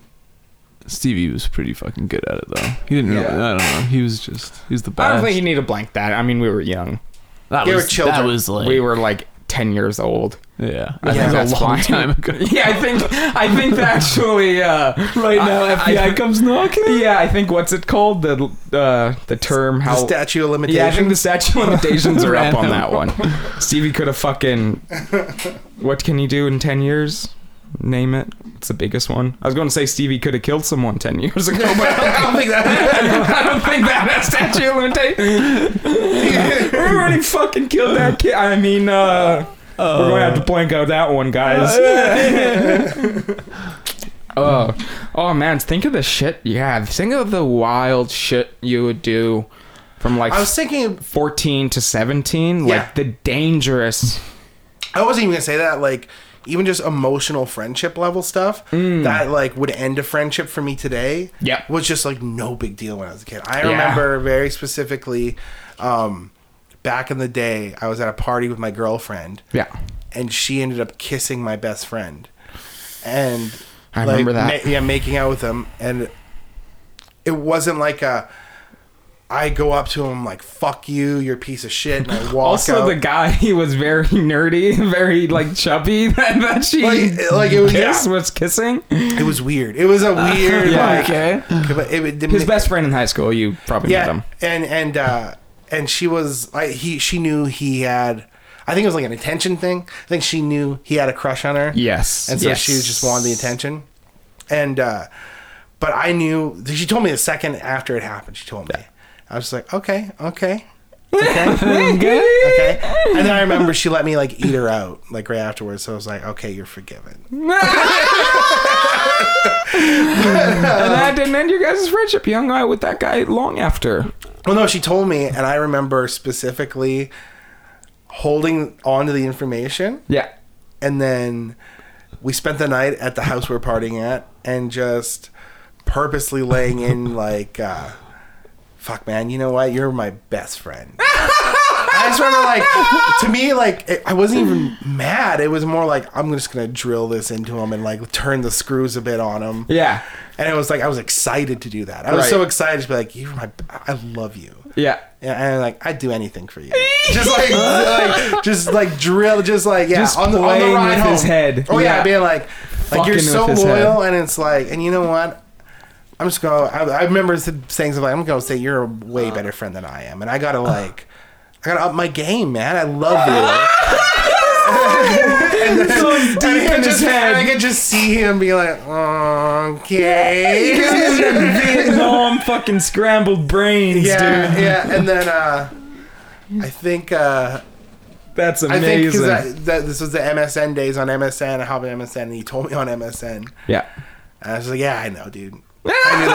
[SPEAKER 3] Stevie was pretty fucking good at it though. He didn't really. I don't know. He was just. He was the best.
[SPEAKER 1] I don't think you need to blank that. I mean, we were young.
[SPEAKER 3] that
[SPEAKER 2] They were
[SPEAKER 3] was,
[SPEAKER 2] children.
[SPEAKER 3] That was like.
[SPEAKER 1] We were like ten years old.
[SPEAKER 3] Yeah. I
[SPEAKER 1] Yeah,
[SPEAKER 3] think
[SPEAKER 1] that's
[SPEAKER 3] a long
[SPEAKER 1] fine.
[SPEAKER 3] time ago.
[SPEAKER 1] Yeah, I think I think actually uh,
[SPEAKER 3] Right now, FBI comes knocking.
[SPEAKER 1] Yeah, I think what's it called the uh, the term how
[SPEAKER 2] The statue of limitation.
[SPEAKER 1] Yeah, I think the statute of limitations are up on that one. Stevie could have fucking. What can he do in ten years? Name it. It's the biggest one. I was going to say Stevie could have killed someone ten years ago, but
[SPEAKER 2] I don't think that.
[SPEAKER 1] I don't think that has statute of limitations. we already fucking killed that kid. I mean, uh, we're gonna have to blank out that one, guys. Oh, oh man, think of the shit. Yeah, think of the wild shit you would do from like
[SPEAKER 2] I was thinking,
[SPEAKER 1] 14 to 17
[SPEAKER 2] Yeah.
[SPEAKER 1] like the dangerous
[SPEAKER 2] I wasn't even gonna say that. Like, even just emotional friendship level stuff
[SPEAKER 1] Mm.
[SPEAKER 2] that like would end a friendship for me today.
[SPEAKER 1] Yep.
[SPEAKER 2] was just like no big deal when I was a kid. I
[SPEAKER 1] Yeah.
[SPEAKER 2] remember very specifically, um, back in the day, I was at a party with my girlfriend.
[SPEAKER 1] yeah
[SPEAKER 2] and she ended up kissing my best friend. And
[SPEAKER 1] I remember that.
[SPEAKER 2] ma- yeah, making out with him, and it wasn't like a. I go up to him like "fuck you, you're a piece of shit," and I walk
[SPEAKER 1] also
[SPEAKER 2] out.
[SPEAKER 1] the guy he was very nerdy very like chubby that, that she
[SPEAKER 2] Like- like it was-
[SPEAKER 1] kiss
[SPEAKER 2] yeah.
[SPEAKER 1] was kissing
[SPEAKER 2] it was weird. It was a weird. like, But it, it didn't
[SPEAKER 1] his
[SPEAKER 2] make-
[SPEAKER 1] best friend in high school you probably met
[SPEAKER 2] Yeah,
[SPEAKER 1] him
[SPEAKER 2] and and uh, and she was like he. She knew he had. I think it was like an attention thing. I think she knew he had a crush on her.
[SPEAKER 1] yes
[SPEAKER 2] and so
[SPEAKER 1] yes.
[SPEAKER 2] she just wanted the attention and uh but i knew she told me the second after it happened she told me i was like okay okay okay and then i remember she let me like eat her out like right afterwards so i was like okay you're forgiven
[SPEAKER 1] and
[SPEAKER 2] uh,
[SPEAKER 1] that didn't end your guys' friendship you hung out with that guy long after
[SPEAKER 2] well no she told me and i remember specifically holding on to the information
[SPEAKER 1] yeah
[SPEAKER 2] and then we spent the night at the house we're partying at and just purposely laying in like uh, fuck man you know what you're my best friend i just remember like to me like it, i wasn't even mad it was more like i'm just gonna drill this into him and like turn the screws a bit on him
[SPEAKER 1] yeah
[SPEAKER 2] and it was like i was excited to do that i was
[SPEAKER 1] Right.
[SPEAKER 2] so excited to be like you're my i love you
[SPEAKER 1] yeah
[SPEAKER 2] yeah, and like I'd do anything for you. Just like, like just like drill, just like yeah,
[SPEAKER 1] Just
[SPEAKER 2] on the on the
[SPEAKER 1] playing
[SPEAKER 2] ride
[SPEAKER 1] with
[SPEAKER 2] home.
[SPEAKER 1] his head.
[SPEAKER 2] Oh yeah,
[SPEAKER 1] Yeah.
[SPEAKER 2] being like, like
[SPEAKER 1] Fucking
[SPEAKER 2] you're
[SPEAKER 1] with
[SPEAKER 2] so
[SPEAKER 1] his
[SPEAKER 2] loyal, and it's like, and you know what? I'm just gonna. I, I remember s- saying something. like, I'm gonna say you're a way
[SPEAKER 1] Uh.
[SPEAKER 2] better friend than I am, and I gotta like, I gotta up my game, man. I love you.
[SPEAKER 1] so
[SPEAKER 2] And I
[SPEAKER 1] deep in
[SPEAKER 2] can
[SPEAKER 1] his
[SPEAKER 2] just, and I
[SPEAKER 1] head
[SPEAKER 2] could just see him be like, okay.
[SPEAKER 1] Vietnam fucking scrambled brains dude
[SPEAKER 2] yeah, yeah, and then uh, I think. uh
[SPEAKER 1] that's
[SPEAKER 2] I
[SPEAKER 1] amazing
[SPEAKER 2] think because that, this was the MSN days on MSN. I hopped on MSN and he told me on MSN.
[SPEAKER 1] yeah
[SPEAKER 2] And I was like, yeah, I know, dude. I knew the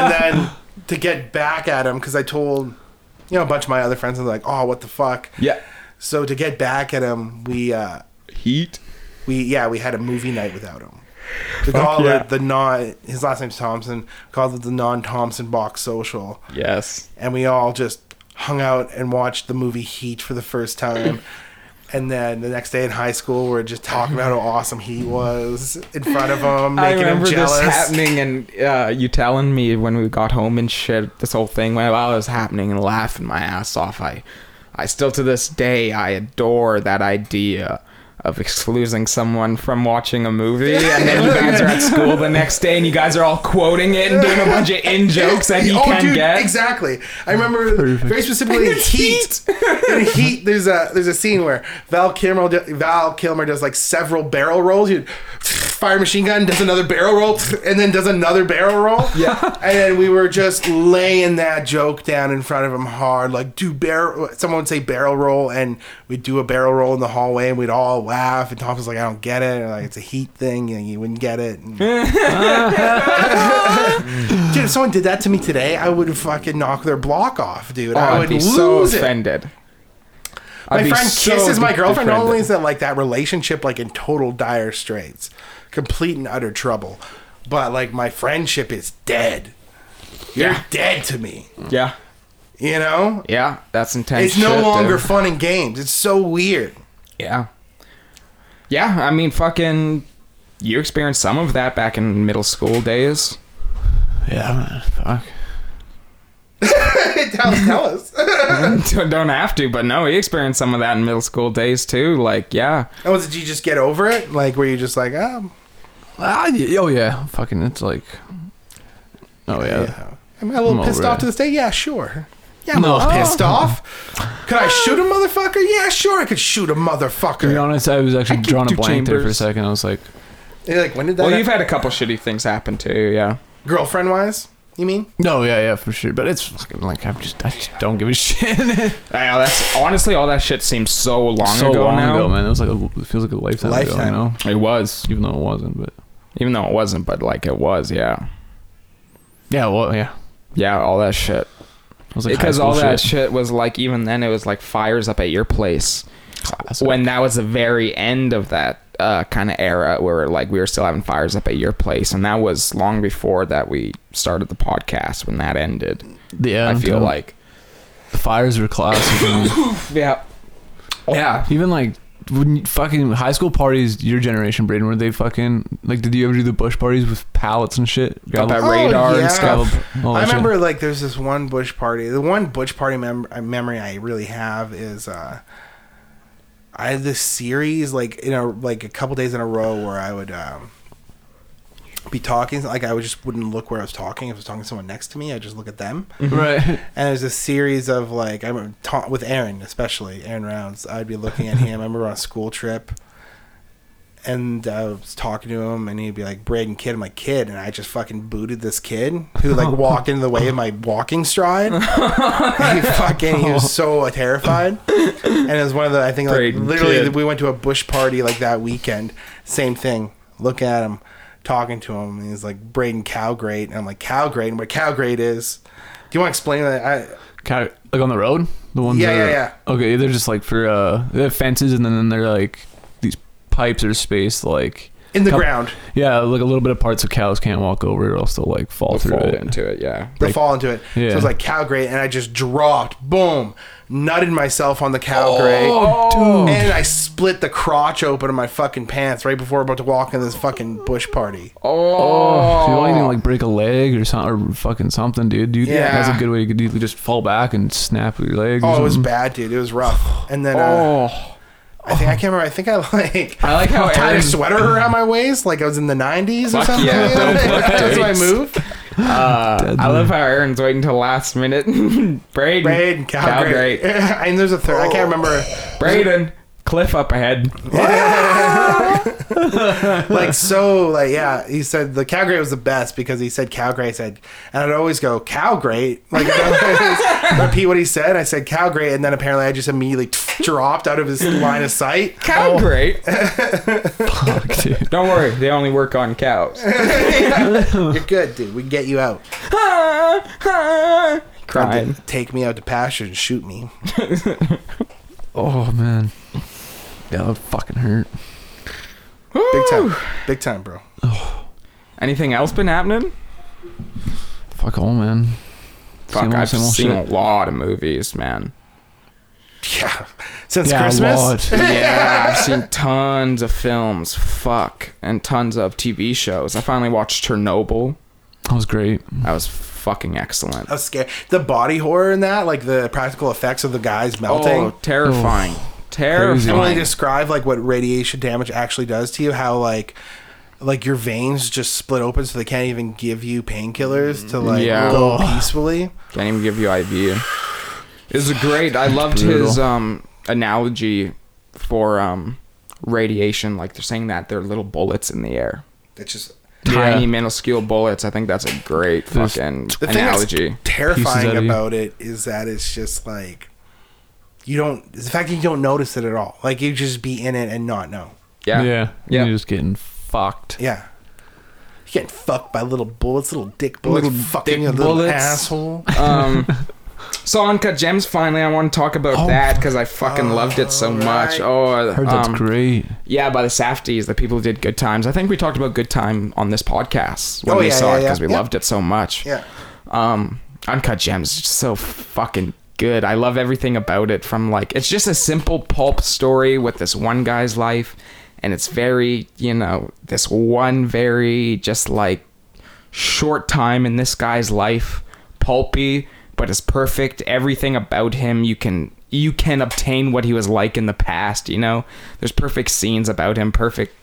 [SPEAKER 2] time. And then to get back at him, because I told, you know, a bunch of my other friends, I was like, oh, what the fuck.
[SPEAKER 1] Yeah.
[SPEAKER 2] So to get back at him, we, uh,
[SPEAKER 1] Heat.
[SPEAKER 2] we yeah, we had a movie night without him. We called
[SPEAKER 1] yeah.
[SPEAKER 2] it the non. His last name's Thompson. Called it the non Thompson box social,
[SPEAKER 1] Yes.
[SPEAKER 2] and we all just hung out and watched the movie Heat for the first time. And then the next day in high school, we are just talking about how awesome he was in front of him,
[SPEAKER 1] I
[SPEAKER 2] making him
[SPEAKER 1] remember
[SPEAKER 2] jealous.
[SPEAKER 1] this happening, and uh, you telling me when we got home and shit. This whole thing while it was happening, and laughing my ass off. I, I still to this day, I adore that idea of excluding someone from watching a movie, and then you guys are at school the next day, and you guys are all quoting it and doing a bunch of in jokes that you
[SPEAKER 2] oh,
[SPEAKER 1] can
[SPEAKER 2] dude,
[SPEAKER 1] get.
[SPEAKER 2] exactly. I remember very specifically in Heat. in Heat, there's a there's a scene where Val Kilmer do- Val Kilmer does like several barrel rolls. He fire machine gun does another barrel roll, and then does another barrel roll. Yeah, and then we were just laying that joke down in front of him hard. Like, do barrel? Someone would say barrel roll, and we'd do a barrel roll in the hallway, and we'd all laugh. And Tom was like, "I don't get it." And like, it's a Heat thing, and you wouldn't get it. And- Dude, if someone did that to me today, I would fucking knock their block off, dude.
[SPEAKER 1] Oh,
[SPEAKER 2] I
[SPEAKER 1] I'd
[SPEAKER 2] would
[SPEAKER 1] be
[SPEAKER 2] lose
[SPEAKER 1] so
[SPEAKER 2] it.
[SPEAKER 1] offended.
[SPEAKER 2] My friend kisses my girlfriend. Not only is that like that relationship like in total dire straits, complete and utter trouble, but like my friendship is dead. You're
[SPEAKER 1] Yeah.
[SPEAKER 2] dead to me.
[SPEAKER 1] yeah,
[SPEAKER 2] You know,
[SPEAKER 1] yeah, that's intense.
[SPEAKER 2] it's no
[SPEAKER 1] shit,
[SPEAKER 2] longer
[SPEAKER 1] dude.
[SPEAKER 2] fun and games. It's so weird.
[SPEAKER 1] Yeah. Yeah, I mean, fucking. You experienced some of that back in middle school days.
[SPEAKER 3] Yeah, man, fuck.
[SPEAKER 2] tell, tell us.
[SPEAKER 1] Don't don't have to, but no, he experienced some of that in middle school days too. Like, yeah.
[SPEAKER 2] oh, did you just get over it? Like, were you just like, um,
[SPEAKER 3] Ah, y- oh yeah, fucking. It's like, oh yeah.
[SPEAKER 2] yeah. am I a little
[SPEAKER 3] I'm
[SPEAKER 2] pissed
[SPEAKER 3] over
[SPEAKER 2] off
[SPEAKER 3] it.
[SPEAKER 2] to this day? Yeah, sure. Yeah, I'm a
[SPEAKER 3] No.
[SPEAKER 2] little pissed off. Could I shoot a motherfucker? Yeah, sure, I could shoot a motherfucker.
[SPEAKER 3] To be honest, I was actually
[SPEAKER 1] I keep
[SPEAKER 3] drawing a
[SPEAKER 1] two
[SPEAKER 3] blank there for a
[SPEAKER 1] chambers.
[SPEAKER 3] second. I was like,
[SPEAKER 2] And you're like, when did that?
[SPEAKER 1] Well, you've had a couple shitty things happen too. Yeah.
[SPEAKER 2] girlfriend wise? You mean?
[SPEAKER 3] no, yeah, yeah, for sure. But it's fucking like I'm just, I just don't give a shit.
[SPEAKER 1] Yeah, that's honestly all that shit seems so long
[SPEAKER 3] so
[SPEAKER 1] ago
[SPEAKER 3] long
[SPEAKER 1] now.
[SPEAKER 3] ago, man. It was like a, it feels like a lifetime, ago,
[SPEAKER 2] Lifetime.
[SPEAKER 3] you know.
[SPEAKER 1] It was,
[SPEAKER 3] Even though it wasn't, but
[SPEAKER 1] even though it wasn't, but like it was. Yeah.
[SPEAKER 3] yeah, well, yeah.
[SPEAKER 1] Yeah, all that shit.
[SPEAKER 3] It was like high
[SPEAKER 1] Because
[SPEAKER 3] school
[SPEAKER 1] all that
[SPEAKER 3] shit.
[SPEAKER 1] shit was like even then it was like fires up at your place.
[SPEAKER 3] Classic.
[SPEAKER 1] when that was the very end of that uh, kind of era where like we were still having fires up at your place and that was long before that we started the podcast when that ended
[SPEAKER 3] yeah,
[SPEAKER 1] i feel
[SPEAKER 3] dude.
[SPEAKER 1] like
[SPEAKER 3] the fires were classic. man.
[SPEAKER 1] yeah yeah
[SPEAKER 3] Even like when you- fucking high school parties, your generation, Braden, were they fucking like? Did you ever do the bush parties with pallets and shit?
[SPEAKER 1] got that
[SPEAKER 3] Gravel-
[SPEAKER 2] Oh,
[SPEAKER 1] radar
[SPEAKER 2] yeah.
[SPEAKER 1] and
[SPEAKER 3] gravel-
[SPEAKER 1] stuff
[SPEAKER 3] all
[SPEAKER 2] I
[SPEAKER 3] that shit.
[SPEAKER 2] remember like there's this one bush party. The one bush party mem- uh, memory I really have is uh I had this series like in a like a couple days in a row where I would um be talking like I would just wouldn't look where I was talking. If I was talking to someone next to me, I would just look at them.
[SPEAKER 3] right.
[SPEAKER 2] And there's a series of like I remember ta- with Aaron especially Aaron Rounds. I'd be looking at him. I remember on a school trip, and I was talking to him, and he'd be like, "Braden, kid, my kid," and I just fucking booted this kid who like walked in the way of my walking stride. he fucking he was so terrified, and it was one of the I think like
[SPEAKER 1] Braden,
[SPEAKER 2] literally
[SPEAKER 1] kid.
[SPEAKER 2] we went to a bush party like that weekend. Same thing. Look at him. Talking to him, and he's like Braden Cowgrate, and I'm like Cowgrate, and what Cowgrate is? Do you want to explain that? I,
[SPEAKER 3] Kind of, like on the road, the ones.
[SPEAKER 2] Yeah,
[SPEAKER 3] that are,
[SPEAKER 2] yeah,
[SPEAKER 3] Okay, they're just like for uh, they have fences, and then, then they're like these pipes are spaced like
[SPEAKER 2] in the
[SPEAKER 3] Couple-
[SPEAKER 2] ground.
[SPEAKER 3] yeah, like a little bit of parts of cows can't walk over, or else they'll like fall through
[SPEAKER 1] fall
[SPEAKER 3] it.
[SPEAKER 1] into it yeah
[SPEAKER 2] They'll fall into it. So
[SPEAKER 3] Yeah.
[SPEAKER 2] it was like cow grate, and I just dropped, boom, nutted myself on the cow
[SPEAKER 1] Oh.
[SPEAKER 2] grate. And I split the crotch open of my fucking pants right before about to walk in this fucking bush party.
[SPEAKER 1] oh,
[SPEAKER 3] So you don't even like break a leg or something, or fucking something, dude. Dude,
[SPEAKER 2] Yeah.
[SPEAKER 3] that's a good way you could do. Just fall back and snap your leg.
[SPEAKER 2] Oh,
[SPEAKER 3] or
[SPEAKER 2] it was
[SPEAKER 3] something.
[SPEAKER 2] bad, dude. It was rough. And then uh,
[SPEAKER 1] oh.
[SPEAKER 2] I think I can't remember. I think I like
[SPEAKER 1] i like how
[SPEAKER 2] tied a
[SPEAKER 1] Aaron,
[SPEAKER 2] sweater around my waist, like I was in the '90s or
[SPEAKER 1] Fuck
[SPEAKER 2] something.
[SPEAKER 1] yeah, don't
[SPEAKER 2] That's my
[SPEAKER 1] dudes.
[SPEAKER 2] move.
[SPEAKER 1] uh, i love how aaron's waiting till last minute braden
[SPEAKER 2] Braid, cow,
[SPEAKER 1] Cow
[SPEAKER 2] grate. and there's a third. I can't remember.
[SPEAKER 1] braden cliff up ahead
[SPEAKER 2] like so like yeah he said the cow grate was the best because he said cow grate said and i'd always go cow grate like i'd always repeat what he said i said cow grate and then apparently i just immediately dropped out of his line of sight
[SPEAKER 1] cow great Oh. Don't worry, they only work on cows.
[SPEAKER 2] You're good, dude. We can get you out.
[SPEAKER 1] Crying.
[SPEAKER 2] Take me out to pasture and shoot me.
[SPEAKER 3] Oh man, yeah, that fucking hurt.
[SPEAKER 2] Big time. Big time, bro.
[SPEAKER 1] Anything else been happening?
[SPEAKER 3] Fuck all, man.
[SPEAKER 1] Fuck,
[SPEAKER 3] old,
[SPEAKER 1] I've
[SPEAKER 3] same old
[SPEAKER 1] seen
[SPEAKER 3] shit.
[SPEAKER 1] a lot of movies, man.
[SPEAKER 2] Yeah. Since
[SPEAKER 3] Yeah,
[SPEAKER 2] Christmas?
[SPEAKER 3] Lord.
[SPEAKER 1] Yeah, I've seen tons of films. Fuck, and tons of TV shows. I finally watched Chernobyl.
[SPEAKER 3] That was great.
[SPEAKER 1] That was fucking excellent.
[SPEAKER 2] I was scared. The body horror in that, like the practical effects of the guys melting.
[SPEAKER 1] Oh, terrifying.
[SPEAKER 2] And when they
[SPEAKER 1] Terrifying.
[SPEAKER 2] describe like what radiation damage actually does to you, how like like your veins just split open so they can't even give you painkillers to like
[SPEAKER 1] Yeah.
[SPEAKER 2] go peacefully.
[SPEAKER 1] Can't even give you IV. It was great. I loved his
[SPEAKER 3] brutal.
[SPEAKER 1] um, analogy for um, radiation. Like they're saying that they're little bullets in the air.
[SPEAKER 2] It's just
[SPEAKER 1] Tiny,
[SPEAKER 3] Yeah.
[SPEAKER 1] minuscule bullets. I think that's a great
[SPEAKER 3] There's-
[SPEAKER 1] fucking
[SPEAKER 2] the thing
[SPEAKER 1] analogy.
[SPEAKER 2] that's terrifying
[SPEAKER 3] Pieces out of you.
[SPEAKER 2] about it is that it's just like you don't it's the fact that you don't notice it at all. Like you just be in it and not know.
[SPEAKER 1] Yeah.
[SPEAKER 3] yeah.
[SPEAKER 1] Yeah.
[SPEAKER 3] You're just getting fucked.
[SPEAKER 2] Yeah. You're getting fucked by little bullets, little dick bullets,
[SPEAKER 1] Little
[SPEAKER 2] fucking
[SPEAKER 1] dick
[SPEAKER 2] a little
[SPEAKER 1] bullets.
[SPEAKER 2] asshole.
[SPEAKER 1] Um, so Uncut Gems, finally, I want to talk about that because I fucking loved it so much.
[SPEAKER 2] Oh, right.
[SPEAKER 1] Oh, I
[SPEAKER 3] Heard that's great.
[SPEAKER 1] Yeah, by the Safties, the people who did Good Times. I think we talked about Good Time on this podcast when
[SPEAKER 2] Oh,
[SPEAKER 1] we
[SPEAKER 2] yeah,
[SPEAKER 1] saw
[SPEAKER 2] yeah,
[SPEAKER 1] it because
[SPEAKER 2] yeah.
[SPEAKER 1] we
[SPEAKER 2] Yeah.
[SPEAKER 1] loved it so much.
[SPEAKER 2] Yeah.
[SPEAKER 1] Um, Uncut Gems is just so fucking good. I love everything about it. From like, it's just a simple pulp story with this one guy's life, and it's very, you know, this one very just like short time in this guy's life, pulpy, but it's perfect. Everything about him you can you can obtain what he was like in the past, you know? There's perfect scenes about him, perfect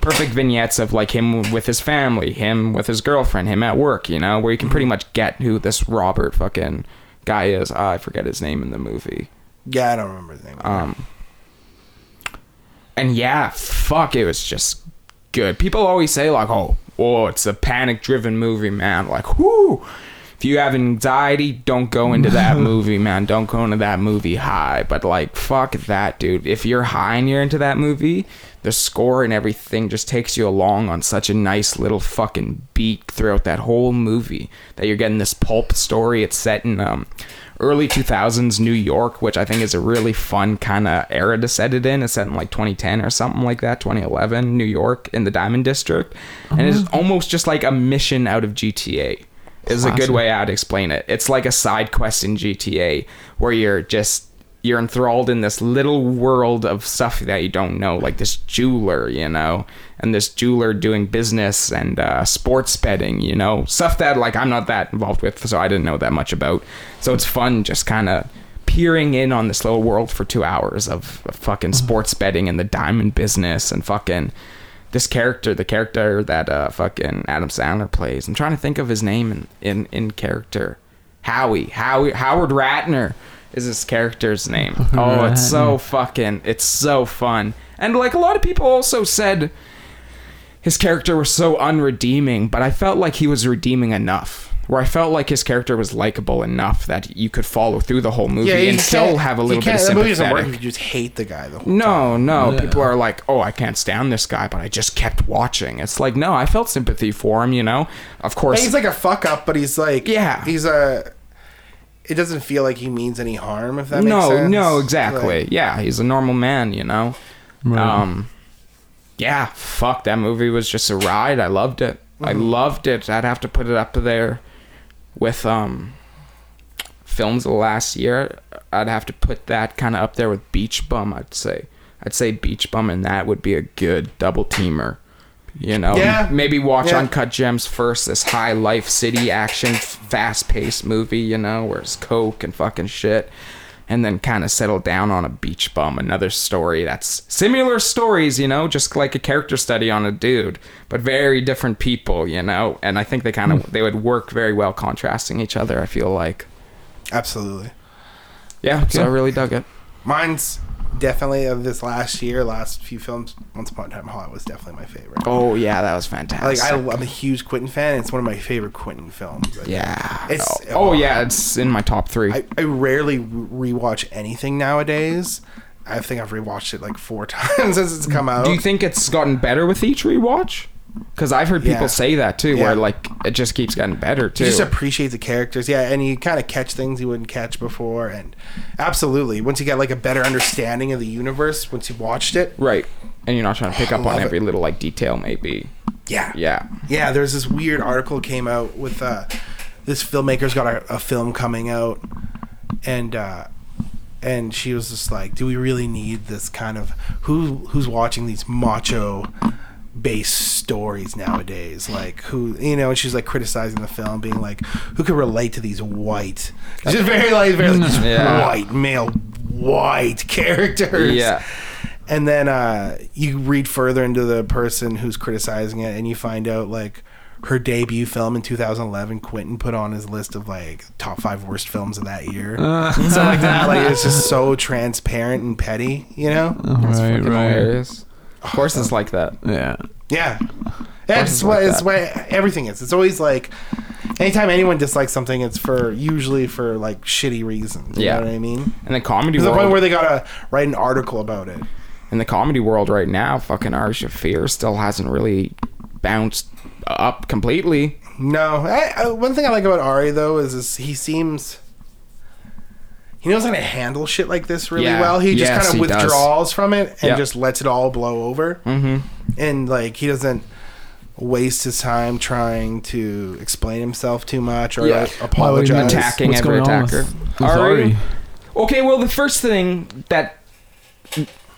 [SPEAKER 1] perfect vignettes of like him with his family, him with his girlfriend, him at work, you know, where you can pretty much get who this Robert fucking guy is. Ah, I forget his name in the movie.
[SPEAKER 2] Yeah, I don't remember the name.
[SPEAKER 1] Uh, And yeah, fuck, it was just good. People always say like, "Oh, oh, it's a panic-driven movie, man." Like, whoo. If you have anxiety, don't go into that movie, man. Don't go into that movie high. But like, fuck that, dude. If you're high and you're into that movie, the score and everything just takes you along on such a nice little fucking beat throughout that whole movie. That you're getting this pulp story. It's set in um, early 2000s New York, which I think is a really fun kind of era to set it in. It's set in like 2010 or something like that, 2011, New York in the Diamond District. And it's almost just like a mission out of GTA. Is a good way I'd explain it. It's like a side quest in GTA where you're just you're enthralled in this little world of stuff that you don't know, like this jeweler, you know, and this jeweler doing business and uh, sports betting, you know, stuff that like I'm not that involved with, so I didn't know that much about. So it's fun just kind of peering in on this little world for two hours of, of fucking sports betting and the diamond business and fucking this character, the character that uh, fucking Adam Sandler plays. I'm trying to think of his name in, in, in character. Howie, Howie, Howard Ratner is his character's name. Oh, it's so fucking, it's so fun. And like a lot of people also said, his character was so unredeeming, but I felt like he was redeeming enough. Where I felt like his character was likable enough that you could follow through the whole movie and still have a little bit of
[SPEAKER 2] That movie doesn't work
[SPEAKER 1] sympathetic.
[SPEAKER 2] if you just hate the guy the whole
[SPEAKER 1] No, no. People are like, oh, I can't stand this guy, but I just kept watching. It's like, no, I felt sympathy for him, you know? Of course.
[SPEAKER 2] Like, he's like a fuck up, but he's like
[SPEAKER 1] Yeah.
[SPEAKER 2] he's a. It doesn't feel like he means any harm if that makes
[SPEAKER 1] no,
[SPEAKER 2] sense.
[SPEAKER 1] no, exactly.
[SPEAKER 2] Like,
[SPEAKER 1] yeah, he's a normal man, you know? Um, yeah, fuck, that movie was just a ride. I loved it. I
[SPEAKER 2] Mm-hmm.
[SPEAKER 1] loved it. I'd have to put it up there with um, films of the last year. I'd have to put that kind of up there with Beach Bum, I'd say. I'd say Beach Bum and that would be a good double teamer. You know,
[SPEAKER 2] Yeah.
[SPEAKER 1] maybe watch
[SPEAKER 2] Yeah.
[SPEAKER 1] Uncut Gems first, this high life city action, fast paced movie, you know, where it's coke and fucking shit. And then kind of settle down on a beach bum, another story that's similar stories, you know, just like a character study on a dude, but very different people, you know. And I think they kind of they would work very well contrasting each other. I feel like,
[SPEAKER 2] absolutely.
[SPEAKER 1] yeah. So I really dug it.
[SPEAKER 2] Mine's definitely of this last year, last few films. Once Upon a Time in Hollywood was definitely my favorite.
[SPEAKER 1] Oh yeah, that was fantastic.
[SPEAKER 2] Like I, I'm a huge Quentin fan. and It's one of my favorite Quentin films. Like,
[SPEAKER 1] oh, yeah.
[SPEAKER 2] It's-
[SPEAKER 1] oh, yeah, it's in my top three.
[SPEAKER 2] I, I rarely re- rewatch anything nowadays. I think I've rewatched it like four times since it's come out.
[SPEAKER 1] Do you think it's gotten better with each rewatch? Because I've heard people
[SPEAKER 2] Yeah.
[SPEAKER 1] say that too,
[SPEAKER 2] Yeah.
[SPEAKER 1] where like it just keeps getting better too.
[SPEAKER 2] You just appreciate the characters, yeah, and you kind of catch things you wouldn't catch before, and absolutely, once you get like a better understanding of the universe, once you watched it,
[SPEAKER 1] right, and you're not trying to pick up
[SPEAKER 2] Love
[SPEAKER 1] on
[SPEAKER 2] it.
[SPEAKER 1] every little like detail, maybe.
[SPEAKER 2] yeah,
[SPEAKER 1] Yeah,
[SPEAKER 2] yeah. There's this weird article came out with uh, this filmmaker's got a, a film coming out, and uh, and she was just like, "Do we really need this kind of who who's watching these macho?" based stories nowadays like who you know and she's like criticizing the film being like who could relate to these white just very like very like,
[SPEAKER 1] Yeah.
[SPEAKER 2] white male white characters
[SPEAKER 1] yeah.
[SPEAKER 2] and then uh, you read further into the person who's criticizing it, and you find out like her debut film in 2011, Quentin put on his list of like top five worst films of that year.
[SPEAKER 1] Uh.
[SPEAKER 2] so like that, like it's just so transparent and petty, you know?
[SPEAKER 1] Uh-huh.
[SPEAKER 3] right, right.
[SPEAKER 1] Hilarious. Of course, it's like that.
[SPEAKER 3] Yeah.
[SPEAKER 2] Yeah, that's
[SPEAKER 1] it's
[SPEAKER 2] what
[SPEAKER 1] like
[SPEAKER 2] it's
[SPEAKER 1] that.
[SPEAKER 2] what everything is. It's always like. Anytime anyone dislikes something, it's for usually for like shitty reasons. You
[SPEAKER 1] Yeah.
[SPEAKER 2] know what I mean?
[SPEAKER 1] And the comedy
[SPEAKER 2] To the point
[SPEAKER 1] world,
[SPEAKER 2] where they gotta write an article about it.
[SPEAKER 1] in the comedy world right now, fucking Ari Shafir still hasn't really bounced up completely.
[SPEAKER 2] No, I, I, one thing I like about Ari though is, is he seems he knows how to handle shit like this really
[SPEAKER 1] Yeah.
[SPEAKER 2] well. He just
[SPEAKER 1] Yes,
[SPEAKER 2] kind
[SPEAKER 1] he
[SPEAKER 2] of
[SPEAKER 1] does.
[SPEAKER 2] withdraws from it and
[SPEAKER 1] Yep.
[SPEAKER 2] just lets it all blow over, mm-hmm. and like he doesn't waste his time trying to explain himself too much or
[SPEAKER 1] Yeah.
[SPEAKER 2] like,
[SPEAKER 3] Why would he
[SPEAKER 2] apologize.
[SPEAKER 3] What's-
[SPEAKER 1] attacking
[SPEAKER 3] what's
[SPEAKER 1] every
[SPEAKER 3] going on
[SPEAKER 1] attacker.
[SPEAKER 3] with- with Ari?
[SPEAKER 1] Okay, well, the first thing that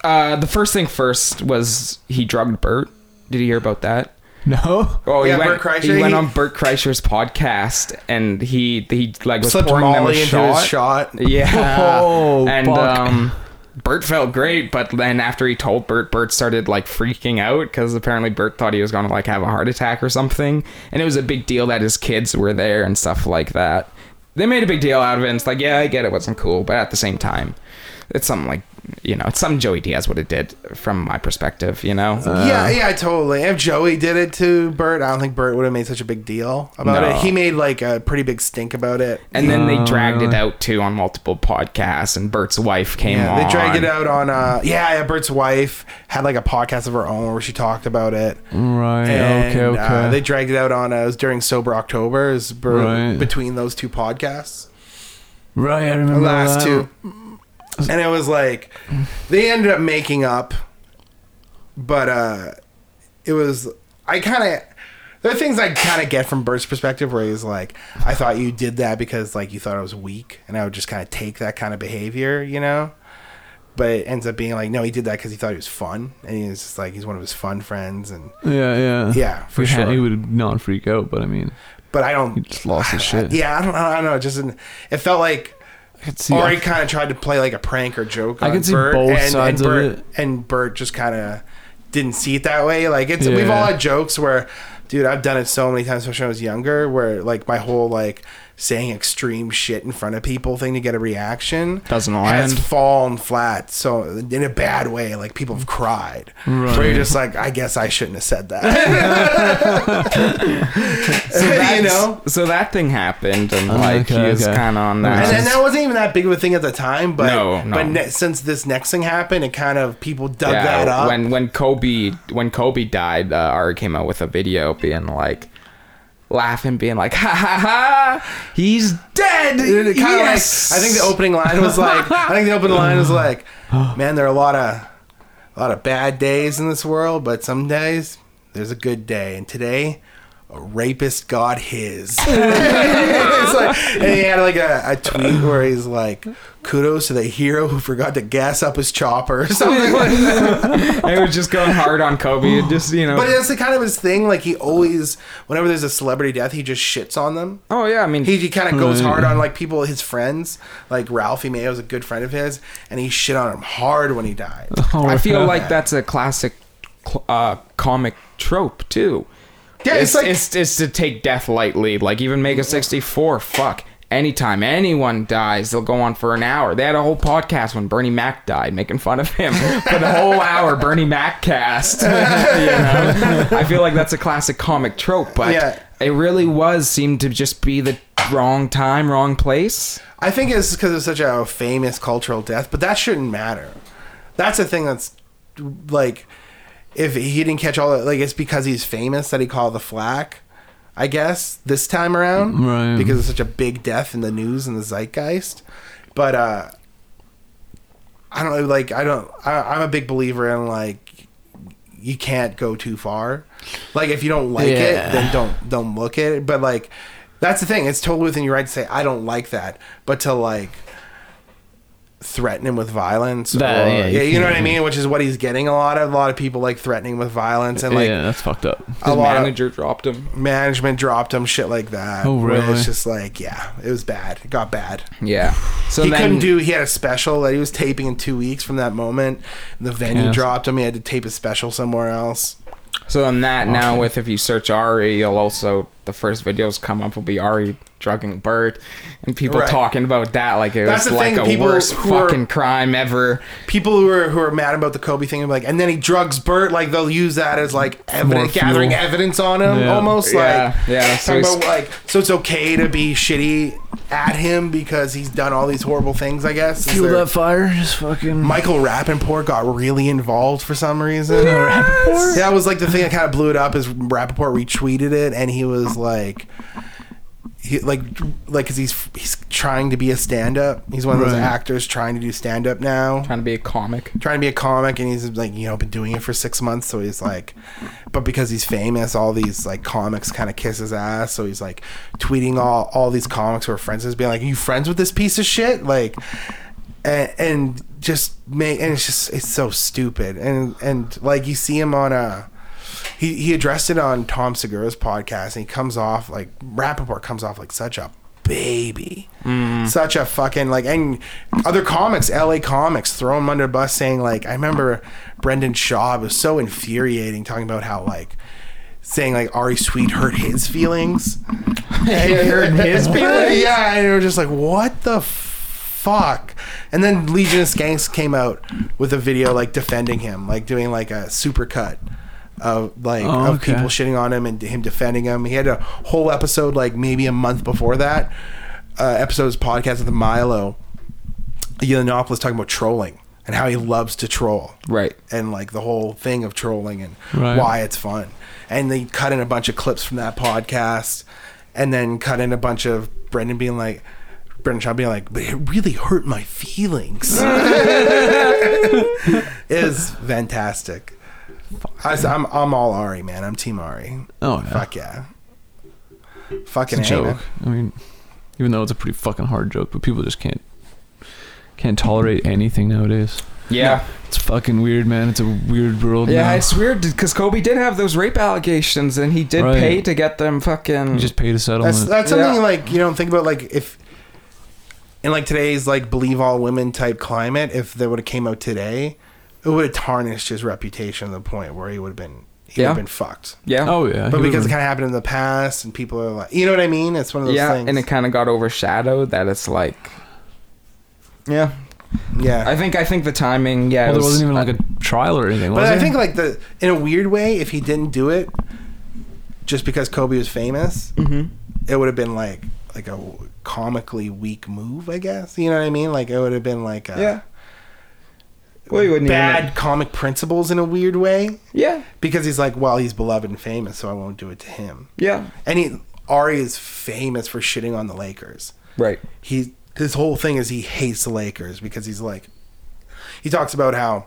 [SPEAKER 1] uh, the first thing first was he drugged Bert. Did you hear about that?
[SPEAKER 3] No.
[SPEAKER 1] Oh,
[SPEAKER 2] Yeah,
[SPEAKER 1] he went,
[SPEAKER 2] Bert Kreischer,
[SPEAKER 1] he went
[SPEAKER 2] he-
[SPEAKER 1] on Bert Kreischer's podcast, and he he like was
[SPEAKER 2] Slipped
[SPEAKER 1] pouring them a
[SPEAKER 2] Molly into
[SPEAKER 1] shot.
[SPEAKER 2] his shot.
[SPEAKER 1] Yeah.
[SPEAKER 3] Oh,
[SPEAKER 1] and
[SPEAKER 3] fuck.
[SPEAKER 1] um Bert felt great, but then after he told Bert, Bert started like freaking out because apparently Bert thought he was gonna like have a heart attack or something, and it was a big deal that his kids were there and stuff like that. They made a big deal out of it. And it's like, yeah, I get it wasn't cool, but at the same time, it's something like you know, it's something Joey Diaz would have did from my perspective, you know.
[SPEAKER 2] yeah, yeah, totally. If Joey did it to Bert, I don't think Bert would have made such a big deal about
[SPEAKER 1] No.
[SPEAKER 2] it. He made like a pretty big stink about it.
[SPEAKER 1] and then
[SPEAKER 2] Uh,
[SPEAKER 1] they dragged it out too on multiple podcasts, and Bert's wife came
[SPEAKER 2] Yeah,
[SPEAKER 1] on.
[SPEAKER 2] they dragged it out on uh yeah, yeah, Bert's wife had like a podcast of her own where she talked about it.
[SPEAKER 3] Right.
[SPEAKER 2] And,
[SPEAKER 3] Mm, okay. Okay.
[SPEAKER 2] Uh, they dragged it out on uh, it was during sober October is Bert,
[SPEAKER 3] Right.
[SPEAKER 2] between those two podcasts.
[SPEAKER 3] right. I
[SPEAKER 2] The
[SPEAKER 3] remember
[SPEAKER 2] last
[SPEAKER 3] that.
[SPEAKER 2] two. And it was like they ended up making up but uh it was I kind of there are things I kind of get from Bert's perspective where he's like, I thought you did that because like you thought I was weak, and I would just kind of take that kind of behavior, you know. But it ends up being like, no, he did that because he thought he was fun, and he was just like he's one of his fun friends, and
[SPEAKER 3] Yeah. Yeah.
[SPEAKER 2] yeah, for
[SPEAKER 3] He had-
[SPEAKER 2] sure.
[SPEAKER 3] He would not freak out, but I mean,
[SPEAKER 2] but I don't,
[SPEAKER 3] he just lost his shit.
[SPEAKER 2] yeah, I don't, I don't know. It just didn't- it felt like
[SPEAKER 3] I could see.
[SPEAKER 2] Ari kind of tried to play like a prank or joke.
[SPEAKER 3] I
[SPEAKER 2] on
[SPEAKER 3] can see
[SPEAKER 2] Bert,
[SPEAKER 3] both
[SPEAKER 2] and,
[SPEAKER 3] sides of
[SPEAKER 2] and Bert,
[SPEAKER 3] it.
[SPEAKER 2] And Bert just kind of didn't see it that way. Like it's we've
[SPEAKER 3] Yeah.
[SPEAKER 2] all had jokes where, dude, I've done it so many times, especially when I was younger, where like my whole like saying extreme shit in front of people thing to get a reaction
[SPEAKER 1] Doesn't
[SPEAKER 2] has
[SPEAKER 1] land.
[SPEAKER 2] fallen flat. So in a bad way, like people have cried. Where you're just like, I guess I shouldn't have said that. you know.
[SPEAKER 1] so that thing happened, and like
[SPEAKER 3] okay,
[SPEAKER 1] he was
[SPEAKER 3] okay.
[SPEAKER 1] kind of on that.
[SPEAKER 2] and, and that wasn't even that big of a thing at the time, but
[SPEAKER 1] No, no.
[SPEAKER 2] but ne- since this next thing happened, it kind of people dug
[SPEAKER 1] Yeah,
[SPEAKER 2] that up.
[SPEAKER 1] when when Kobe when Kobe died, uh, Ari came out with a video being like laughing, being like, "Ha ha ha, he's dead."
[SPEAKER 2] It kinda like-
[SPEAKER 1] yes,
[SPEAKER 2] I think the opening line was like, I think the opening line was like, man, there are a lot of a lot of bad days in this world, but some days there's a good day, and today. A rapist got his. It's like- and he had like a, a tweet where he's like, "Kudos to the hero who forgot to gas up his chopper" or something like that.
[SPEAKER 1] it was just going hard on Kobe. It just you know,
[SPEAKER 2] But that's the kind of his thing. Like he always, whenever there's a celebrity death, he just shits on them.
[SPEAKER 1] oh yeah, I mean,
[SPEAKER 2] He, he kind of goes hard on like people, his friends. Like Ralphie Mayo is a good friend of his, and he shit on him hard when he died.
[SPEAKER 1] I feel like that's a classic cl- uh, comic trope too.
[SPEAKER 2] Yeah,
[SPEAKER 1] it's,
[SPEAKER 2] it's, like Mm.
[SPEAKER 1] it's, it's to take death lightly. Like even Mega sixty four, fuck. Anytime anyone dies, they'll go on for an hour. They had a whole podcast when Bernie Mac died, making fun of him for the whole hour. Bernie Mac cast. you know? I feel like that's a classic comic trope, but
[SPEAKER 2] Yeah.
[SPEAKER 1] it really was seemed to just be the wrong time, wrong place.
[SPEAKER 2] I think it's because it's such a famous cultural death, but that shouldn't matter. That's the thing that's like, if he didn't catch all that, like it's because he's famous that he called the flack. I guess this time around,
[SPEAKER 3] Right.
[SPEAKER 2] because it's such a big death in the news and the zeitgeist. But uh, I don't know, like. I don't. I, I'm a big believer in like you can't go too far. Like if you don't like
[SPEAKER 3] Yeah.
[SPEAKER 2] it, then don't don't look at it. But like that's the thing. It's totally within your right to say I don't like that, but to like threaten him with violence
[SPEAKER 3] That-
[SPEAKER 2] or-
[SPEAKER 3] yeah,
[SPEAKER 2] yeah,
[SPEAKER 3] you
[SPEAKER 2] you, know what i
[SPEAKER 3] can't-
[SPEAKER 2] mean which is what he's getting a lot of a lot of people like threatening with violence and like
[SPEAKER 3] yeah, that's fucked up.
[SPEAKER 2] a lot of
[SPEAKER 1] manager dropped him.
[SPEAKER 2] management dropped him shit like that
[SPEAKER 3] Oh,
[SPEAKER 2] where
[SPEAKER 3] really?
[SPEAKER 2] it's just like yeah it was bad it got bad
[SPEAKER 1] Yeah. So
[SPEAKER 2] he
[SPEAKER 1] then,
[SPEAKER 2] couldn't do. He had a special that he was taping in two weeks from that moment. The venue
[SPEAKER 3] Yes.
[SPEAKER 2] dropped him. He had to tape a special somewhere else.
[SPEAKER 1] so then that now with if you search Ari, you'll also the first videos come up will be Ari drugging Bert and people
[SPEAKER 2] Right.
[SPEAKER 1] talking about that like it
[SPEAKER 2] That's
[SPEAKER 1] was
[SPEAKER 2] the
[SPEAKER 1] like
[SPEAKER 2] thing,
[SPEAKER 1] a
[SPEAKER 2] people
[SPEAKER 1] worst
[SPEAKER 2] who are-
[SPEAKER 1] fucking crime ever.
[SPEAKER 2] People who are who are mad about the Kobe thing, are like, and then he drugs Bert. Like they'll use that as like evidence,
[SPEAKER 3] fuel.
[SPEAKER 2] gathering evidence on him,
[SPEAKER 3] Yeah.
[SPEAKER 2] almost
[SPEAKER 1] Yeah,
[SPEAKER 2] like
[SPEAKER 1] yeah, so
[SPEAKER 2] talking
[SPEAKER 1] he's-
[SPEAKER 2] about, like so it's okay to be shitty at him because he's done all these horrible things. I guess Is there-
[SPEAKER 3] fire, just fucking.
[SPEAKER 2] Michael Rappaport got really involved for some reason. That was like the thing that kind of blew it up is Rappaport retweeted it and he was like he like like cuz he's he's trying to be a stand up. He's one of those
[SPEAKER 3] Right.
[SPEAKER 2] actors trying to do stand up now.
[SPEAKER 1] Trying to be a comic.
[SPEAKER 2] Trying to be a comic and he's like, you know, been doing it for 6 months so he's like but because he's famous all these like comics kind of kiss his ass so he's like tweeting all all these comics who are friends with his, being like, "Are you friends with this piece of shit?" like and, and just make and it's just it's so stupid and and like you see him on a he he addressed it on Tom Segura's podcast and he comes off like Rappaport comes off like such a baby such a fucking like and other comics LA comics throw him under the bus saying like I remember Brendan Shaw it was so infuriating talking about how like saying like Ari Sweet hurt his feelings
[SPEAKER 1] hurt his feelings?
[SPEAKER 2] yeah, and it was just like, what the fuck? And then Legion of Skanks came out with a video like defending him, like doing like a supercut of like
[SPEAKER 3] Oh,
[SPEAKER 2] of
[SPEAKER 3] okay.
[SPEAKER 2] people shitting on him and him defending him. He had a whole episode like maybe a month before that uh, episode's podcast with Milo Yiannopoulos talking about trolling and how he loves to troll
[SPEAKER 1] Right.
[SPEAKER 2] and like the whole thing of trolling and
[SPEAKER 3] Right.
[SPEAKER 2] why it's fun. And they cut in a bunch of clips from that podcast, and then cut in a bunch of Brendan being like, Brendan Shaw being like, but it really hurt my feelings. Is fantastic. I, am I'm all Ari, man. I'm Team Ari.
[SPEAKER 3] Oh, yeah.
[SPEAKER 2] Fuck yeah. Fucking
[SPEAKER 3] It's a
[SPEAKER 2] A, man.
[SPEAKER 3] joke. I mean, even though it's a pretty fucking hard joke, but people just can't can't tolerate anything nowadays.
[SPEAKER 1] Yeah.
[SPEAKER 3] It's fucking weird, man. It's a weird world.
[SPEAKER 1] Yeah,
[SPEAKER 3] now.
[SPEAKER 1] it's weird because Kobe did have those rape allegations and he did
[SPEAKER 3] Right.
[SPEAKER 1] pay to get them fucking.
[SPEAKER 3] you just paid a settlement.
[SPEAKER 2] That's that's something
[SPEAKER 1] Yeah.
[SPEAKER 2] like you don't think about like if in like today's like believe all women type climate, if they would have came out today, it would have tarnished his reputation to the point where he would have been he would
[SPEAKER 1] Yeah.
[SPEAKER 2] have been fucked.
[SPEAKER 1] yeah.
[SPEAKER 3] oh yeah,
[SPEAKER 2] But because it
[SPEAKER 3] he would've-
[SPEAKER 2] kind of happened in the past, and people are like, you know what I mean? It's one of those
[SPEAKER 1] yeah,
[SPEAKER 2] things.
[SPEAKER 1] and it kind of got overshadowed that it's like. Yeah,
[SPEAKER 2] yeah,
[SPEAKER 1] I think I think the timing. Yeah,
[SPEAKER 3] well,
[SPEAKER 1] it
[SPEAKER 3] there
[SPEAKER 1] was,
[SPEAKER 3] wasn't even like a trial or anything.
[SPEAKER 2] but
[SPEAKER 3] was
[SPEAKER 2] I
[SPEAKER 3] there?
[SPEAKER 2] think like the in a weird way, if he didn't do it, just because Kobe was famous,
[SPEAKER 1] Mm-hmm.
[SPEAKER 2] it would have been like like a comically weak move, I guess. You know what I mean? Like it would have been like a,
[SPEAKER 1] yeah. Well, you wouldn't
[SPEAKER 2] bad
[SPEAKER 1] Even,
[SPEAKER 2] comic principles in a weird way
[SPEAKER 1] yeah,
[SPEAKER 2] because he's like, well, he's beloved and famous, so I won't do it to him.
[SPEAKER 1] yeah.
[SPEAKER 2] And he, Ari is famous for shitting on the Lakers.
[SPEAKER 1] Right.
[SPEAKER 2] He his whole thing is he hates the Lakers because he's like, he talks about how.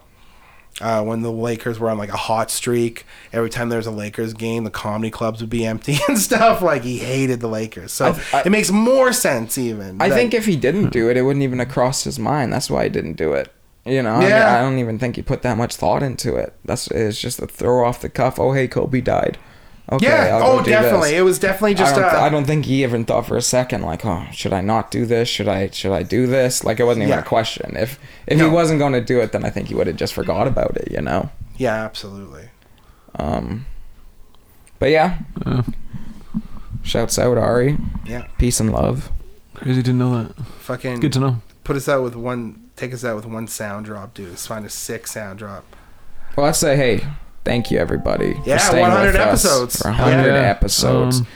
[SPEAKER 2] Uh, when the Lakers were on like a hot streak, every time there was a Lakers game, the comedy clubs would be empty and stuff. Like he hated the Lakers, so
[SPEAKER 1] I- I-
[SPEAKER 2] it makes more sense even.
[SPEAKER 1] I
[SPEAKER 2] that-
[SPEAKER 1] think if he didn't do
[SPEAKER 2] hmm.
[SPEAKER 1] it, it wouldn't even have crossed his mind. That's why he didn't do it. You know, I, mean,
[SPEAKER 2] Yeah.
[SPEAKER 1] I don't even think he put that much thought into it. That's it's just a throw off the cuff. Oh, hey, Kobe died. Okay,
[SPEAKER 2] yeah,
[SPEAKER 1] I'll go
[SPEAKER 2] oh,
[SPEAKER 1] do this.
[SPEAKER 2] definitely, it was definitely just.
[SPEAKER 1] I don't,
[SPEAKER 2] uh,
[SPEAKER 1] I don't think he even thought for a second like, oh, should I not do this? Should I should I do this? Like it wasn't even
[SPEAKER 2] Yeah.
[SPEAKER 1] a question. If if
[SPEAKER 2] No.
[SPEAKER 1] he wasn't going to do it, then I think he would have just forgot about it. You know.
[SPEAKER 2] yeah, absolutely.
[SPEAKER 1] Um. But yeah.
[SPEAKER 3] Yeah.
[SPEAKER 1] Shouts out Ari.
[SPEAKER 2] Yeah.
[SPEAKER 1] Peace and love.
[SPEAKER 3] crazy. Didn't know that.
[SPEAKER 2] Fucking
[SPEAKER 3] Good to know.
[SPEAKER 2] put us out with one take us out with one sound drop dude let's find a sick sound drop
[SPEAKER 1] Well, let's say uh, hey, thank you everybody.
[SPEAKER 2] Yeah, 100
[SPEAKER 1] us
[SPEAKER 2] episodes.
[SPEAKER 1] For 100
[SPEAKER 3] Yeah.
[SPEAKER 1] episodes.
[SPEAKER 3] Um,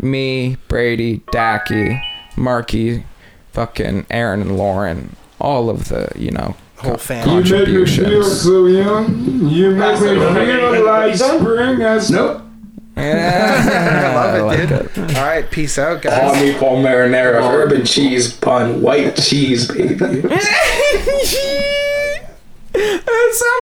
[SPEAKER 1] Me, Brady, Dacky, Marky, fucking Aaron and Lauren, all of the you know
[SPEAKER 2] whole family.
[SPEAKER 7] You make me feel
[SPEAKER 11] Contributions.
[SPEAKER 7] so young. You make me feel like spring has
[SPEAKER 1] Nope.
[SPEAKER 2] I love it, dude. All right, peace out, guys.
[SPEAKER 7] on me.
[SPEAKER 1] Meatball marinara, urban cheese bun, white cheese, baby.
[SPEAKER 11] That sounds